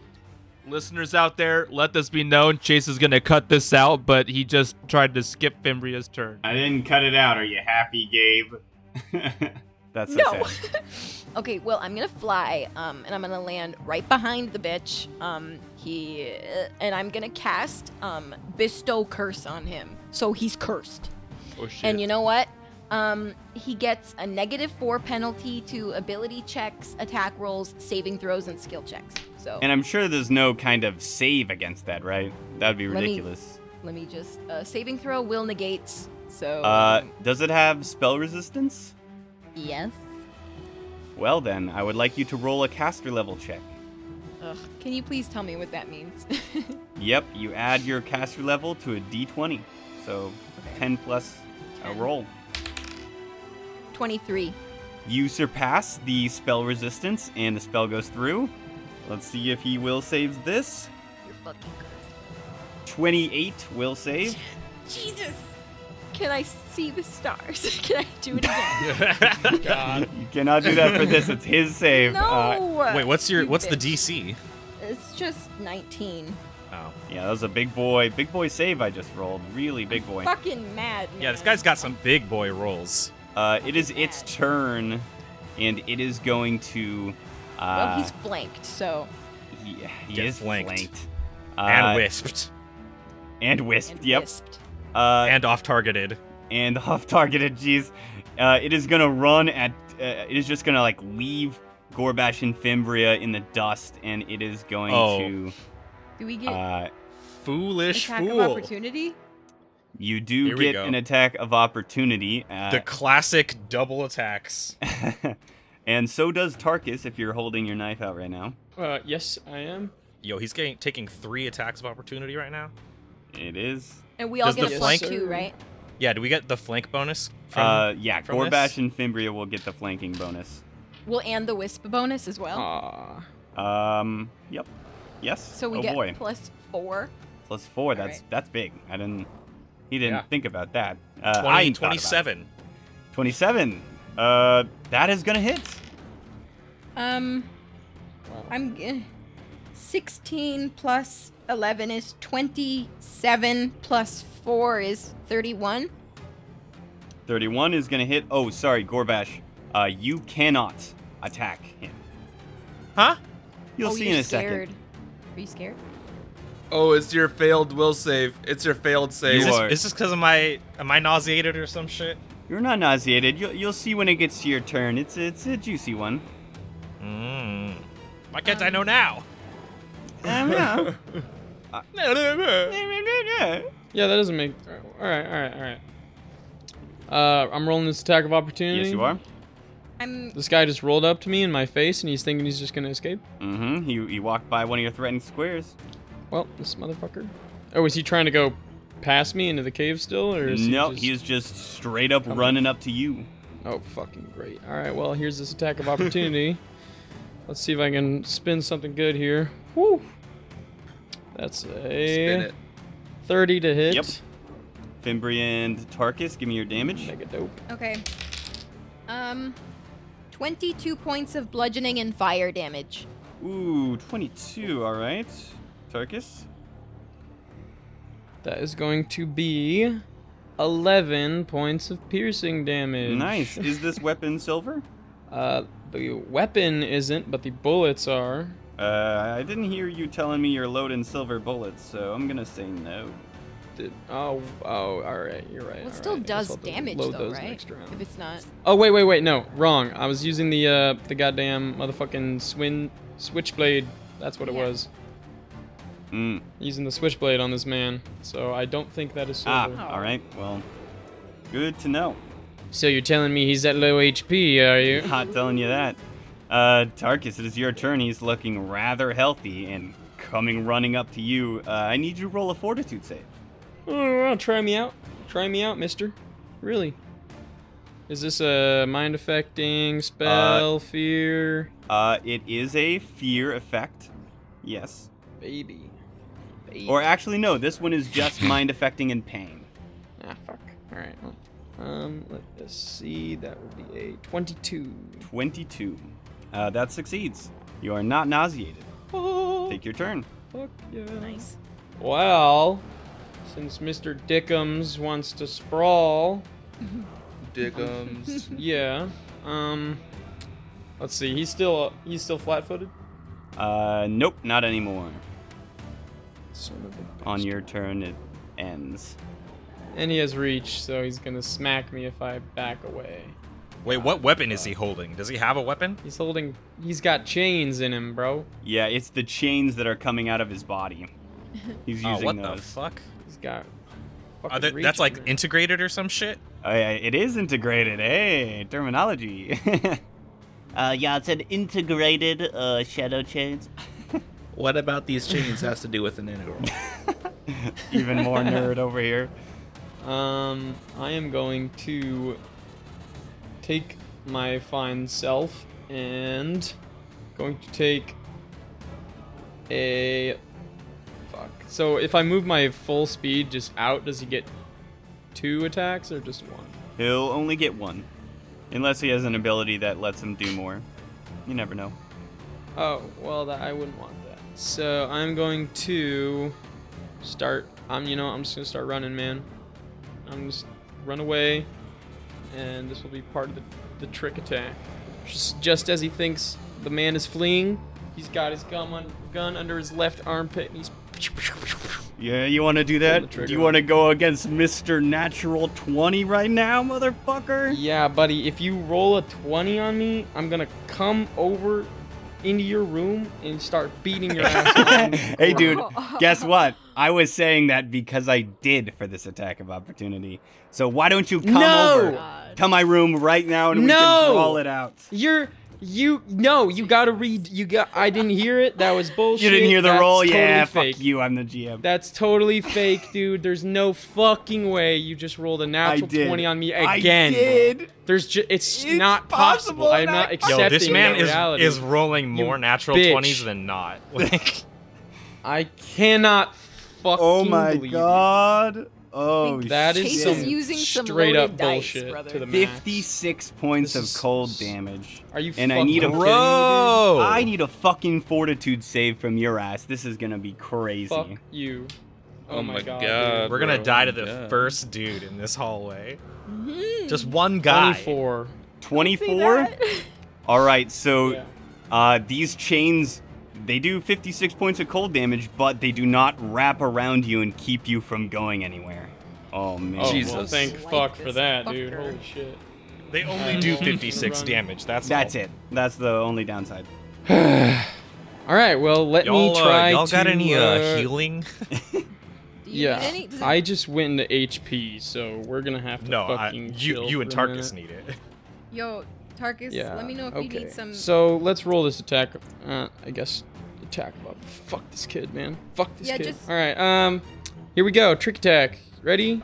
Speaker 7: Listeners out there, let this be known. Chase is gonna cut this out, but he just tried to skip Fimbria's turn.
Speaker 11: I didn't cut it out. Are you happy, Gabe?
Speaker 1: That's so
Speaker 5: No.
Speaker 1: sad.
Speaker 5: okay, well, I'm gonna fly, um, and I'm gonna land right behind the bitch. Um, he and I'm gonna cast um bestow curse on him, so he's cursed.
Speaker 2: Oh shit!
Speaker 5: And you know what? Um, he gets a negative four penalty to ability checks, attack rolls, saving throws, and skill checks. So
Speaker 1: And I'm sure there's no kind of save against that, right? That'd be
Speaker 5: Let me-
Speaker 1: ridiculous.
Speaker 5: let me just uh, saving throw will negates. So
Speaker 1: Uh,
Speaker 5: um,
Speaker 1: does it have spell resistance?
Speaker 5: yes.
Speaker 1: Well then, I would like you to roll a caster level check.
Speaker 5: Ugh, can you please tell me what that means?
Speaker 1: Yep, you add your caster level to a d20, so 10 plus a roll.
Speaker 5: Twenty-three.
Speaker 1: You surpass the spell resistance, and the spell goes through. Let's see if he will saves this.
Speaker 5: You're fucking cursed.
Speaker 1: 28 will save.
Speaker 5: Jesus! Can I see the stars? Can I do it
Speaker 6: Oh,
Speaker 5: again?
Speaker 3: God.
Speaker 1: You cannot do that for this. It's his save.
Speaker 5: no.
Speaker 1: Uh,
Speaker 6: Wait, what's your
Speaker 5: You
Speaker 6: what's the
Speaker 5: bitch.
Speaker 6: DC?
Speaker 5: It's just nineteen.
Speaker 6: Oh.
Speaker 1: yeah, that was a big boy, big boy save I just rolled. Really big boy.
Speaker 5: Fucking mad.
Speaker 6: Yeah, this
Speaker 5: man.
Speaker 6: guy's got some big boy rolls.
Speaker 1: Uh, it is its turn, and it is going to. Uh,
Speaker 5: Well, he's flanked, so
Speaker 1: he, he
Speaker 6: Get
Speaker 1: is
Speaker 6: flanked.
Speaker 1: flanked. Uh,
Speaker 6: and wisped.
Speaker 1: And wisped.
Speaker 5: and
Speaker 1: yep.
Speaker 5: wisped.
Speaker 1: Uh,
Speaker 6: and off targeted.
Speaker 1: and off targeted. Jeez, uh, it is gonna run at. Uh, it is just gonna like leave Gorbash and Fimbria in the dust, and it is going
Speaker 6: Oh.
Speaker 5: Do we
Speaker 1: to.
Speaker 5: get
Speaker 1: Uh,
Speaker 6: Foolish
Speaker 5: attack
Speaker 6: fool.
Speaker 5: of opportunity?
Speaker 1: you do
Speaker 6: Here we
Speaker 1: get
Speaker 6: go.
Speaker 1: an attack of opportunity, uh,
Speaker 6: The classic double attacks.
Speaker 1: and so does Tarkus if you're holding your knife out right now.
Speaker 3: uh, yes, I am.
Speaker 6: Yo, he's getting taking three attacks of opportunity right now.
Speaker 1: It is.
Speaker 5: And we all
Speaker 6: Does
Speaker 5: get
Speaker 6: the
Speaker 5: a plus
Speaker 6: flank-
Speaker 5: two, right?
Speaker 6: Yeah, do we get the flank bonus? From,
Speaker 1: uh, yeah,
Speaker 6: from
Speaker 1: Gorbash
Speaker 6: this?
Speaker 1: and Fimbria will get the flanking bonus.
Speaker 5: We'll and the wisp bonus as well.
Speaker 3: Ah.
Speaker 1: Um, yep. Yes.
Speaker 5: so we
Speaker 1: oh
Speaker 5: get
Speaker 1: boy,
Speaker 5: plus four.
Speaker 1: plus four. That's that's big. I didn't. He didn't
Speaker 3: Yeah.
Speaker 1: think about that. Uh,
Speaker 6: 20,
Speaker 1: I ain't thought about it.
Speaker 6: 27.
Speaker 1: Twenty-seven. Uh, that is gonna hit.
Speaker 5: Um, I'm g- sixteen plus eleven is twenty-seven plus four is thirty-one.
Speaker 1: Thirty-one is gonna hit. Oh, sorry, Gorbash. Uh, you cannot attack him.
Speaker 6: Huh?
Speaker 1: You'll
Speaker 5: oh,
Speaker 1: see
Speaker 5: you're
Speaker 1: in a
Speaker 5: scared.
Speaker 1: second.
Speaker 5: Are you scared?
Speaker 2: Oh, it's your failed will save. It's your failed
Speaker 1: You
Speaker 6: Is
Speaker 2: save.
Speaker 6: this,
Speaker 1: are-
Speaker 6: is this because of my am I nauseated or some shit?
Speaker 1: You're not nauseated. You'll you'll see when it gets to your turn. It's it's a juicy one.
Speaker 6: Mm. Why can't I know now?
Speaker 1: Um, yeah.
Speaker 3: Yeah, that doesn't make. All right, all right, all right. Uh, I'm rolling this attack of opportunity.
Speaker 1: yes, you are.
Speaker 9: I'm
Speaker 3: This guy just rolled up to me in my face and he's thinking he's just gonna escape.
Speaker 1: Mm-hmm. He he walked by one of your threatened squares.
Speaker 3: Well, this motherfucker. Oh, is he trying to go past me into the cave still, or is
Speaker 1: no,
Speaker 3: he just...
Speaker 1: he's just straight up running up to you.
Speaker 3: Oh, fucking great. All right, well, here's this attack of opportunity. Let's see if I can spin something good here. Woo! That's
Speaker 2: Spin
Speaker 3: a
Speaker 2: it.
Speaker 3: 30 to hit.
Speaker 1: Yep. Fimbri and Tarkus, give me your damage.
Speaker 3: Mega dope.
Speaker 9: okay.
Speaker 5: Um, 22 points of bludgeoning and fire damage.
Speaker 1: Ooh, 22. All right. Tarkus.
Speaker 3: That is going to be 11 points of piercing damage.
Speaker 1: Nice. Is this weapon silver?
Speaker 3: Uh, the weapon isn't, but the bullets are.
Speaker 1: Uh, I didn't hear you telling me you're loading silver bullets, so I'm gonna say no.
Speaker 3: Did- Oh, oh, all right, you're right.
Speaker 5: Well,
Speaker 3: all
Speaker 5: it still
Speaker 3: right. I guess
Speaker 5: does
Speaker 3: I'll have to
Speaker 5: damage,
Speaker 3: load
Speaker 5: though,
Speaker 3: those
Speaker 5: right?
Speaker 3: next round.
Speaker 5: If it's not.
Speaker 3: Oh wait, wait, wait, no, wrong. I was using the uh the goddamn motherfucking swin switchblade. That's what it
Speaker 5: Yeah.
Speaker 3: was.
Speaker 1: Mm.
Speaker 3: Using the switchblade on this man. So I don't think that is
Speaker 1: Ah.
Speaker 3: silver.
Speaker 1: All right. Well, good to know.
Speaker 3: So you're telling me he's at low HP, are you?
Speaker 1: Not telling you that. Uh, Tarkus, it is your turn. He's looking rather healthy and coming running up to you. Uh, I need you to roll a fortitude save.
Speaker 3: Oh, well, try me out. Try me out, mister. Really? Is this a mind affecting spell fear?
Speaker 1: Uh, it is a fear effect. Yes.
Speaker 3: Baby. Baby.
Speaker 1: Or actually, no. This one is just mind affecting and pain.
Speaker 3: Ah fuck. Alright, well. Um, let us see. That would be a twenty-two.
Speaker 1: 22. Uh, that succeeds. You are not nauseated.
Speaker 3: Oh,
Speaker 1: Take your turn.
Speaker 3: fuck yeah.
Speaker 9: Nice.
Speaker 3: Well, since Mr. Dickums wants to sprawl,
Speaker 2: Dickums.
Speaker 3: yeah. Um, let's see. He's still he's still flat-footed.
Speaker 1: Uh, nope, not anymore.
Speaker 3: Son of a bitch.
Speaker 1: On your turn, it ends.
Speaker 3: And he has reach, so he's gonna smack me if I back away.
Speaker 6: Wait, what weapon is he
Speaker 1: Uh,
Speaker 6: holding? Does he have a weapon?
Speaker 3: He's holding. He's got chains in him, bro.
Speaker 1: Yeah, it's the chains that are coming out of his body. He's
Speaker 6: Oh,
Speaker 1: using
Speaker 6: what the
Speaker 1: those.
Speaker 6: fuck?
Speaker 3: He's got.
Speaker 6: Are
Speaker 3: fucking
Speaker 6: there,
Speaker 3: reach
Speaker 6: that's
Speaker 3: in
Speaker 6: like
Speaker 3: there.
Speaker 6: integrated or some shit?
Speaker 1: Oh, yeah, it is integrated. Hey, terminology. uh, yeah, it's an integrated uh, shadow chains.
Speaker 2: what about these chains has to do with an integral?
Speaker 1: Even more nerd over here.
Speaker 3: Um, I am going to take my fine self and going to take a fuck. So if I move my full speed just out, does he get two attacks or just one?
Speaker 1: He'll only get one, unless he has an ability that lets him do more. You never know.
Speaker 3: Oh, well, that, I wouldn't want that. So I'm going to start. I'm, you know, I'm just gonna start running, man. I'm just run away, and this will be part of the, the trick attack. Just, just as he thinks the man is fleeing, he's got his gun, un- gun under his left armpit, and he's
Speaker 1: Yeah, you want to do
Speaker 3: the
Speaker 1: that?
Speaker 3: trigger.
Speaker 1: Do you want to go against Mr. Natural 20 right now, motherfucker?
Speaker 3: yeah, buddy. If you roll a twenty on me, I'm gonna come over into your room and start beating your ass.
Speaker 1: hey, dude, guess what? I was saying that because I did for this attack of opportunity. So why don't you come
Speaker 3: No!
Speaker 1: over to my room right now and we
Speaker 3: No!
Speaker 1: can roll it out?
Speaker 3: You're you no, you gotta read you got I didn't hear it. That was bullshit.
Speaker 1: You didn't hear the
Speaker 3: That's
Speaker 1: roll?
Speaker 3: totally
Speaker 1: yeah,
Speaker 3: fake.
Speaker 1: fuck you. I'm the GM.
Speaker 3: That's totally fake, dude. There's no fucking way you just rolled a
Speaker 1: I
Speaker 3: natural
Speaker 1: did.
Speaker 3: 20 on me
Speaker 1: I
Speaker 3: again.
Speaker 1: did.
Speaker 3: There's just it's,
Speaker 1: It's
Speaker 3: not
Speaker 1: possible,
Speaker 3: possible. I'm
Speaker 1: not
Speaker 3: not
Speaker 1: possible.
Speaker 3: accepting
Speaker 6: Yo, this man
Speaker 3: that
Speaker 6: is
Speaker 3: reality.
Speaker 6: is rolling more natural
Speaker 3: bitch.
Speaker 6: 20s than not. Like,
Speaker 3: I cannot fucking
Speaker 1: Oh my
Speaker 3: believe
Speaker 1: god. Oh,
Speaker 3: you. That is
Speaker 5: Chase
Speaker 3: some
Speaker 5: is using some
Speaker 3: straight up
Speaker 5: loaded dice,
Speaker 3: bullshit
Speaker 5: brother.
Speaker 3: to the max.
Speaker 1: 56 points
Speaker 3: This
Speaker 1: of
Speaker 3: is-
Speaker 1: cold damage.
Speaker 3: Are you
Speaker 1: And I
Speaker 3: fucking
Speaker 1: need a
Speaker 3: kidding me, dude?
Speaker 6: Bro!
Speaker 1: I need a fucking fortitude save from your ass. This is gonna be crazy.
Speaker 3: Fuck you. Oh,
Speaker 2: Oh
Speaker 3: my
Speaker 2: my
Speaker 3: god.
Speaker 2: God.
Speaker 3: dude.
Speaker 6: we're gonna
Speaker 2: bro,
Speaker 6: die to the
Speaker 2: yeah.
Speaker 6: first dude in this hallway. Just one guy.
Speaker 3: 24.
Speaker 1: 24? All right, so
Speaker 3: Yeah. Oh,
Speaker 1: uh, these chains, they do 56 points of cold damage, but they do not wrap around you and keep you from going anywhere. Oh, man.
Speaker 3: Oh, well,
Speaker 2: Jesus.
Speaker 3: thank
Speaker 5: Like
Speaker 3: fuck for
Speaker 5: this
Speaker 3: that, dude.
Speaker 5: fucker.
Speaker 3: Holy shit.
Speaker 6: They only
Speaker 3: Uh,
Speaker 6: do
Speaker 3: well,
Speaker 6: 56
Speaker 3: run.
Speaker 6: damage. That's
Speaker 1: That's
Speaker 6: all.
Speaker 1: it. That's the only downside.
Speaker 3: All right, well, let
Speaker 6: Y'all,
Speaker 3: me try
Speaker 6: uh, y'all got
Speaker 3: to,
Speaker 6: any uh,
Speaker 3: uh,
Speaker 6: healing?
Speaker 5: Do you
Speaker 3: Yeah,
Speaker 5: need any? Does it-
Speaker 3: I just went into HP, so we're gonna have to
Speaker 6: no, I,
Speaker 3: fucking
Speaker 6: you
Speaker 3: chill
Speaker 6: you and
Speaker 3: for a
Speaker 6: Tarkus
Speaker 3: minute.
Speaker 6: need it.
Speaker 5: Yo, Tarkus,
Speaker 3: Yeah.
Speaker 5: let me know if
Speaker 3: okay.
Speaker 5: you need some.
Speaker 3: So let's roll this attack. Uh, I guess attack him up. Fuck this kid, man. Fuck this
Speaker 5: Yeah,
Speaker 3: kid.
Speaker 5: just-
Speaker 3: All right. Um, here we go. Trick attack. Ready?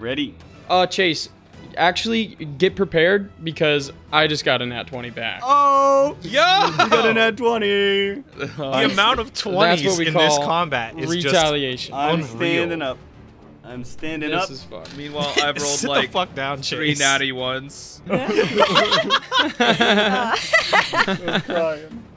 Speaker 1: Ready?
Speaker 3: Uh, Chase, actually get prepared because I just got a nat 20 back.
Speaker 1: Oh,
Speaker 4: Yo!
Speaker 1: got an at 20
Speaker 6: The amount of 20s
Speaker 3: we
Speaker 6: in this
Speaker 3: call
Speaker 6: combat is just.
Speaker 3: Retaliation.
Speaker 1: I'm
Speaker 6: Unreal.
Speaker 1: standing up. I'm standing
Speaker 3: this
Speaker 1: up.
Speaker 3: is fucked.
Speaker 2: Meanwhile, I've rolled
Speaker 6: Sit
Speaker 2: like
Speaker 6: the fuck down,
Speaker 2: three
Speaker 6: Chase.
Speaker 2: natty ones.
Speaker 5: uh,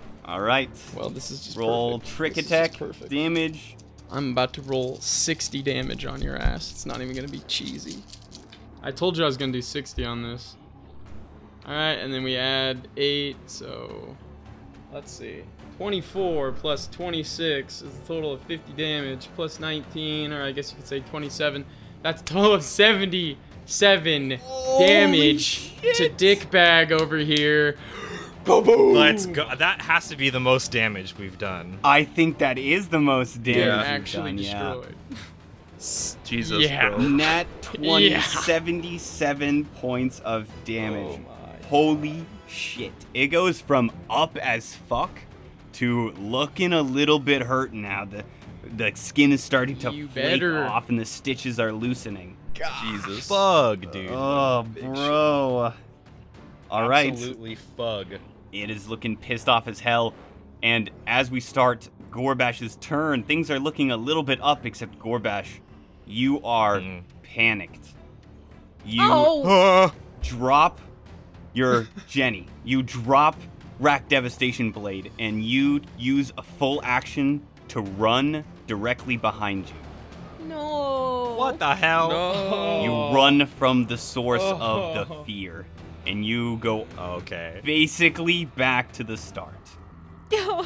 Speaker 1: All right.
Speaker 3: well, this is just
Speaker 1: Roll
Speaker 3: perfect.
Speaker 1: trick
Speaker 3: This is
Speaker 1: attack
Speaker 3: just perfect.
Speaker 1: damage.
Speaker 3: I'm about to roll 60 damage on your ass. It's not even gonna be cheesy. I told you I was gonna do 60 on this. All right, and then we add eight, so let's see. 24 plus 26 is a total of 50 damage, plus 19, or I guess you could say 27. That's a total of 77 damage to Dickbag over here.
Speaker 6: Let's go. That has to be the most damage we've done.
Speaker 1: I think that is the most damage.
Speaker 2: Yeah.
Speaker 1: we've
Speaker 3: Actually
Speaker 1: done, yeah.
Speaker 3: destroyed.
Speaker 2: Jesus,
Speaker 3: Yeah.
Speaker 2: bro.
Speaker 1: Nat 20,
Speaker 3: Yeah.
Speaker 1: 77 points of damage.
Speaker 3: Oh my.
Speaker 1: Holy shit. It goes from up as fuck to looking a little bit hurt now. The the skin is starting to
Speaker 3: You
Speaker 1: flake
Speaker 3: better.
Speaker 1: off and the stitches are loosening.
Speaker 2: Jesus.
Speaker 6: Fug, dude.
Speaker 1: Oh, bro. All right.
Speaker 6: Absolutely fug.
Speaker 1: It is looking pissed off as hell. And as we start Gorbash's turn, things are looking a little bit up, except Gorbash, you are
Speaker 6: Mm.
Speaker 1: panicked. You
Speaker 9: Oh,
Speaker 3: Uh,
Speaker 1: drop your Jenny. You drop Rack Devastation Blade, and you use a full action to run directly behind you.
Speaker 9: no.
Speaker 6: What the hell?
Speaker 2: No.
Speaker 1: You
Speaker 3: Oh.
Speaker 1: run from the source of
Speaker 3: Oh.
Speaker 1: the fear, and you go
Speaker 6: Okay.
Speaker 1: basically back to the start.
Speaker 9: no.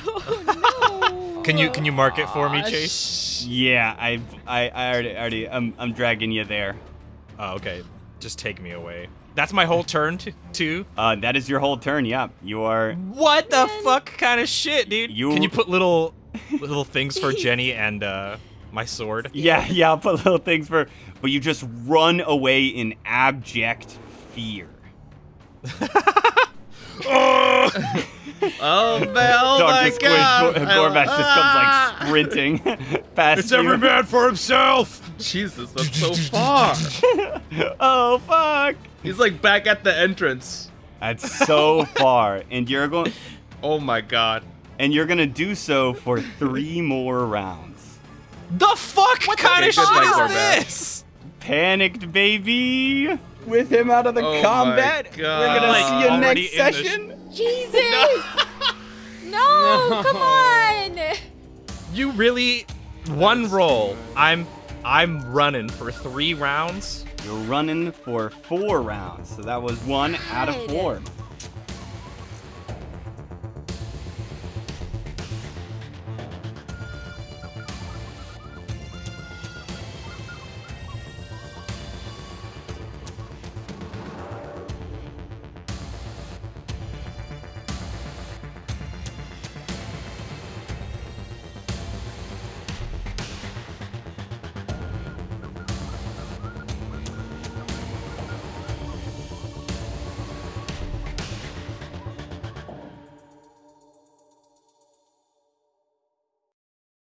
Speaker 6: Can you can you mark it for me,
Speaker 3: Ah,
Speaker 6: Chase?
Speaker 1: Yeah, I, I, I already, already, I'm, I'm dragging you there.
Speaker 6: Oh, okay. Just take me away. That's my whole turn t- too.
Speaker 1: Uh, that is your whole turn. Yeah, you are.
Speaker 6: What the fuck kind of shit, dude?
Speaker 1: You-
Speaker 6: Can you put little little things for Jenny and uh my sword?
Speaker 1: Yeah, yeah. I'll put little things for, but you just run away in abject fear.
Speaker 2: Oh, man, oh
Speaker 1: Dr.
Speaker 2: my
Speaker 1: Squish
Speaker 2: god.
Speaker 1: Gor-
Speaker 2: I-
Speaker 1: Gorbash
Speaker 2: ah!
Speaker 1: just comes like sprinting past you.
Speaker 6: man for himself.
Speaker 2: Jesus, that's so far.
Speaker 1: Oh fuck!
Speaker 2: He's like back at the entrance.
Speaker 1: That's so far, and you're going,
Speaker 2: Oh my god.
Speaker 1: and you're gonna do so for three more rounds.
Speaker 6: The fuck kind of
Speaker 2: Okay,
Speaker 6: shit
Speaker 2: good
Speaker 6: is
Speaker 2: night, Gorbash.
Speaker 6: this?
Speaker 1: Panicked baby. With him out of the
Speaker 2: Oh my
Speaker 1: combat, we're gonna
Speaker 2: God.
Speaker 1: see you
Speaker 6: Already
Speaker 1: next
Speaker 6: in this-
Speaker 1: session.
Speaker 9: Jesus. No,
Speaker 3: No.
Speaker 9: come on.
Speaker 6: You really one roll. I'm I'm running for 3 rounds.
Speaker 1: You're running for four rounds, so that was one out of four.